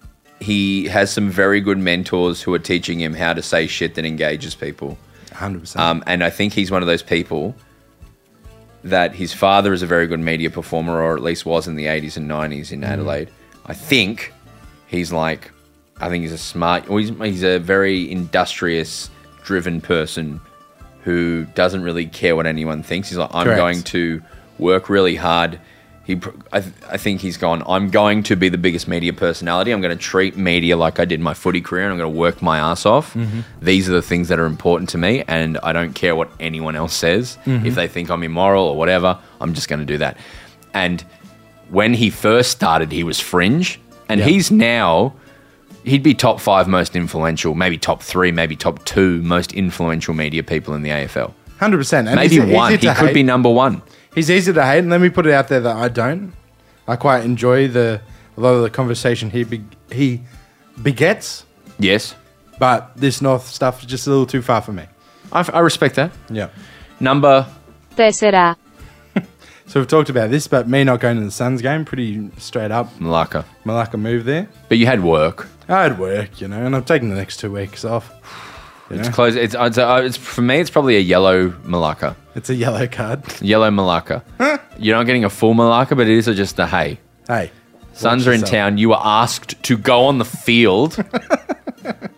Speaker 1: he has some very good mentors who are teaching him how to say shit that engages people.
Speaker 2: 100%.
Speaker 1: Um, and I think he's one of those people that his father is a very good media performer, or at least was in the 80s and 90s in Adelaide. I think he's like, I think he's a smart, or he's, he's a very industrious, driven person who doesn't really care what anyone thinks. He's like, I'm
Speaker 2: Correct.
Speaker 1: going to work really hard. He, pr- I, th- I think he's gone. I'm going to be the biggest media personality. I'm going to treat media like I did my footy career, and I'm going to work my ass off. These are the things that are important to me, and I don't care what anyone else says. If they think I'm immoral or whatever, I'm just going to do that. And when he first started, he was fringe, and he's now he'd be top five most influential, maybe top three, maybe top two most influential media people in the AFL.
Speaker 2: Hundred percent. And
Speaker 1: Maybe
Speaker 2: he's e-
Speaker 1: one.
Speaker 2: easy
Speaker 1: He
Speaker 2: to
Speaker 1: could
Speaker 2: hate.
Speaker 1: be number one.
Speaker 2: He's easy to hate, and let me put it out there that I don't. I quite enjoy the a lot of the conversation he be, he begets,
Speaker 1: Yes,
Speaker 2: but this North stuff is just a little too far for me.
Speaker 1: I, I respect that.
Speaker 2: Yeah.
Speaker 1: Number
Speaker 4: τέσσερα,
Speaker 2: So we've talked about this, but me not going to the Suns game, pretty straight up
Speaker 1: Malacca,
Speaker 2: Malacca move there.
Speaker 1: but you had work.
Speaker 2: I'd work, you know, and I'm taking the next two weeks off. You
Speaker 1: It's
Speaker 2: know?
Speaker 1: close. It's, it's, uh, it's for me. It's probably a yellow Malacca,
Speaker 2: it's a yellow card.
Speaker 1: yellow Malacca. You're not getting a full Malacca, but it is just a hey.
Speaker 2: Hey,
Speaker 1: Suns
Speaker 2: watch
Speaker 1: are in
Speaker 2: yourself.
Speaker 1: town. You were asked to go on the field,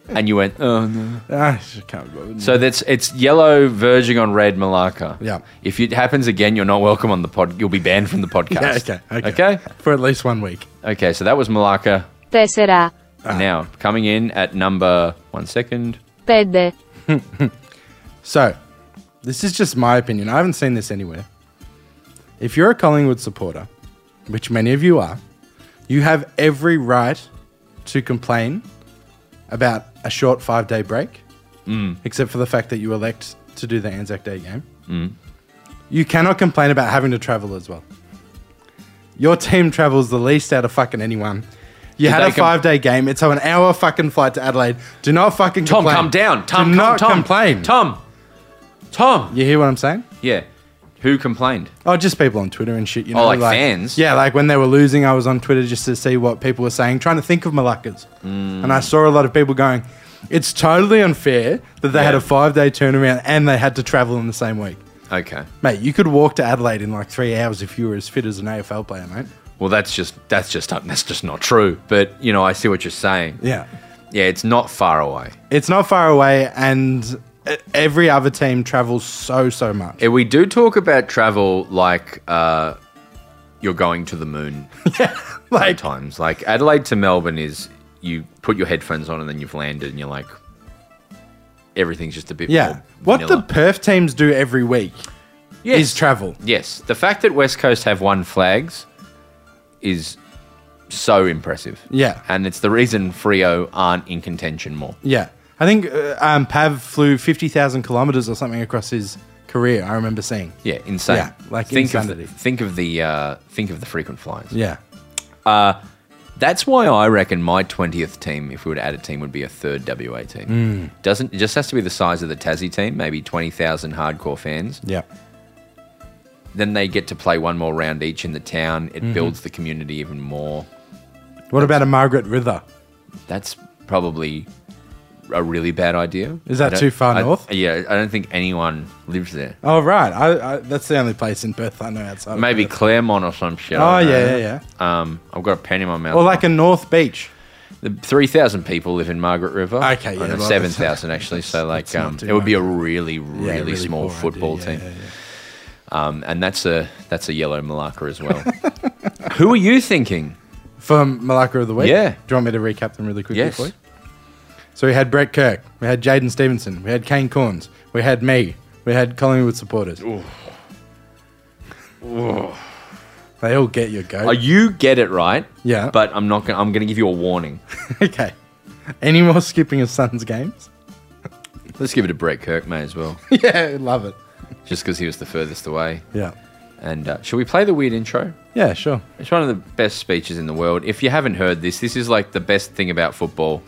Speaker 1: and you went. Oh no.
Speaker 2: Ah, I can't be bothered.
Speaker 1: So that's it's yellow verging on red Malacca.
Speaker 2: Yeah.
Speaker 1: If it happens again, you're not welcome on the pod. You'll be banned from the
Speaker 2: Yeah,
Speaker 1: podcast.
Speaker 2: okay, okay,
Speaker 1: Okay.
Speaker 2: For at least one week.
Speaker 1: Okay. So that was Malacca.
Speaker 4: τέσσερα,
Speaker 2: Ah.
Speaker 1: Now coming in at number one second.
Speaker 4: πέντε,
Speaker 2: So, this is just my opinion. I haven't seen this anywhere. If you're a Collingwood supporter, which many of you are, you have every right to complain about a short five day break,
Speaker 1: Mm.
Speaker 2: except for the fact that you elect to do the Anzac Day game.
Speaker 1: Mm.
Speaker 2: You cannot complain about having to travel as well. Your team travels the least out of fucking anyone. You had
Speaker 1: they
Speaker 2: a
Speaker 1: com-
Speaker 2: five day game. It's an hour fucking flight to Adelaide. Do not fucking
Speaker 1: Tom,
Speaker 2: complain.
Speaker 1: come down. Tom, come,
Speaker 2: Do not
Speaker 1: Tom,
Speaker 2: complain.
Speaker 1: Tom. Tom.
Speaker 2: You hear what I'm saying?
Speaker 1: Yeah. Who complained?
Speaker 2: Oh, just people on Twitter and shit. You know,
Speaker 1: Oh, like fans?
Speaker 2: Yeah, like when they were losing, I was on Twitter just to see what people were saying, trying to think of Malacca's,
Speaker 1: Mm.
Speaker 2: and I saw a lot of people going, "It's totally unfair that they had a five-day turnaround and they had to travel in the same week."
Speaker 1: Okay.
Speaker 2: Mate, you could walk to Adelaide in like three hours if you were as fit as an AFL player, mate.
Speaker 1: Well, that's just that's just that's just not true. But you know, I see what you're saying.
Speaker 2: Yeah,
Speaker 1: Yeah. It's not far away.
Speaker 2: it's not far away, and e- every other team travels so so much.
Speaker 1: Yeah, Eh, we do talk about travel like uh, you're going to the moon.
Speaker 2: like,
Speaker 1: sometimes. Like Adelaide to Melbourne is you put your headphones on and then you've landed and you're like everything's just a bit
Speaker 2: yeah,
Speaker 1: more
Speaker 2: what
Speaker 1: vanilla.
Speaker 2: the Perth teams do every week
Speaker 1: yes.
Speaker 2: is travel.
Speaker 1: Yes, the fact that West Coast have won flags is so impressive.
Speaker 2: Yeah.
Speaker 1: and it's the reason Frio aren't in contention more.
Speaker 2: Yeah. I think uh, um, Pav flew 50,000 kilometers or something across his career. I remember seeing.
Speaker 1: Yeah, insane.
Speaker 2: Yeah, like
Speaker 1: think
Speaker 2: insanity.
Speaker 1: Of, think of the uh, think of the frequent flyers.
Speaker 2: Yeah,
Speaker 1: That's why I reckon my twentieth team, if we were to add a team, would be a third WA team.
Speaker 2: Hmm.
Speaker 1: Doesn't it just has to be the size of the Tassie team, maybe twenty thousand hardcore fans.
Speaker 2: yeah,
Speaker 1: Then they get to play one more round each in the town.
Speaker 2: Mm-hmm.
Speaker 1: It builds the community even more.
Speaker 2: What about a Margaret Rither?
Speaker 1: That's probably a really bad idea.
Speaker 2: Is that
Speaker 1: I don't-
Speaker 2: too far
Speaker 1: I-
Speaker 2: north?
Speaker 1: Yeah, I don't think anyone lives there.
Speaker 2: Oh right, I, I, that's the only place in Perth I know outside. of
Speaker 1: Maybe
Speaker 2: Perth.
Speaker 1: Claremont or some shit.
Speaker 2: Oh
Speaker 1: I don't
Speaker 2: yeah,
Speaker 1: know.
Speaker 2: yeah,
Speaker 1: Um, I've got a pen in my mouth.
Speaker 2: yeah. Or like a North Beach.
Speaker 1: The 3,000 people live in Margaret River.
Speaker 2: Okay, yeah,
Speaker 1: Or no,
Speaker 2: well,
Speaker 1: 7,000 actually. So, like,
Speaker 2: that's not
Speaker 1: um,
Speaker 2: too
Speaker 1: it would be a
Speaker 2: much.
Speaker 1: really, really,
Speaker 2: Yeah,
Speaker 1: small
Speaker 2: poor idea,
Speaker 1: football
Speaker 2: yeah,
Speaker 1: team.
Speaker 2: yeah, yeah.
Speaker 1: Um, and that's a that's a yellow malacca as well. Who are you thinking?
Speaker 2: From Malacca of the Week.
Speaker 1: Yeah.
Speaker 2: Do you want me to recap them really quickly
Speaker 1: Yes.
Speaker 2: for you? So we had Brett Kirk, we had Jaden Stevenson, we had Kane Corns, we had me, we had Collingwood supporters. They all get your
Speaker 1: Oh,
Speaker 2: goat.
Speaker 1: you get it right.
Speaker 2: Yeah.
Speaker 1: But I'm not gonna I'm gonna give you a warning.
Speaker 2: okay. Any more skipping of Suns games?
Speaker 1: Let's give it to Brett Kirk, may as well,
Speaker 2: yeah, love it.
Speaker 1: just because he was the furthest away.
Speaker 2: Yeah.
Speaker 1: And uh, should we play the weird intro?
Speaker 2: Yeah, sure.
Speaker 1: It's one of the best speeches in the world. If you haven't heard this, this is like the best thing about football.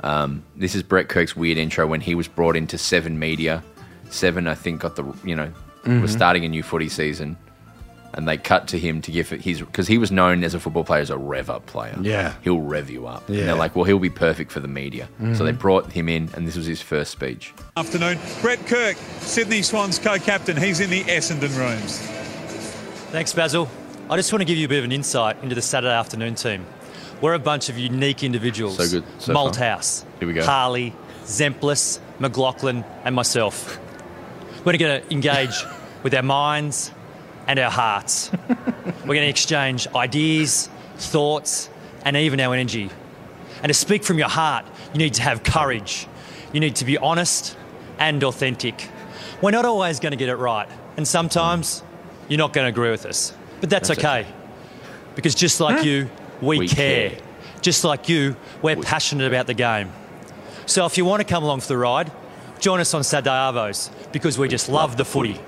Speaker 1: Um, this is Brett Kirk's weird intro when he was brought into Seven Media. Seven, I think, got the you know
Speaker 2: Mm-hmm.
Speaker 1: was starting a new footy season, and they cut to him to give it his because he was known as a football player as a rev up player.
Speaker 2: Yeah.
Speaker 1: he'll rev you up.
Speaker 2: Yeah. Mm-hmm.
Speaker 1: And they're like, well, he'll be perfect for the media. So they brought him in, and this was his first speech.
Speaker 5: afternoon. Brett Kirk, Sydney Swans co-captain, he's in the Essendon rooms.
Speaker 6: Thanks, Basil. I just want to give you a bit of an insight into the Saturday afternoon team. We're a bunch of unique individuals.
Speaker 1: So good so far.
Speaker 6: Malthouse,
Speaker 1: Here we go.
Speaker 6: Harley, Zemplis, McLaughlin, and myself. We're going to engage with our minds and our hearts. We're going to exchange ideas, thoughts, and even our energy. And to speak from your heart, you need to have courage. You need to be honest and authentic. We're not always going to get it right, and sometimes you're not going to agree with us. But that's,
Speaker 1: That's
Speaker 6: okay. Because just like you, we,
Speaker 1: We
Speaker 6: care.
Speaker 1: care.
Speaker 6: Just like you, we're passionate about the game. So if you want to come along for the ride, join us on Sadayavos because we just love the footy.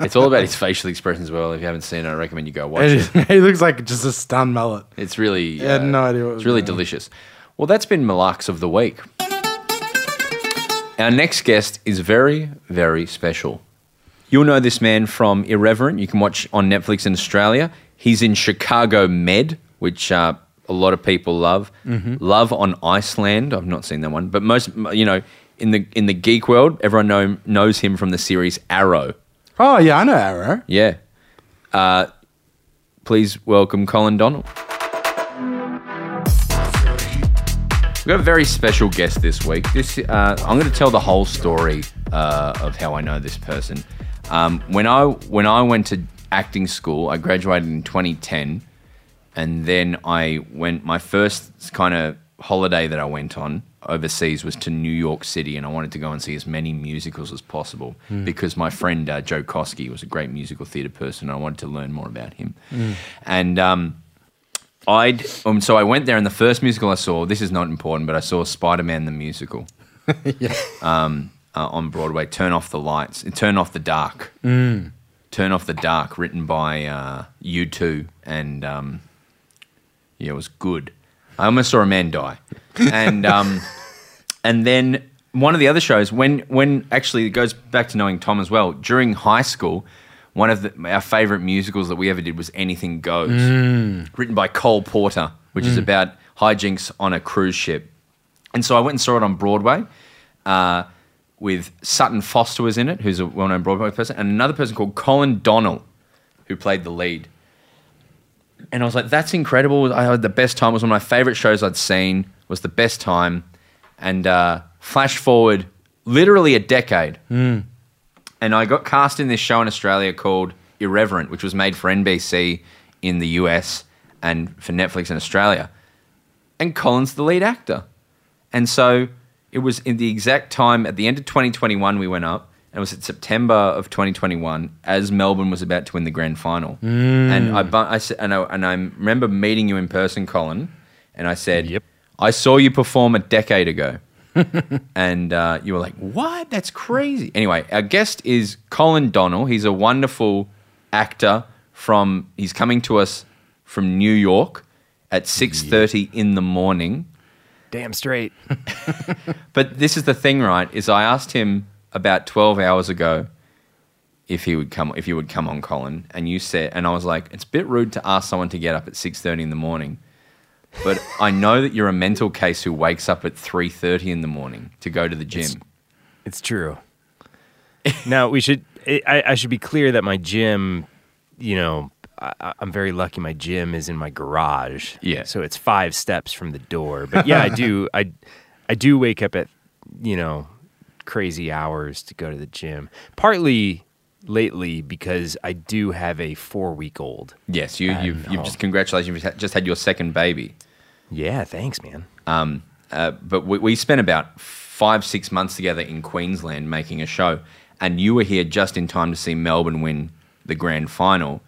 Speaker 1: It's all about his facial expressions as well. If you haven't seen it, I recommend you go watch it.
Speaker 2: He looks like just a stun mullet.
Speaker 1: It's really uh,
Speaker 2: I had no idea what
Speaker 1: it's
Speaker 2: was
Speaker 1: really
Speaker 2: going on.
Speaker 1: delicious. Well, that's been Malak's of the week. Our next guest is very, very special. You'll know this man from Irreverent. You can watch on Netflix in Australia. He's in Chicago Med, which uh, a lot of people love.
Speaker 2: Mm-hmm.
Speaker 1: Love on Iceland. I've not seen that one, but most you know in the in the geek world, everyone know, knows him from the series Arrow.
Speaker 2: Oh yeah, I know Arrow.
Speaker 1: Yeah. Uh, please welcome Colin Donald. We've got a very special guest this week. This uh, I'm going to tell the whole story uh, of how I know this person. Um, when I when I went to acting school, I graduated in 2010, and then I went. My first kind of holiday that I went on overseas was to New York City, and I wanted to go and see as many musicals as possible because my friend uh, Joe Koski was a great musical theatre person. And I wanted to learn more about him, and. Um, I'd um, so I went there, and the first musical I saw. This is not important, but I saw Spider Man the musical. Um, uh, on Broadway, turn off the lights, turn off the dark, turn off the dark, written by uh, U two, and um, yeah, it was good. I almost saw a man die, and um, and then one of the other shows when when actually it goes back to knowing Tom as well. During high school, one of the, our favorite musicals that we ever did was Anything Goes written by Cole Porter, which is about hijinks on a cruise ship. And so I went and saw it on Broadway uh, with Sutton Foster was in it, who's a well-known Broadway person, and another person called Colin Donnell, who played the lead. And I was like, that's incredible. I had the best time. It was one of my favorite shows I'd seen. It was the best time. And uh, flash forward literally a decade. And I got cast in this show in Australia called Irreverent, which was made for NBC in the US and for Netflix in Australia. And Colin's the lead actor. And so it was in the exact time at the end of 2021 we went up. and It was in September of 2021 as Melbourne was about to win the grand final. And I, bu- I s- and I and I remember meeting you in person, Colin, and I said,
Speaker 6: Yep.
Speaker 1: I saw you perform a decade ago. and uh, you were like, "What? That's crazy." Anyway, our guest is Colin Donnell. He's a wonderful actor from. He's coming to us from New York at six thirty in the morning.
Speaker 7: Damn straight.
Speaker 1: But this is the thing, right? Is I asked him about twelve hours ago if he would come, if you would come on, Colin, and you said, and I was like, it's a bit rude to ask someone to get up at six thirty in the morning, but I know that you're a mental case who wakes up at three thirty in the morning to go to the gym.
Speaker 7: It's true. now we should. I, I I should be clear that my gym, you know, I, I- I'm very lucky. My gym is in my garage.
Speaker 1: Yeah.
Speaker 7: So it's five steps from the door. But yeah, I do. I I do wake up at you know crazy hours to go to the gym. Partly lately because I do have a four week old.
Speaker 1: Yes, you,
Speaker 7: And,
Speaker 1: you've, you've
Speaker 7: oh.
Speaker 1: just congratulations. You've ha- just had your second baby.
Speaker 7: Yeah. Thanks, man.
Speaker 1: Uh, but we, we spent about five, six months together in Queensland making a show, and you were here just in time to see Melbourne win the grand final.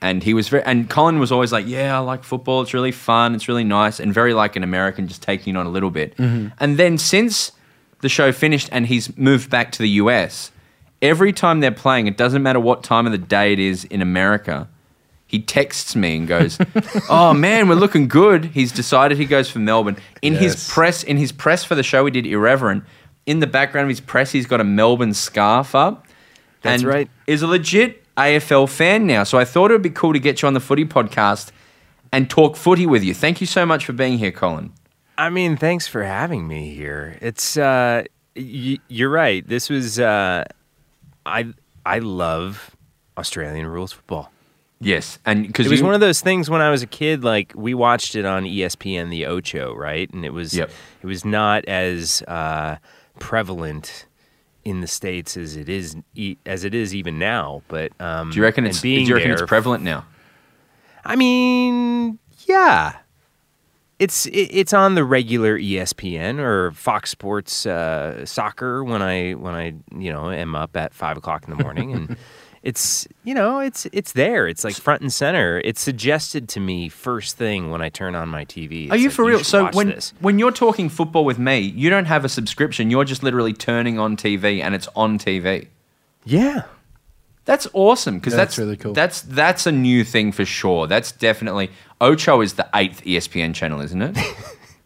Speaker 1: And he was very, and Colin was always like, "Yeah, I like football. It's really fun. It's really nice, and very like an American, just taking it on a little bit." And then since the show finished, and he's moved back to the US. Every time they're playing, it doesn't matter what time of the day it is in America. He texts me and goes, "Oh man, we're looking good." He's decided he goes for Melbourne. In his
Speaker 2: Yes.
Speaker 1: press, in his press for the show we did Irreverent, in the background of his press, he's got a Melbourne scarf up.
Speaker 7: That's
Speaker 1: and
Speaker 7: right.
Speaker 1: Is a legit AFL fan now, so I thought it would be cool to get you on the Footy podcast and talk footy with you. Thank you so much for being here, Colin.
Speaker 7: I mean, thanks for having me here. It's uh, y- you're right. This was uh, I I love Australian rules football.
Speaker 1: Yes, and because
Speaker 7: It was one of those things when I was a kid. Like we watched it on E ESPN, the Ocho, right? And it was
Speaker 1: Yep.
Speaker 7: it was not as uh, prevalent in the states as it is e- as it is even now. But um,
Speaker 1: Do you reckon
Speaker 7: and
Speaker 1: it's? Do
Speaker 7: being
Speaker 1: you reckon it's
Speaker 7: there-
Speaker 1: prevalent now?
Speaker 7: I mean, yeah. It's it, it's on the regular E ESPN or Fox Sports uh, soccer when I when I you know am up at five o'clock in the morning and it's you know it's it's there it's like front and center it's suggested to me first thing when I turn on my TV.
Speaker 1: Are
Speaker 7: It's
Speaker 1: you
Speaker 7: like,
Speaker 1: for real?
Speaker 7: should
Speaker 1: So
Speaker 7: watch
Speaker 1: when
Speaker 7: this.
Speaker 1: when you're talking football with me, you don't have a subscription. You're just literally turning on TV, and it's on TV.
Speaker 7: yeah
Speaker 1: That's awesome because
Speaker 2: Yeah,
Speaker 1: that's,
Speaker 2: that's really cool.
Speaker 1: That's that's a new thing for sure. That's definitely Ocho is the eighth E ESPN channel, isn't it?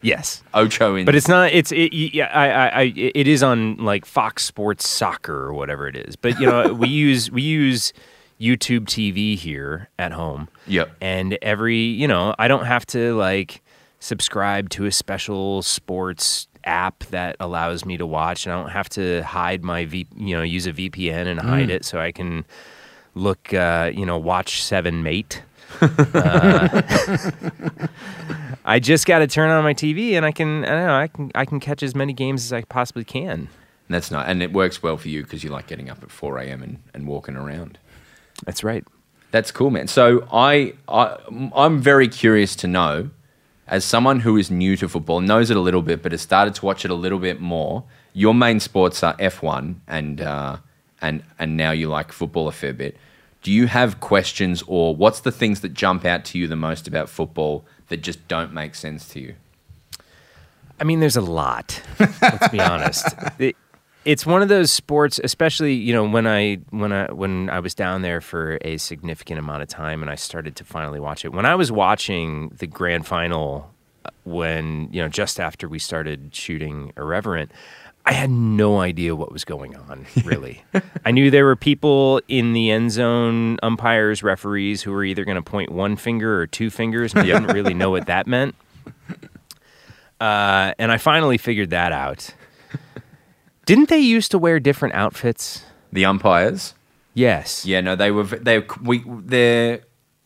Speaker 7: yes
Speaker 1: Ocho in
Speaker 7: But it's not. It's it. y- Yeah, I, I, I. It is on like Fox Sports Soccer or whatever it is. But you know, we use we use YouTube TV here at home.
Speaker 1: Yep.
Speaker 7: And every, you know, I don't have to like subscribe to a special sports app that allows me to watch, and I don't have to hide my v, you know, use a VPN and hide it so I can look, uh, you know, watch Seven Mate. Uh, I just got to turn on my TV and I can I don't know I can I can catch as many games as I possibly can.
Speaker 1: that's not, and it works well for you because you like getting up at four a.m. and and walking around.
Speaker 7: That's right.
Speaker 1: That's cool, man. So I, I I'm very curious to know, as someone who is new to football, knows it a little bit, but has started to watch it a little bit more. Your main sports are F1 and uh, and and now you like football a fair bit. Do you have questions or what's the things that jump out to you the most about football that just don't make sense to you?
Speaker 7: I mean, there's a lot. Let's be honest. It- it's one of those sports, especially you know when I when I when I was down there for a significant amount of time, and I started to finally watch it. When I was watching the grand final, uh, when you know just after we started shooting Irreverent, I had no idea what was going on. Really, I knew there were people in the end zone, umpires, referees, who were either going to point one finger or two fingers, and I didn't really know what that meant uh, and I finally figured that out. Didn't they used to wear different outfits?
Speaker 1: The umpires.
Speaker 7: Yes.
Speaker 1: Yeah, no, they were v- they we they're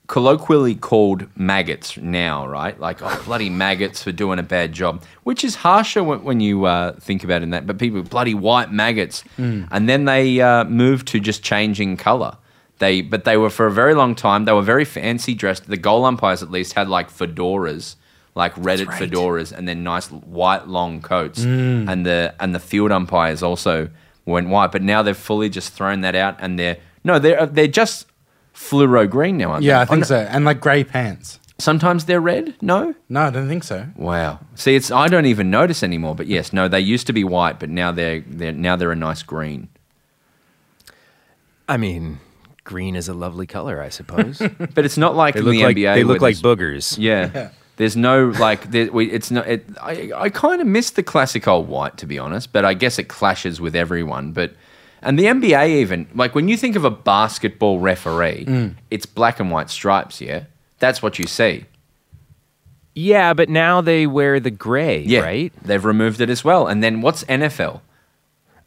Speaker 1: colloquially called maggots now, right? Like oh bloody maggots for doing a bad job, which is harsher when, when you uh, think about it in that. But people bloody white maggots, and then they uh, moved to just changing color. They but they were for a very long time. They were very fancy dressed. The goal umpires at least had like fedoras. Like Reddit fedoras and then nice white long coats,
Speaker 7: Mm.
Speaker 1: and the and the field umpires also went white. But now they've fully just thrown that out, uh, and they're no, they're they're just fluoro green now. Aren't
Speaker 2: Yeah,
Speaker 1: they?
Speaker 2: I
Speaker 1: Oh,
Speaker 2: think
Speaker 1: no.
Speaker 2: so. And like grey pants.
Speaker 1: Sometimes they're red? No?
Speaker 2: No, I don't think so.
Speaker 1: Wow. See, it's I don't even notice anymore. But yes, no, they used to be white, but now they're, they're now they're a nice green.
Speaker 7: I mean, green is a lovely color, I suppose. they
Speaker 1: But it's not like in
Speaker 7: look
Speaker 1: the
Speaker 7: like
Speaker 1: NBA.
Speaker 7: they
Speaker 1: where
Speaker 7: look like
Speaker 1: there's-
Speaker 7: boogers.
Speaker 1: Yeah. There's no like there, we, it's not. It, I I kind of miss the classic old white to be honest, but I guess it clashes with everyone. But and the NBA even like when you think of a basketball referee, it's black and white stripes. Yeah, that's what you see.
Speaker 7: Yeah, but now they wear the gray,
Speaker 1: Yeah,
Speaker 7: right?
Speaker 1: They've removed it as well. And then what's NFL?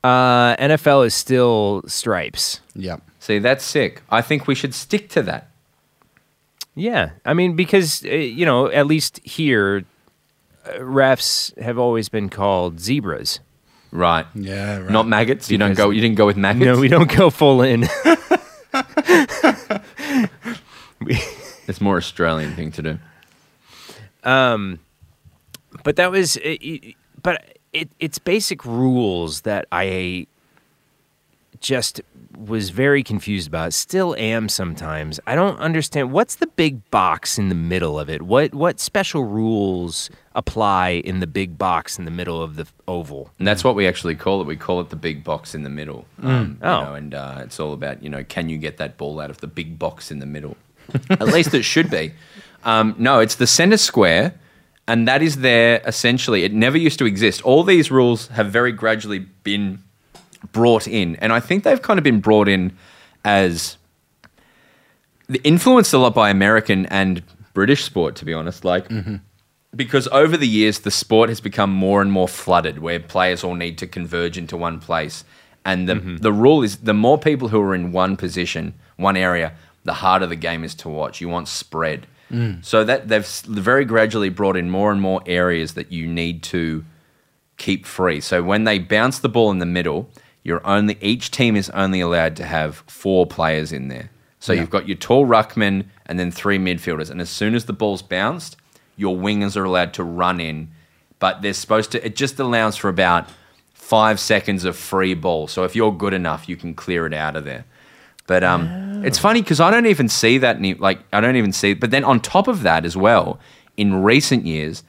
Speaker 7: Uh, NFL is still stripes.
Speaker 2: Yep.
Speaker 1: See, that's sick. I think we should stick to that.
Speaker 7: Yeah, I mean because uh, you know at least here, uh, refs have always been called zebras.
Speaker 1: Right.
Speaker 2: Yeah, right.
Speaker 1: Not maggots. you don't go. You didn't go with maggots.
Speaker 7: No, we don't go full in.
Speaker 1: It's more Australian thing to do.
Speaker 7: but that was it, it- but it, it's basic rules that i just was very confused about still am sometimes i don't understand what's the big box in the middle of it what what special rules apply in the big box in the middle of the oval
Speaker 1: And that's what we actually call it. We call it the big box in the middle. Um, you
Speaker 7: Oh.
Speaker 1: know, and uh, it's all about, you know, can you get that ball out of the big box in the middle? At least it should be. Um, no, it's the center square, and that is there essentially. It never used to exist. All these rules have very gradually been brought in. And I think they've kind of been brought in as the influenced a lot by American and British sport, to be honest. Like, because over the years the sport has become more and more flooded where players all need to converge into one place and the the rule is the more people who are in one position one area the harder the game is to watch you want spread so that they've s- very gradually brought in more and more areas that you need to keep free so when they bounce the ball in the middle you're only each team is only allowed to have four players in there so you've got your tall ruckman and then three midfielders and as soon as the ball's bounced your wingers are allowed to run in, but they're supposed to. It just allows for about five seconds of free ball. So if you're good enough, you can clear it out of there. But um, it's funny because I don't even see that. Any, like I don't even see. But then on top of that as well, in recent years,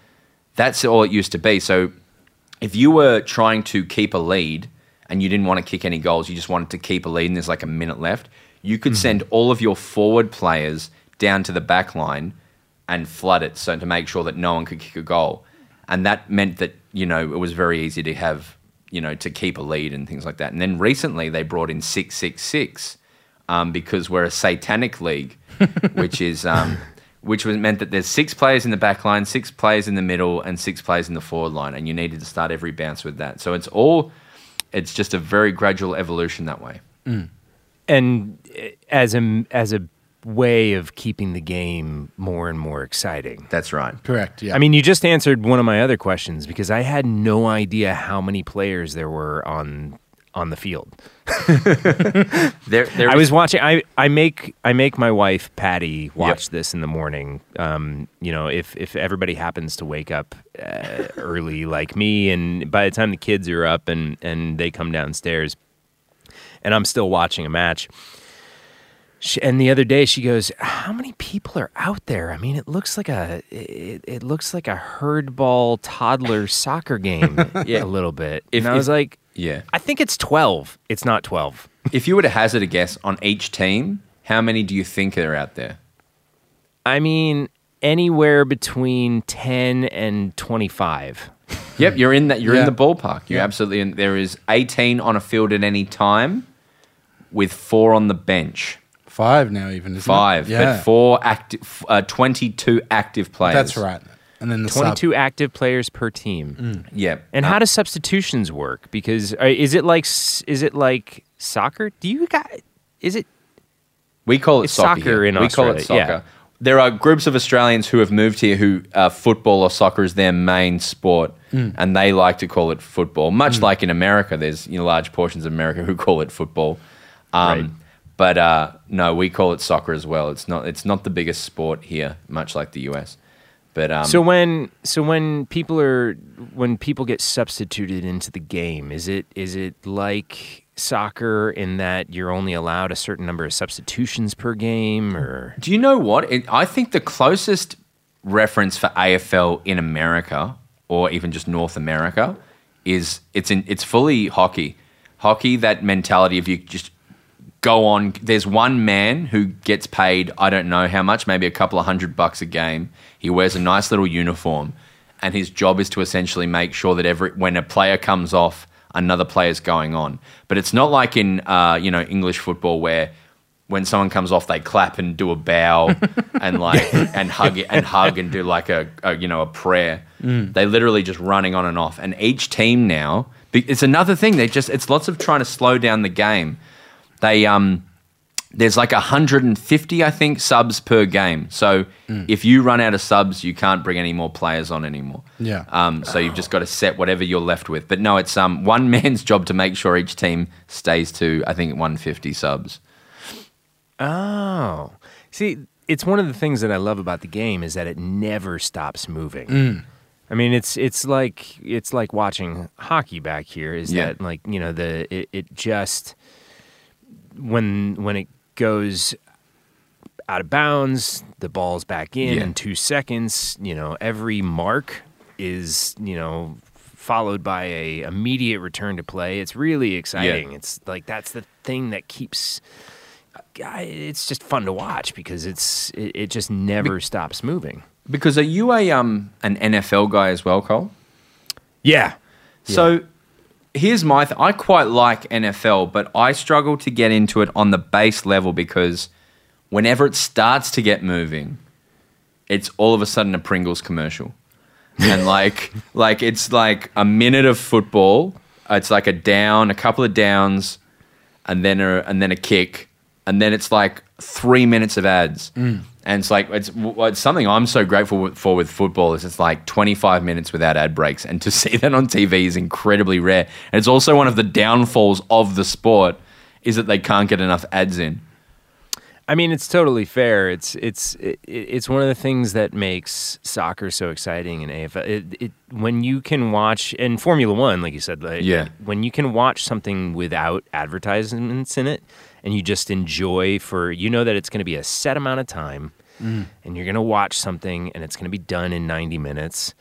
Speaker 1: that's all it used to be. So if you were trying to keep a lead and you didn't want to kick any goals, you just wanted to keep a lead and there's like a minute left, you could send all of your forward players down to the back line and flood it so to make sure that no one could kick a goal. And that meant that, you know, it was very easy to have, you know, to keep a lead and things like that. And then recently they brought in 666 um, because we're a satanic league, which is um, which was meant that there's six players in the back line, six players in the middle, and six players in the forward line, and you needed to start every bounce with that. So it's all it's just a very gradual evolution that way.
Speaker 7: and uh, as a as a way of keeping the game more and more exciting
Speaker 1: That's right.
Speaker 2: Correct. Yeah.
Speaker 7: I mean, you just answered one of my other questions because I had no idea how many players there were on on the field.
Speaker 1: There, there
Speaker 7: I
Speaker 1: is-
Speaker 7: was watching. I, I make I make my wife Patty watch this in the morning. Um, you know, if if everybody happens to wake up uh, early like me, and by the time the kids are up and and they come downstairs, and I'm still watching a match. She, and the other day she goes, "How many people are out there? I mean, it looks like a it, it looks like a herd ball toddler soccer game
Speaker 1: Yeah.
Speaker 7: a little bit."
Speaker 1: If-
Speaker 7: and I
Speaker 1: if-
Speaker 7: was like,
Speaker 1: yeah.
Speaker 7: I think it's twelve. It's not twelve.
Speaker 1: If you were to hazard a guess on each team, how many do you think are out there?
Speaker 7: I mean, anywhere between 10 and 25.
Speaker 1: Yep, you're in that. You're in
Speaker 2: Yeah.
Speaker 1: the ballpark. You're absolutely in. There is 18 on a field at any time, with four on the bench.
Speaker 2: five now, even isn't it?
Speaker 1: Five,
Speaker 2: Yeah.
Speaker 1: but four active, uh, 22 active players.
Speaker 2: That's right. And then the 22.
Speaker 7: 22 active players per team.
Speaker 1: Yeah.
Speaker 7: And
Speaker 1: Uh,
Speaker 7: how do substitutions work? Because uh, is it like s- is it like soccer? Do you got is it
Speaker 1: we call it
Speaker 7: it's
Speaker 1: soccer,
Speaker 7: soccer
Speaker 1: here.
Speaker 7: in
Speaker 1: We call it
Speaker 7: Australia, yeah.
Speaker 1: soccer. There are groups of Australians who have moved here who uh, football or soccer is their main sport,
Speaker 2: Mm.
Speaker 1: and they like to call it football. Much like in America, there's you know, large portions of America who call it football. Um,
Speaker 7: Right.
Speaker 1: But uh, no, we call it soccer as well. It's not. It's not the biggest sport here, much like the US. But um,
Speaker 7: so when so when people are when people get substituted into the game, is it is it like soccer in that you're only allowed a certain number of substitutions per game or
Speaker 1: Do you know what? It, I think the closest reference for AFL in America or even just North America is it's in it's fully hockey. Hockey that mentality of you just go on there's one man who gets paid I don't know how much, maybe a couple of hundred bucks a game. He wears a nice little uniform and his job is to essentially make sure that every when a player comes off another player's going on. But it's not like in uh, you know English football where when someone comes off, they clap and do a bow and like and hug and hug and do like a, a you know a prayer. They literally just running on and off. And each team now, be- it's another thing. They just it's lots of trying to slow down the game. They um there's like 150 I think subs per game. So if you run out of subs, you can't bring any more players on anymore.
Speaker 2: Yeah.
Speaker 1: Um. So you've just got to set whatever you're left with. But no, it's um one man's job to make sure each team stays to I think 150 subs.
Speaker 7: Oh, see, it's one of the things that I love about the game is that it never stops moving. I mean, it's it's like it's like watching hockey back here. Is
Speaker 1: Yeah.
Speaker 7: that like you know the it, it just when when it goes out of bounds, the ball's back in
Speaker 1: Yeah.
Speaker 7: in two seconds. You know, every mark is you know followed by a immediate return to play. It's really exciting. It's like that's the thing that keeps. I- It's just fun to watch because it's it, it just never stops moving.
Speaker 1: Because are you a um an NFL guy as well, Cole?
Speaker 7: Yeah,
Speaker 1: So here's my th- I quite like NFL, but I struggle to get into it on the base level because whenever it starts to get moving, it's all of a sudden a Pringles commercial. And like like it's like a minute of football, it's like a down, a couple of downs, and then a and then a kick, and then it's like three minutes of ads, and it's like it's, w- it's something I'm so grateful with- for with football is it's like 25 minutes without ad breaks, and to see that on TV is incredibly rare, and it's also one of the downfalls of the sport is that they can't get enough ads in.
Speaker 7: I mean, it's totally fair. It's it's it, it's one of the things that makes soccer so exciting in AFL. It, it when you can watch and Formula One, like you said, like,
Speaker 1: Yeah.
Speaker 7: When you can watch something without advertisements in it, and you just enjoy for you know that it's going to be a set amount of time, and you're going to watch something, and it's going to be done in 90 minutes.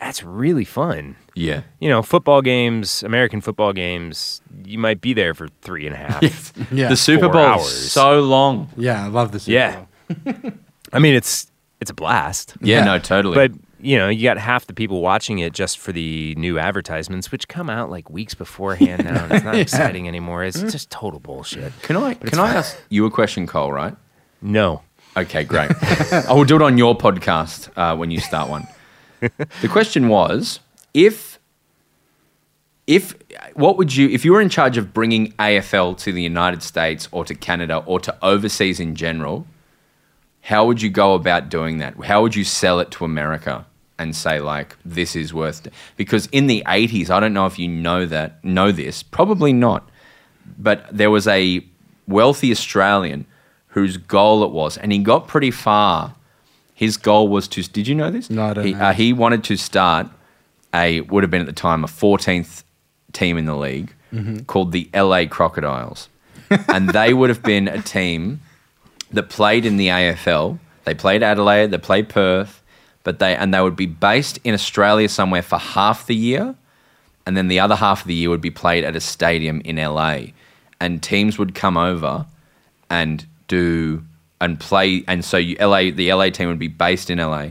Speaker 7: That's really fun
Speaker 1: Yeah,
Speaker 7: you know, football games, American football games, you might be there for three and a half.
Speaker 2: Yeah.
Speaker 1: the Super
Speaker 7: Four
Speaker 1: Bowl
Speaker 7: hours.
Speaker 1: is so long.
Speaker 2: Yeah, I love this.
Speaker 7: yeah. I mean, it's it's a blast.
Speaker 1: Yeah,
Speaker 2: Yeah.
Speaker 1: no, totally.
Speaker 7: But you know, you got half the people watching it just for the new advertisements, which come out like weeks beforehand now, and it's not exciting anymore. It's just total bullshit.
Speaker 1: can I can I ask you a question, Cole? Right?
Speaker 7: No.
Speaker 1: Okay, great. I will do it on your podcast uh, when you start one. the question was if if what would you if you were in charge of bringing AFL to the United States or to Canada or to overseas in general, how would you go about doing that? How would you sell it to America and say like this is worth? Because in the eighties, I don't know if you know that know this, probably not but there was a wealthy Australian whose goal it was, and he got pretty far. His goal was to. Did you know this?
Speaker 2: No, I don't
Speaker 1: He,
Speaker 2: know.
Speaker 1: Uh, he wanted to start a would have been at the time a 14th team in the league
Speaker 2: Mm-hmm.
Speaker 1: called the LA Crocodiles, and they would have been a team that played in the AFL. They played Adelaide, they played Perth, but they and they would be based in Australia somewhere for half the year, and then the other half of the year would be played at a stadium in LA. And teams would come over and do and play. And so you, LA, the LA team would be based in LA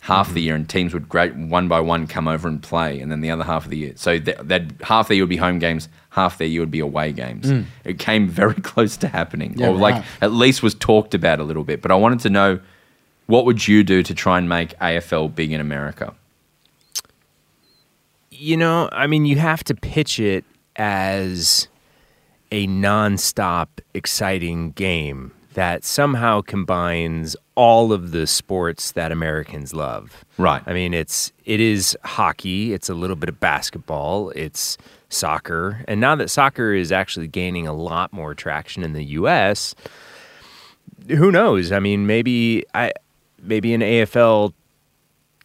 Speaker 1: half the year, and teams would gra- one by one come over and play, and then the other half of the year. So that, that half the year would be home games, half the year would be away games. It came very close to happening,
Speaker 2: Yeah,
Speaker 1: or like
Speaker 2: right.
Speaker 1: at least was talked about a little bit. But I wanted to know what would you do to try and make AFL big in America?
Speaker 7: You know, I mean, you have to pitch it as a nonstop, exciting game that somehow combines all of the sports that Americans love.
Speaker 1: Right.
Speaker 7: I mean, it's it is hockey. It's a little bit of basketball. It's soccer, and now that soccer is actually gaining a lot more traction in the U.S., who knows? I mean, maybe I maybe an AFL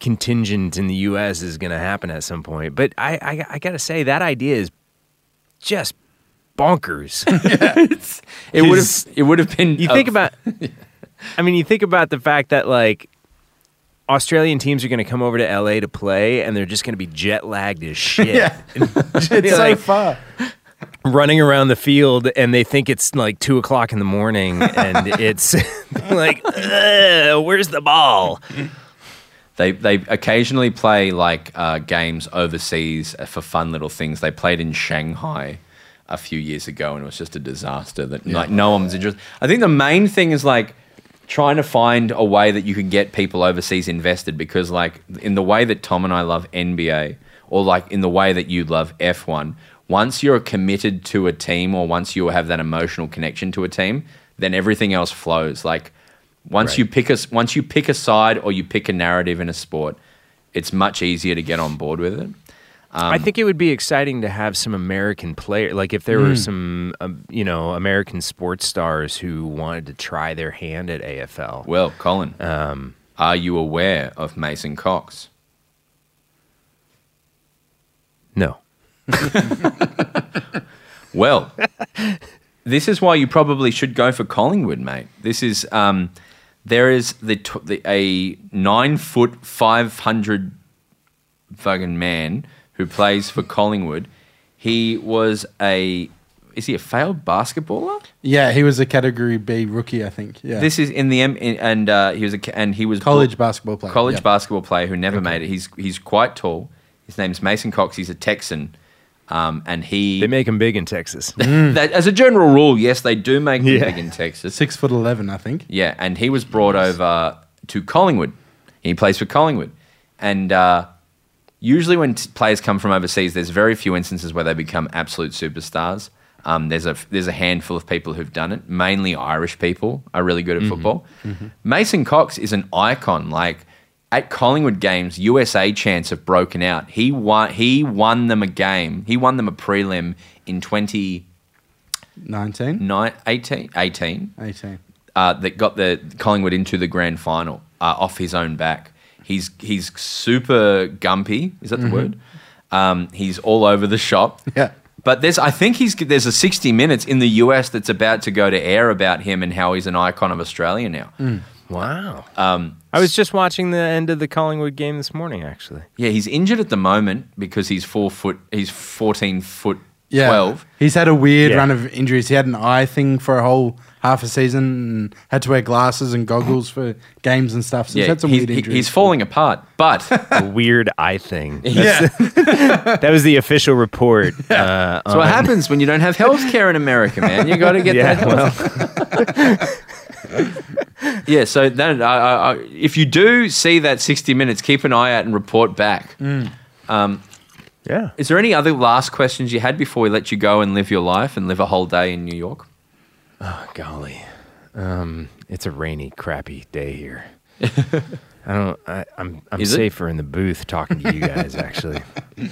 Speaker 7: contingent in the U.S. is going to happen at some point. But I I, I got to say that idea is just bonkers.
Speaker 1: It would have
Speaker 7: Is-
Speaker 1: it would have been
Speaker 7: You
Speaker 1: a-
Speaker 7: think about I mean, you think about the fact that like Australian teams are going to come over to LA to play, and they're just going to be jet lagged as shit.
Speaker 2: Yeah.
Speaker 7: it's
Speaker 2: It's so far.
Speaker 7: running around the field, and they think it's like two o'clock in the morning, and it's like, "Ugh, where's the ball?
Speaker 1: They they occasionally play like uh, games overseas for fun little things. They played in Shanghai a few years ago, and it was just a disaster. That like no one was interested. I think the main thing is like trying to find a way that you can get people overseas invested because like in the way that Tom and I love NBA, or like in the way that you love F one. Once you're committed to a team, or once you have that emotional connection to a team, then everything else flows. Like once you pick a once you pick a side or you pick a narrative in a sport, it's much easier to get on board with it.
Speaker 7: I
Speaker 1: Um,
Speaker 7: think it would be exciting to have some American player, like if there were
Speaker 1: Mm.
Speaker 7: some, um, you know, American sports stars who wanted to try their hand at AFL.
Speaker 1: Well, Colin, are you aware of Mason Cox?
Speaker 7: No,
Speaker 1: Well, this is why you probably should go for Collingwood, mate. This is um, there is the, t- the a nine foot five hundred fucking man who plays for Collingwood. He was a is he a failed basketballer?
Speaker 2: Yeah, he was a Category B rookie, I think. Yeah.
Speaker 1: This is in the M, in, and uh, he was a ca- and he was
Speaker 2: college basketball player.
Speaker 1: college
Speaker 2: yeah.
Speaker 1: basketball player who never made it. He's he's quite tall. His name's Mason Cox. He's a Texan, um, and he
Speaker 7: they make them big in Texas.
Speaker 1: that, as a general rule, yes, they do make them
Speaker 7: Yeah.
Speaker 1: big in Texas.
Speaker 2: Six foot eleven, I think.
Speaker 1: Yeah, and he was brought over to Collingwood. He plays for Collingwood, and uh, usually when t- players come from overseas, there's very few instances where they become absolute superstars. Um, there's a there's a handful of people who've done it. Mainly Irish people are really good at football. Mason Cox is an icon. Like at Collingwood games, USA chants have broken out. He won he won them a game. He won them a prelim in 2018,
Speaker 2: 19?
Speaker 1: 18,
Speaker 2: 18.
Speaker 1: uh, that got the Collingwood into the grand final uh, off his own back. He's he's super gumpy. Is that the word? Um, he's all over the shop.
Speaker 2: Mm-hmm. Yeah.
Speaker 1: But there's, I think he's there's a 60 minutes in the US that's about to go to air about him and how he's an icon of Australia now.
Speaker 2: Mm.
Speaker 7: wow. Um, I was just watching the end of the Collingwood game this morning, actually.
Speaker 1: Yeah, he's injured at the moment because he's four foot, he's 14 foot
Speaker 2: Yeah.
Speaker 1: 12.
Speaker 2: He's had a weird
Speaker 7: Yeah.
Speaker 2: run of injuries. He had an eye thing for a whole half a season and had to wear glasses and goggles for games and stuff. So he's
Speaker 1: Yeah,
Speaker 2: had some
Speaker 1: he's,
Speaker 2: weird
Speaker 1: he-
Speaker 2: injuries.
Speaker 1: he's falling apart, but
Speaker 7: A weird eye thing. yeah, that was the official report. Uh,
Speaker 1: That's what happens when you don't have health care in America, man. You got to get
Speaker 7: Yeah,
Speaker 1: that. Health. yeah. So that I, I, I, if you do see that sixty minutes, keep an eye out and report back.
Speaker 7: yeah.
Speaker 1: Is there any other last questions you had before we let you go and live your life and live a whole day in New York?
Speaker 7: Golly, um, it's a rainy, crappy day here. I don't. I, I'm. I'm
Speaker 1: Is it?
Speaker 7: safer in the booth talking to you guys. Actually,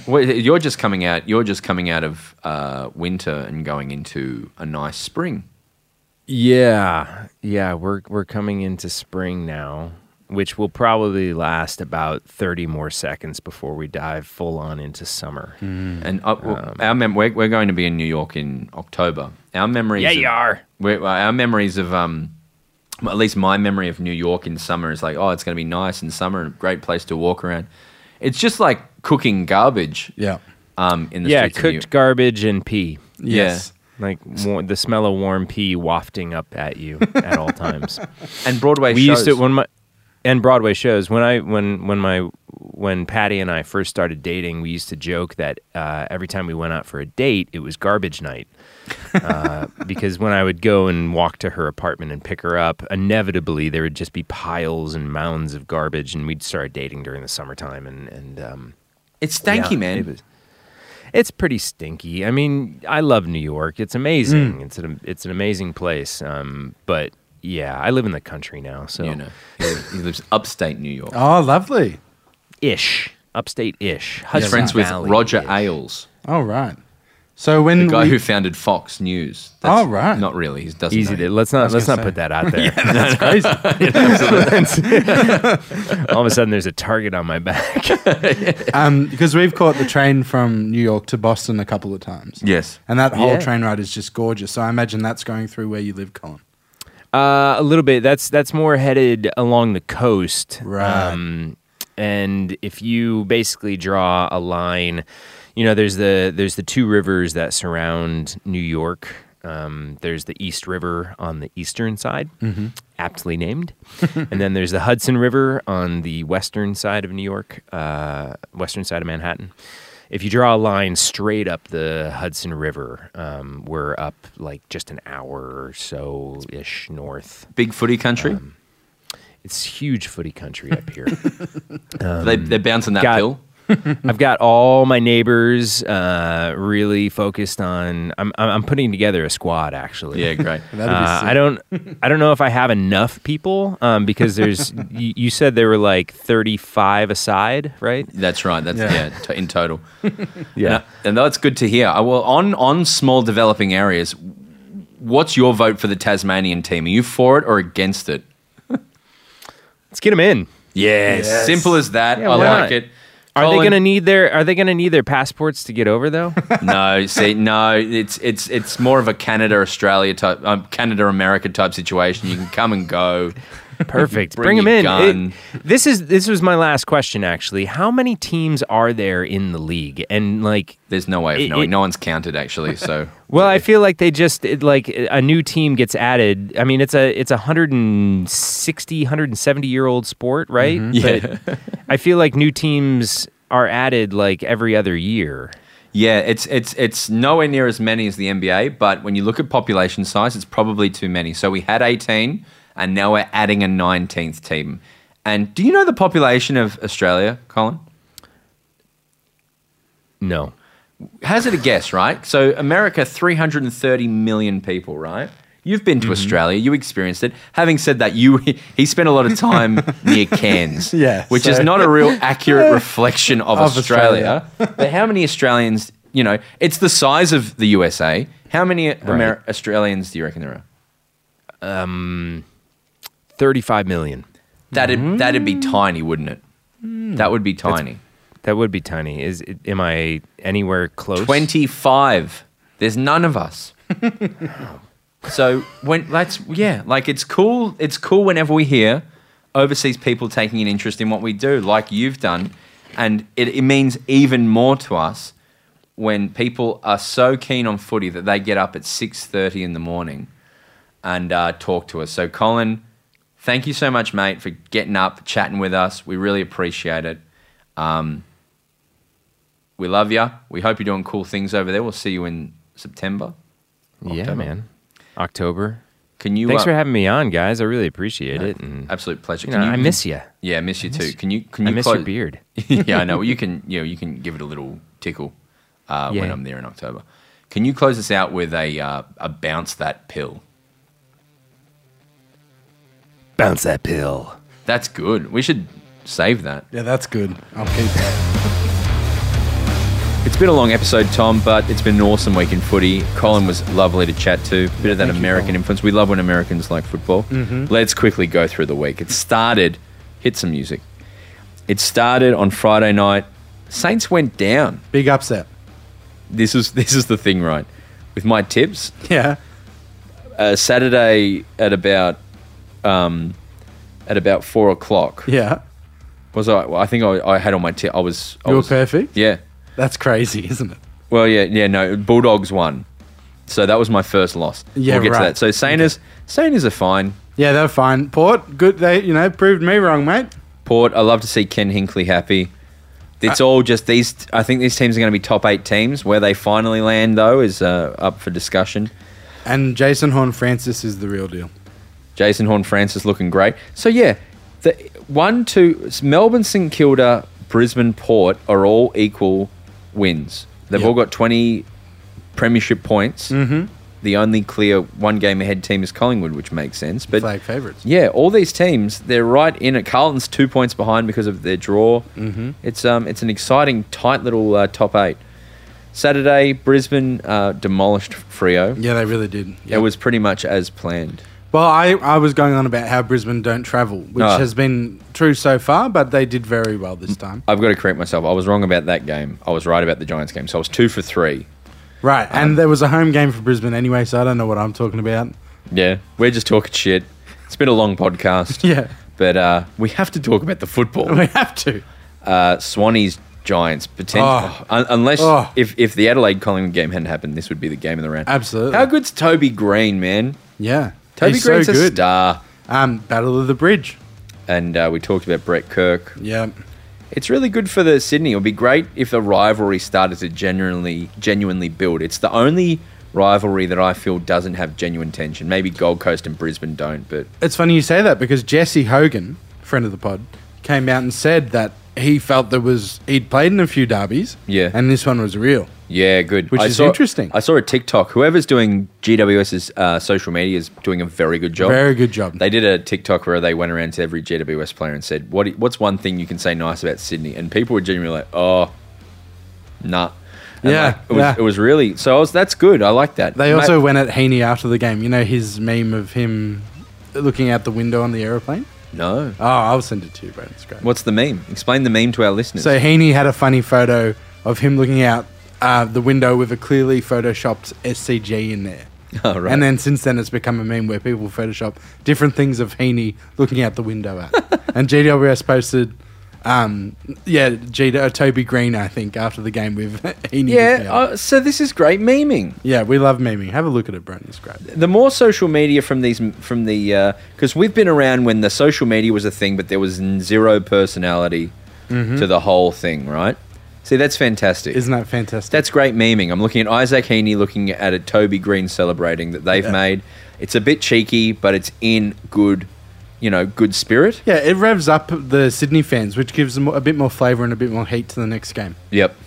Speaker 1: Well, you're just coming out. You're just coming out of uh, winter and going into a nice spring.
Speaker 7: yeah, yeah. We're we're coming into spring now, which will probably last about thirty more seconds before we dive full on into summer.
Speaker 1: And uh, well,
Speaker 2: Um,
Speaker 1: our mem- we're, we're going to be in New York in October. Our memories.
Speaker 7: Yeah,
Speaker 1: of-
Speaker 7: you are.
Speaker 1: We're, well, our memories of, um, well, at least my memory of New York in summer is like, oh, it's going to be nice in summer, a great place to walk around. It's just like cooking garbage.
Speaker 2: yeah.
Speaker 1: Um, in the
Speaker 7: yeah,
Speaker 1: streets of New York.
Speaker 7: cooked garbage and pee.
Speaker 2: Yes.
Speaker 7: Like war- the smell of warm pee wafting up at you at all times.
Speaker 1: and Broadway
Speaker 7: we
Speaker 1: shows.
Speaker 7: used to when my and Broadway shows when I when when my when Patty and I first started dating, we used to joke that uh, every time we went out for a date, it was garbage night. uh, because when I would go and walk to her apartment and pick her up, inevitably there would just be piles and mounds of garbage, and we'd start dating during the summertime, and and um,
Speaker 1: it's stanky,
Speaker 7: yeah,
Speaker 1: man.
Speaker 7: It was, it's pretty stinky. I mean, I love New York. It's amazing. It's an it's an amazing place. Um, but yeah, I live in the country now, so
Speaker 1: you know, he lives- he lives upstate New York.
Speaker 2: Oh, lovely.
Speaker 7: ish, upstate ish.
Speaker 1: He's friends with Roger Ailes,
Speaker 2: All right. So when
Speaker 1: the guy
Speaker 2: we-
Speaker 1: who founded Fox News.
Speaker 2: Oh, right.
Speaker 1: Not really. He doesn't.
Speaker 7: Easy
Speaker 1: know.
Speaker 7: to let's not let's
Speaker 2: gonna
Speaker 7: not
Speaker 2: say.
Speaker 7: put that out there.
Speaker 2: that's crazy.
Speaker 7: All of a sudden, there's a target on my back.
Speaker 2: um, because we've caught the train from New York to Boston a couple of times.
Speaker 1: Yes.
Speaker 2: And that whole
Speaker 7: Yeah.
Speaker 2: train ride is just gorgeous. So I imagine that's going through where you live, Colin.
Speaker 7: Uh, a little bit. That's that's more headed along the coast,
Speaker 2: Right.
Speaker 7: Um, and if you basically draw a line, you know, there's the there's the two rivers that surround New York. Um, there's the East River on the eastern side, aptly named, and then there's the Hudson River on the western side of New York, uh, western side of Manhattan. If you draw a line straight up the Hudson River, um, we're up like just an hour or so ish north.
Speaker 1: Big footy country.
Speaker 2: Um,
Speaker 7: It's huge footy country up here.
Speaker 1: they,
Speaker 7: Mm.
Speaker 1: they're bouncing that
Speaker 7: God.
Speaker 1: hill.
Speaker 7: I've got all my neighbors uh, really focused on. I'm I'm- I'm putting together a squad actually.
Speaker 1: Yeah, great.
Speaker 2: That'd be
Speaker 7: Uh,
Speaker 2: sick.
Speaker 7: I don't I don't know if I have enough people um, because there's you, you said there were like 35 aside, right?
Speaker 1: That's right. That's yeah,
Speaker 2: Yeah.
Speaker 1: to, in total. And, and that's good to hear. I- Well, on on small developing areas, what's your vote for the Tasmanian team? Are you for it or against it?
Speaker 7: Let's get them in.
Speaker 1: Yeah, simple as that.
Speaker 7: Yeah,
Speaker 1: I
Speaker 7: why
Speaker 1: like
Speaker 7: not?
Speaker 1: it.
Speaker 7: Are they
Speaker 1: Colin-
Speaker 7: going to need their Are they going to need their passports to get over though?
Speaker 1: no, see, no, it's it's it's more of a Canada Australia type, um, Canada America type situation. You can come and go.
Speaker 7: Perfect.
Speaker 1: Bring
Speaker 7: Bring,
Speaker 1: your
Speaker 7: them in.
Speaker 1: gun.
Speaker 7: It- this is this was my last question actually. How many teams are there in the league? And like,
Speaker 1: There's no way of
Speaker 7: It-
Speaker 1: knowing.
Speaker 7: it-
Speaker 1: no one's counted actually. So
Speaker 7: well, I feel like they just it, like a new team gets added. I mean, it's a it's a 160, 170 year old sport, right? But I feel like new teams are added like every other year.
Speaker 1: yeah, it's it's it's nowhere near as many as the NBA. But when you look at population size, it's probably too many. So we had 18, and now we're adding a 19th team. And do you know the population of Australia, Colin?
Speaker 7: No.
Speaker 1: hazard a guess, right? So America, 330 million people, right? You've
Speaker 2: Mm-hmm.
Speaker 1: been to Australia, you experienced it. Having said that, you he spent a lot of time near Cairns,
Speaker 2: Yeah,
Speaker 1: which is
Speaker 2: so-
Speaker 1: not a real accurate reflection of,
Speaker 2: Of
Speaker 1: Australia. but how many Australians, you know, it's the size of the USA. How many Amer- Australians do you reckon there are?
Speaker 7: 35 million.
Speaker 1: That'd
Speaker 2: Mm-hmm.
Speaker 1: that'd be tiny, wouldn't it? That would be tiny.
Speaker 7: That would be tiny. Is it- am I anywhere close?
Speaker 1: 25. There's none of us. so when that's yeah, like it's cool. It's cool whenever we hear overseas people taking an interest in what we do, like you've done, and it, it means even more to us when people are so keen on footy that they get up at six thirty in the morning and uh, talk to us. So Colin, thank you so much, mate, for getting up, chatting with us. We really appreciate it. We love you. We hope you're doing cool things over there. We'll see you in September.
Speaker 7: Yeah,
Speaker 1: October.
Speaker 7: man. October.
Speaker 1: Can you?
Speaker 7: Thanks
Speaker 1: uh,
Speaker 7: for having me on, guys. I really appreciate it. And
Speaker 1: Absolute pleasure.
Speaker 7: you
Speaker 1: Can
Speaker 7: know, I miss you.
Speaker 1: Yeah, I miss you too.
Speaker 7: miss-
Speaker 1: can you? Can
Speaker 7: I
Speaker 1: you
Speaker 7: miss
Speaker 1: clo-
Speaker 7: your beard.
Speaker 1: yeah, I know. Well, you can. You know, you can give it a little tickle uh, when
Speaker 7: Yeah.
Speaker 1: I'm there in October. Can you close us out with a uh, a bounce that pill?
Speaker 7: Bounce that pill.
Speaker 1: That's good. We should save that.
Speaker 2: Yeah, that's good. I'll keep that.
Speaker 1: It's been a long episode, Tom, but it's been an awesome week in footy. Colin was lovely to chat to. Bit of that American influence. We love when Americans like football.
Speaker 2: Mm-hmm.
Speaker 1: Let's quickly go through the week. It started, hit some music. It started on Friday night. Saints went down.
Speaker 2: Big upset.
Speaker 1: This is this is the thing, right? With my tips,
Speaker 2: Yeah.
Speaker 1: uh, Saturday at about um, at about four o'clock
Speaker 2: Yeah.
Speaker 1: was I? Well, I think I, I had on my tip. I was. I
Speaker 2: You were
Speaker 1: was-
Speaker 2: perfect.
Speaker 1: Yeah.
Speaker 2: That's crazy, isn't it?
Speaker 1: Well, yeah, yeah, no, Bulldogs won, so that was my first loss.
Speaker 2: Yeah,
Speaker 1: we'll get to
Speaker 2: right.
Speaker 1: that. So Saners, Saners are fine.
Speaker 2: Yeah, they're fine. Port, good. They, you know, proved me wrong, mate.
Speaker 1: Port, I love to see Ken Hinkley happy. It's
Speaker 2: Uh,
Speaker 1: all just these. I think these teams are going to be top eight teams. Where they finally land, though, is uh, up for discussion.
Speaker 2: And Jason Horn Francis is the real deal.
Speaker 1: Jason Horn Francis looking great. So yeah, the one, two, it's Melbourne, St Kilda, Brisbane, Port are all equal wins. They've
Speaker 2: Yep.
Speaker 1: all got twenty premiership points. Mm-hmm. The only clear one game ahead team is Collingwood, which makes sense. But
Speaker 2: Flag favourites.
Speaker 1: yeah, all these teams they're right in it. Carlton's two points behind because of their draw. Mm-hmm. It's um, it's an exciting, tight little uh, top eight. Saturday, Brisbane uh, demolished Frio.
Speaker 2: Yeah, they really did.
Speaker 1: It
Speaker 2: Yeah.
Speaker 1: was pretty much as planned.
Speaker 2: well, I, I was going on about how Brisbane don't travel, which
Speaker 1: Ah.
Speaker 2: has been true so far, but they did very well this time.
Speaker 1: I've got to correct myself. I was wrong about that game. I was right about the Giants game. So I was two for three.
Speaker 2: Right. And there was a home game for Brisbane anyway, so I don't know what I'm talking about.
Speaker 1: Yeah, we're just talking shit. It's been a long podcast.
Speaker 2: Yeah.
Speaker 1: But uh, we have to talk about the
Speaker 2: We
Speaker 1: football.
Speaker 2: have to.
Speaker 1: Uh, Swanee's Giants potential.
Speaker 2: Oh.
Speaker 1: Un- unless
Speaker 2: Oh.
Speaker 1: if, if the Adelaide Collingwood game hadn't happened, this would be the game of the round.
Speaker 2: Absolutely.
Speaker 1: How good's Toby Green, man?
Speaker 2: Yeah.
Speaker 1: Toby
Speaker 2: He's
Speaker 1: Green's
Speaker 2: so
Speaker 1: a
Speaker 2: good.
Speaker 1: star.
Speaker 2: Um, Battle of the Bridge.
Speaker 1: And uh, we talked about Brett Kirk.
Speaker 2: Yeah.
Speaker 1: It's really good for the Sydney. It would be great if the rivalry started to genuinely, genuinely build. It's the only rivalry that I feel doesn't have genuine tension. Maybe Gold Coast and Brisbane don't, but
Speaker 2: It's funny you say that because Jesse Hogan, friend of the pod, came out and said that he felt there was he'd played in a few derbies.
Speaker 1: Yeah.
Speaker 2: And this one was real.
Speaker 1: Yeah, good.
Speaker 2: Which
Speaker 1: I
Speaker 2: is
Speaker 1: saw-
Speaker 2: interesting.
Speaker 1: I saw a TikTok. Whoever's doing GWS's uh, social media is doing a very good job.
Speaker 2: Very good job.
Speaker 1: They did a TikTok where they went around to every GWS player and said, "What? What's one thing you can say nice about Sydney?" And people were genuinely like, "Oh, nah." And
Speaker 2: Yeah,
Speaker 1: like, it was,
Speaker 2: yeah.
Speaker 1: it was really so. I was, that's good. I like that.
Speaker 2: They
Speaker 1: Ma-
Speaker 2: also went at Heaney after the game. You know his meme of him looking out the window on the aeroplane?
Speaker 1: no.
Speaker 2: Oh, I'll send it to you, bro. It's great.
Speaker 1: What's the meme? Explain the meme to our listeners.
Speaker 2: So Heaney had a funny photo of him looking out uh, the window with a clearly photoshopped SCG in there.
Speaker 1: Oh, right.
Speaker 2: And then since then, it's become a meme where people Photoshop different things of Heaney looking out the window at. and GWS posted, um, yeah, G- uh, Toby Green, I think, after the game with Heaney. looking
Speaker 1: yeah.
Speaker 2: out.
Speaker 1: Uh, so this is great meming.
Speaker 2: yeah, we love memeing. Have a look at it, Brent. It's great.
Speaker 1: the more social media from these from the because we've been around when the social media was a thing, but there was n- zero personality to the whole thing, right? See, that's fantastic.
Speaker 2: Isn't that fantastic?
Speaker 1: that's great memeing. I'm looking at Isaac Heaney looking at a Toby Green celebrating that they've made. It's a bit cheeky, but it's in good, you know, good spirit.
Speaker 2: yeah, it revs up the Sydney fans, which gives them a bit more flavour and a bit more heat to the next game.
Speaker 1: Yep.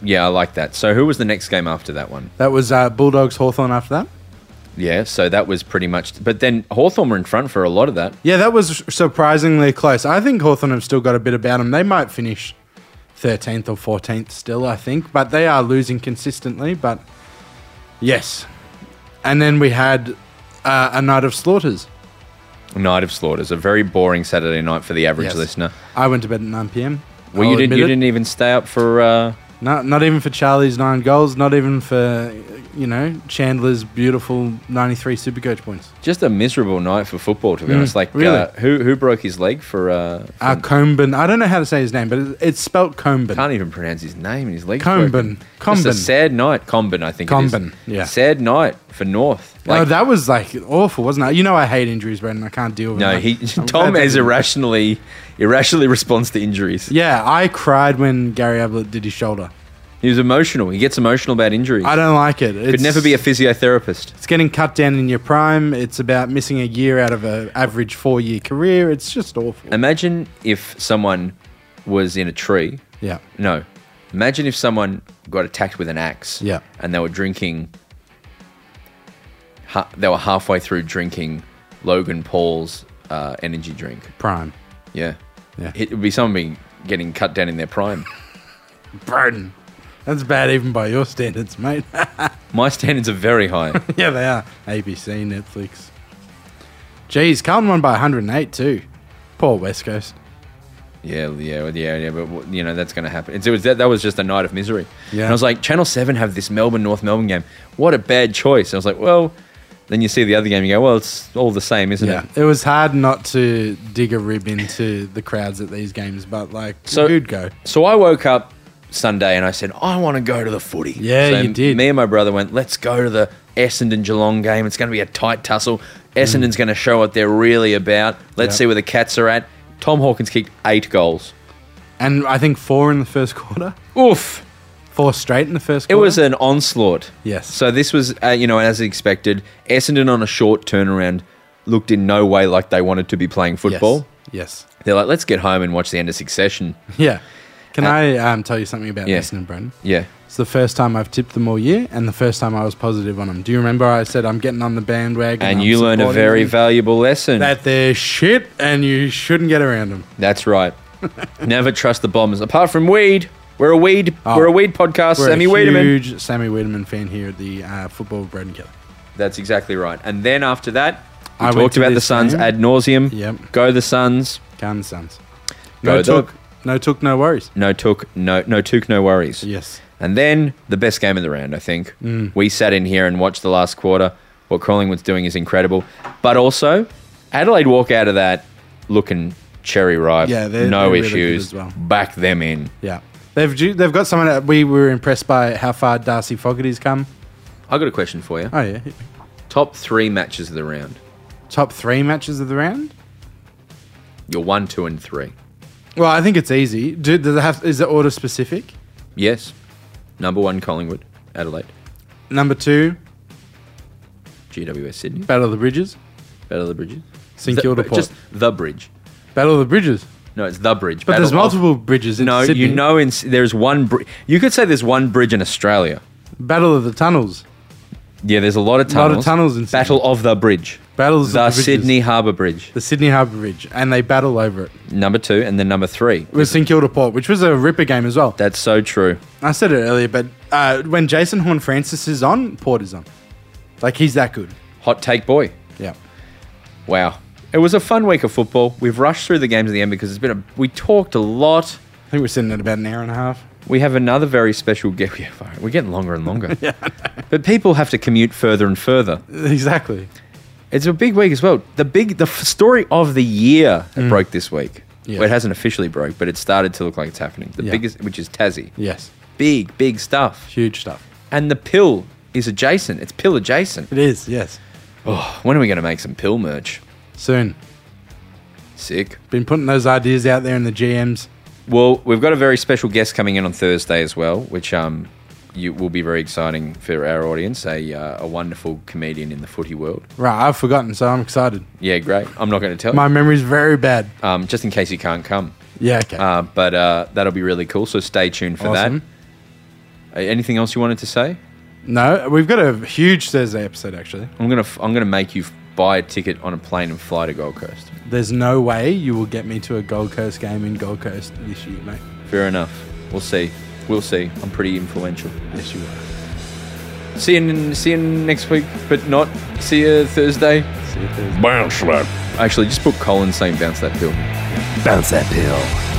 Speaker 1: Yeah, I like that. So, who was the next game after that one?
Speaker 2: That was uh, Bulldogs Hawthorn after that.
Speaker 1: Yeah, so that was pretty much. But then Hawthorn were in front for a lot of that.
Speaker 2: Yeah, that was surprisingly close. I think Hawthorn have still got a bit about them. They might finish 13th or 14th still, I think, but they are losing consistently. But yes. And then we had uh, a night of slaughters.
Speaker 1: Night of Slaughters, a very boring Saturday night for the average
Speaker 2: Yes.
Speaker 1: listener.
Speaker 2: I went to bed at 9 p.m.
Speaker 1: Well,
Speaker 2: I'll
Speaker 1: you didn't.
Speaker 2: admit
Speaker 1: You
Speaker 2: it.
Speaker 1: didn't even stay up for. Uh,
Speaker 2: No, not even for Charlie's nine goals, not even for, you know, Chandler's beautiful 93 supercoach points.
Speaker 1: just a miserable night for football, to be honest. Like,
Speaker 2: Mm, really?
Speaker 1: uh, who who broke his leg for? Uh,
Speaker 2: Uh, Comben, I don't know how to say his name, but it- it's spelt Comben.
Speaker 1: can't even pronounce his name. and His leg.
Speaker 2: Comben.
Speaker 1: Just a
Speaker 2: Comben.
Speaker 1: sad night. Comben, I think. It
Speaker 2: Comben,
Speaker 1: is.
Speaker 2: yeah.
Speaker 1: Sad night for North.
Speaker 2: oh,
Speaker 1: Like,
Speaker 2: that was like awful, wasn't it? You know, I hate injuries, Brendan. I can't deal with
Speaker 1: no,
Speaker 2: them.
Speaker 1: he Tom
Speaker 2: I'm glad they
Speaker 1: is
Speaker 2: didn't.
Speaker 1: irrationally irrationally responds to injuries.
Speaker 2: Yeah, I cried when Gary Ablett did his shoulder.
Speaker 1: He was emotional. He gets emotional about injuries.
Speaker 2: I don't like it. It's,
Speaker 1: Could never be a physiotherapist.
Speaker 2: It's getting cut down in your prime. It's about missing a year out of an average four year career. It's just awful.
Speaker 1: Imagine if someone was in a tree
Speaker 2: Yeah.
Speaker 1: No. Imagine if someone got attacked with an axe.
Speaker 2: Yeah.
Speaker 1: And they were drinking. Ha- they were halfway through drinking Logan Paul's uh, energy drink.
Speaker 2: Prime.
Speaker 1: Yeah.
Speaker 2: Yeah.
Speaker 1: It would be someone being, getting cut down in their prime.
Speaker 2: Broden. That's bad even by your standards, mate.
Speaker 1: My standards are very high.
Speaker 2: yeah, they are. ABC, Netflix. Jeez, Carlton won by 108, too. Poor West Coast.
Speaker 1: yeah, yeah, yeah, yeah. But w- you know that's going to happen. It's, it was that, that was just a night of misery.
Speaker 2: Yeah.
Speaker 1: And I was like, Channel Seven have this Melbourne North Melbourne game. What a bad choice. And I was like, well. Then you see the other game, you go, well, it's all the same, isn't
Speaker 2: Yeah.
Speaker 1: it?
Speaker 2: It was hard not to dig a rib into the crowds at these games, but like,
Speaker 1: So-
Speaker 2: who'd go?
Speaker 1: So I woke up Sunday and I said, I want to go to the footy.
Speaker 2: Yeah,
Speaker 1: so
Speaker 2: you
Speaker 1: m-
Speaker 2: did.
Speaker 1: Me and my brother went, let's go to the Essendon Geelong game. It's going to be a tight tussle.
Speaker 2: Mm.
Speaker 1: Essendon's going to show what they're really about. Let's
Speaker 2: Yep.
Speaker 1: see where the Cats are at. Tom Hawkins kicked eight goals.
Speaker 2: And I think four in the first quarter.
Speaker 1: Oof.
Speaker 2: Four straight in the first
Speaker 1: It
Speaker 2: quarter.
Speaker 1: was an onslaught.
Speaker 2: Yes.
Speaker 1: So this was, uh, you know, as expected, Essendon on a short turnaround looked in no way like they wanted to be playing football.
Speaker 2: Yes.
Speaker 1: They're like, let's get home and watch the end of Succession.
Speaker 2: yes. Yeah. Can I um, tell you something about
Speaker 1: Uh, yeah.
Speaker 2: Essendon, Brendan?
Speaker 1: Yeah.
Speaker 2: It's the first time I've tipped them all year and the first time I was positive on them. Do you remember I said I'm getting on the bandwagon?
Speaker 1: And
Speaker 2: I'm
Speaker 1: you learned a
Speaker 2: supporting
Speaker 1: very
Speaker 2: them,
Speaker 1: valuable lesson.
Speaker 2: That they're shit and you shouldn't get around them.
Speaker 1: That's right. Never trust the bombers. Apart from weed, we're a weed.
Speaker 2: Oh.
Speaker 1: we're a weed podcast.
Speaker 2: We're
Speaker 1: Sammy
Speaker 2: a
Speaker 1: Wiedemann.
Speaker 2: huge Sammy Wiedemann fan here at the uh, Football Bread and Kelly.
Speaker 1: That's exactly right. And then after that, we
Speaker 2: I went
Speaker 1: talked
Speaker 2: to
Speaker 1: about the
Speaker 2: this
Speaker 1: Suns
Speaker 2: game.
Speaker 1: ad nauseum.
Speaker 2: Yep.
Speaker 1: Go the Suns.
Speaker 2: Garden Suns.
Speaker 1: Go
Speaker 2: No
Speaker 1: dog.
Speaker 2: took, no took, no worries.
Speaker 1: No took. No no took. No worries.
Speaker 2: Yes. Mm.
Speaker 1: And then the best game of the round, I think. We sat in here and watched the last quarter. What Collingwood's doing is incredible. But also, Adelaide walk out of that looking cherry ripe.
Speaker 2: Yeah, they're-
Speaker 1: no
Speaker 2: they're really
Speaker 1: issues.
Speaker 2: good as well.
Speaker 1: Back them in.
Speaker 2: Yeah. They've ju- they've got someone that we were impressed by how far Darcy Fogarty's come.
Speaker 1: I got a question for you.
Speaker 2: Oh yeah.
Speaker 1: Top three matches of the round.
Speaker 2: Top three matches of the round.
Speaker 1: Your one, two, and three.
Speaker 2: Well, I think it's easy. Do, does it have? Is the order specific?
Speaker 1: Yes. Number one, Collingwood, Adelaide,
Speaker 2: Number two,
Speaker 1: GWS Sydney,
Speaker 2: Battle of the Bridges.
Speaker 1: Battle of the Bridges.
Speaker 2: St
Speaker 1: The-
Speaker 2: Kilda
Speaker 1: but
Speaker 2: Port.
Speaker 1: Just the bridge.
Speaker 2: Battle of the Bridges.
Speaker 1: No, it's the bridge.
Speaker 2: But
Speaker 1: Battle
Speaker 2: there's
Speaker 1: of-
Speaker 2: multiple bridges. In
Speaker 1: no,
Speaker 2: Sydney.
Speaker 1: you know, in S- there's one. Br- you could say there's one bridge in Australia.
Speaker 2: Battle of the Tunnels.
Speaker 1: Yeah, there's a lot of
Speaker 2: Lot
Speaker 1: tunnels.
Speaker 2: of tunnels in Sydney.
Speaker 1: Battle of the Bridge.
Speaker 2: Battles of
Speaker 1: the
Speaker 2: the bridges.
Speaker 1: Sydney Harbour Bridge.
Speaker 2: The Sydney Harbour Bridge, and they battle over it.
Speaker 1: Number two, and then number three.
Speaker 2: With St Kilda Port, which was a ripper game as well.
Speaker 1: That's so true.
Speaker 2: I said it earlier, but uh, when Jason Horn Francis is on, Port is on. Like he's that good.
Speaker 1: Hot take, boy.
Speaker 2: Yeah.
Speaker 1: Wow. It was a fun week of football. We've rushed through the games at the end because it's been a. We talked a lot.
Speaker 2: I think we're sitting at about an hour and a half.
Speaker 1: We have another very special guest. Yeah, fine. We're getting longer and longer. But people have to commute further and further.
Speaker 2: Exactly.
Speaker 1: It's a big week as well. The big the f- story of the year that broke this week.
Speaker 2: Mm. Yeah.
Speaker 1: Well, it hasn't officially broke, but it started to look like it's happening. The
Speaker 2: Yeah.
Speaker 1: biggest, which is Tassie.
Speaker 2: Yes.
Speaker 1: Big, big stuff.
Speaker 2: Huge stuff.
Speaker 1: And the pill is adjacent. It's pill adjacent.
Speaker 2: It is. Yes.
Speaker 1: When are we going to make some pill merch?
Speaker 2: Soon.
Speaker 1: Sick.
Speaker 2: Been putting those ideas out there in the GMs.
Speaker 1: Well, we've got a very special guest coming in on Thursday as well, which um, you, will be very exciting for our audience. A, uh, a wonderful comedian in the footy world.
Speaker 2: Right. I've forgotten, so I'm excited.
Speaker 1: Yeah, great. I'm not going to tell
Speaker 2: My memory's very bad.
Speaker 1: you, um, just in case you can't come.
Speaker 2: Yeah. Okay.
Speaker 1: Uh, but uh, that'll be really cool. So stay tuned for
Speaker 2: Awesome.
Speaker 1: that. Uh, anything else you wanted to say?
Speaker 2: no, we've got a huge Thursday episode actually.
Speaker 1: I'm gonna f- I'm gonna make you f- buy a ticket on a plane and fly to Gold Coast.
Speaker 2: There's no way you will get me to a Gold Coast game in Gold Coast this year, mate.
Speaker 1: Fair enough. We'll see. We'll see. I'm pretty influential.
Speaker 2: Yes, you will.
Speaker 1: See you see you next week, but not see you Thursday.
Speaker 2: See you Thursday.
Speaker 1: Bounce that. Actually, just put Colin saying bounce that bill.
Speaker 7: Bounce that pill.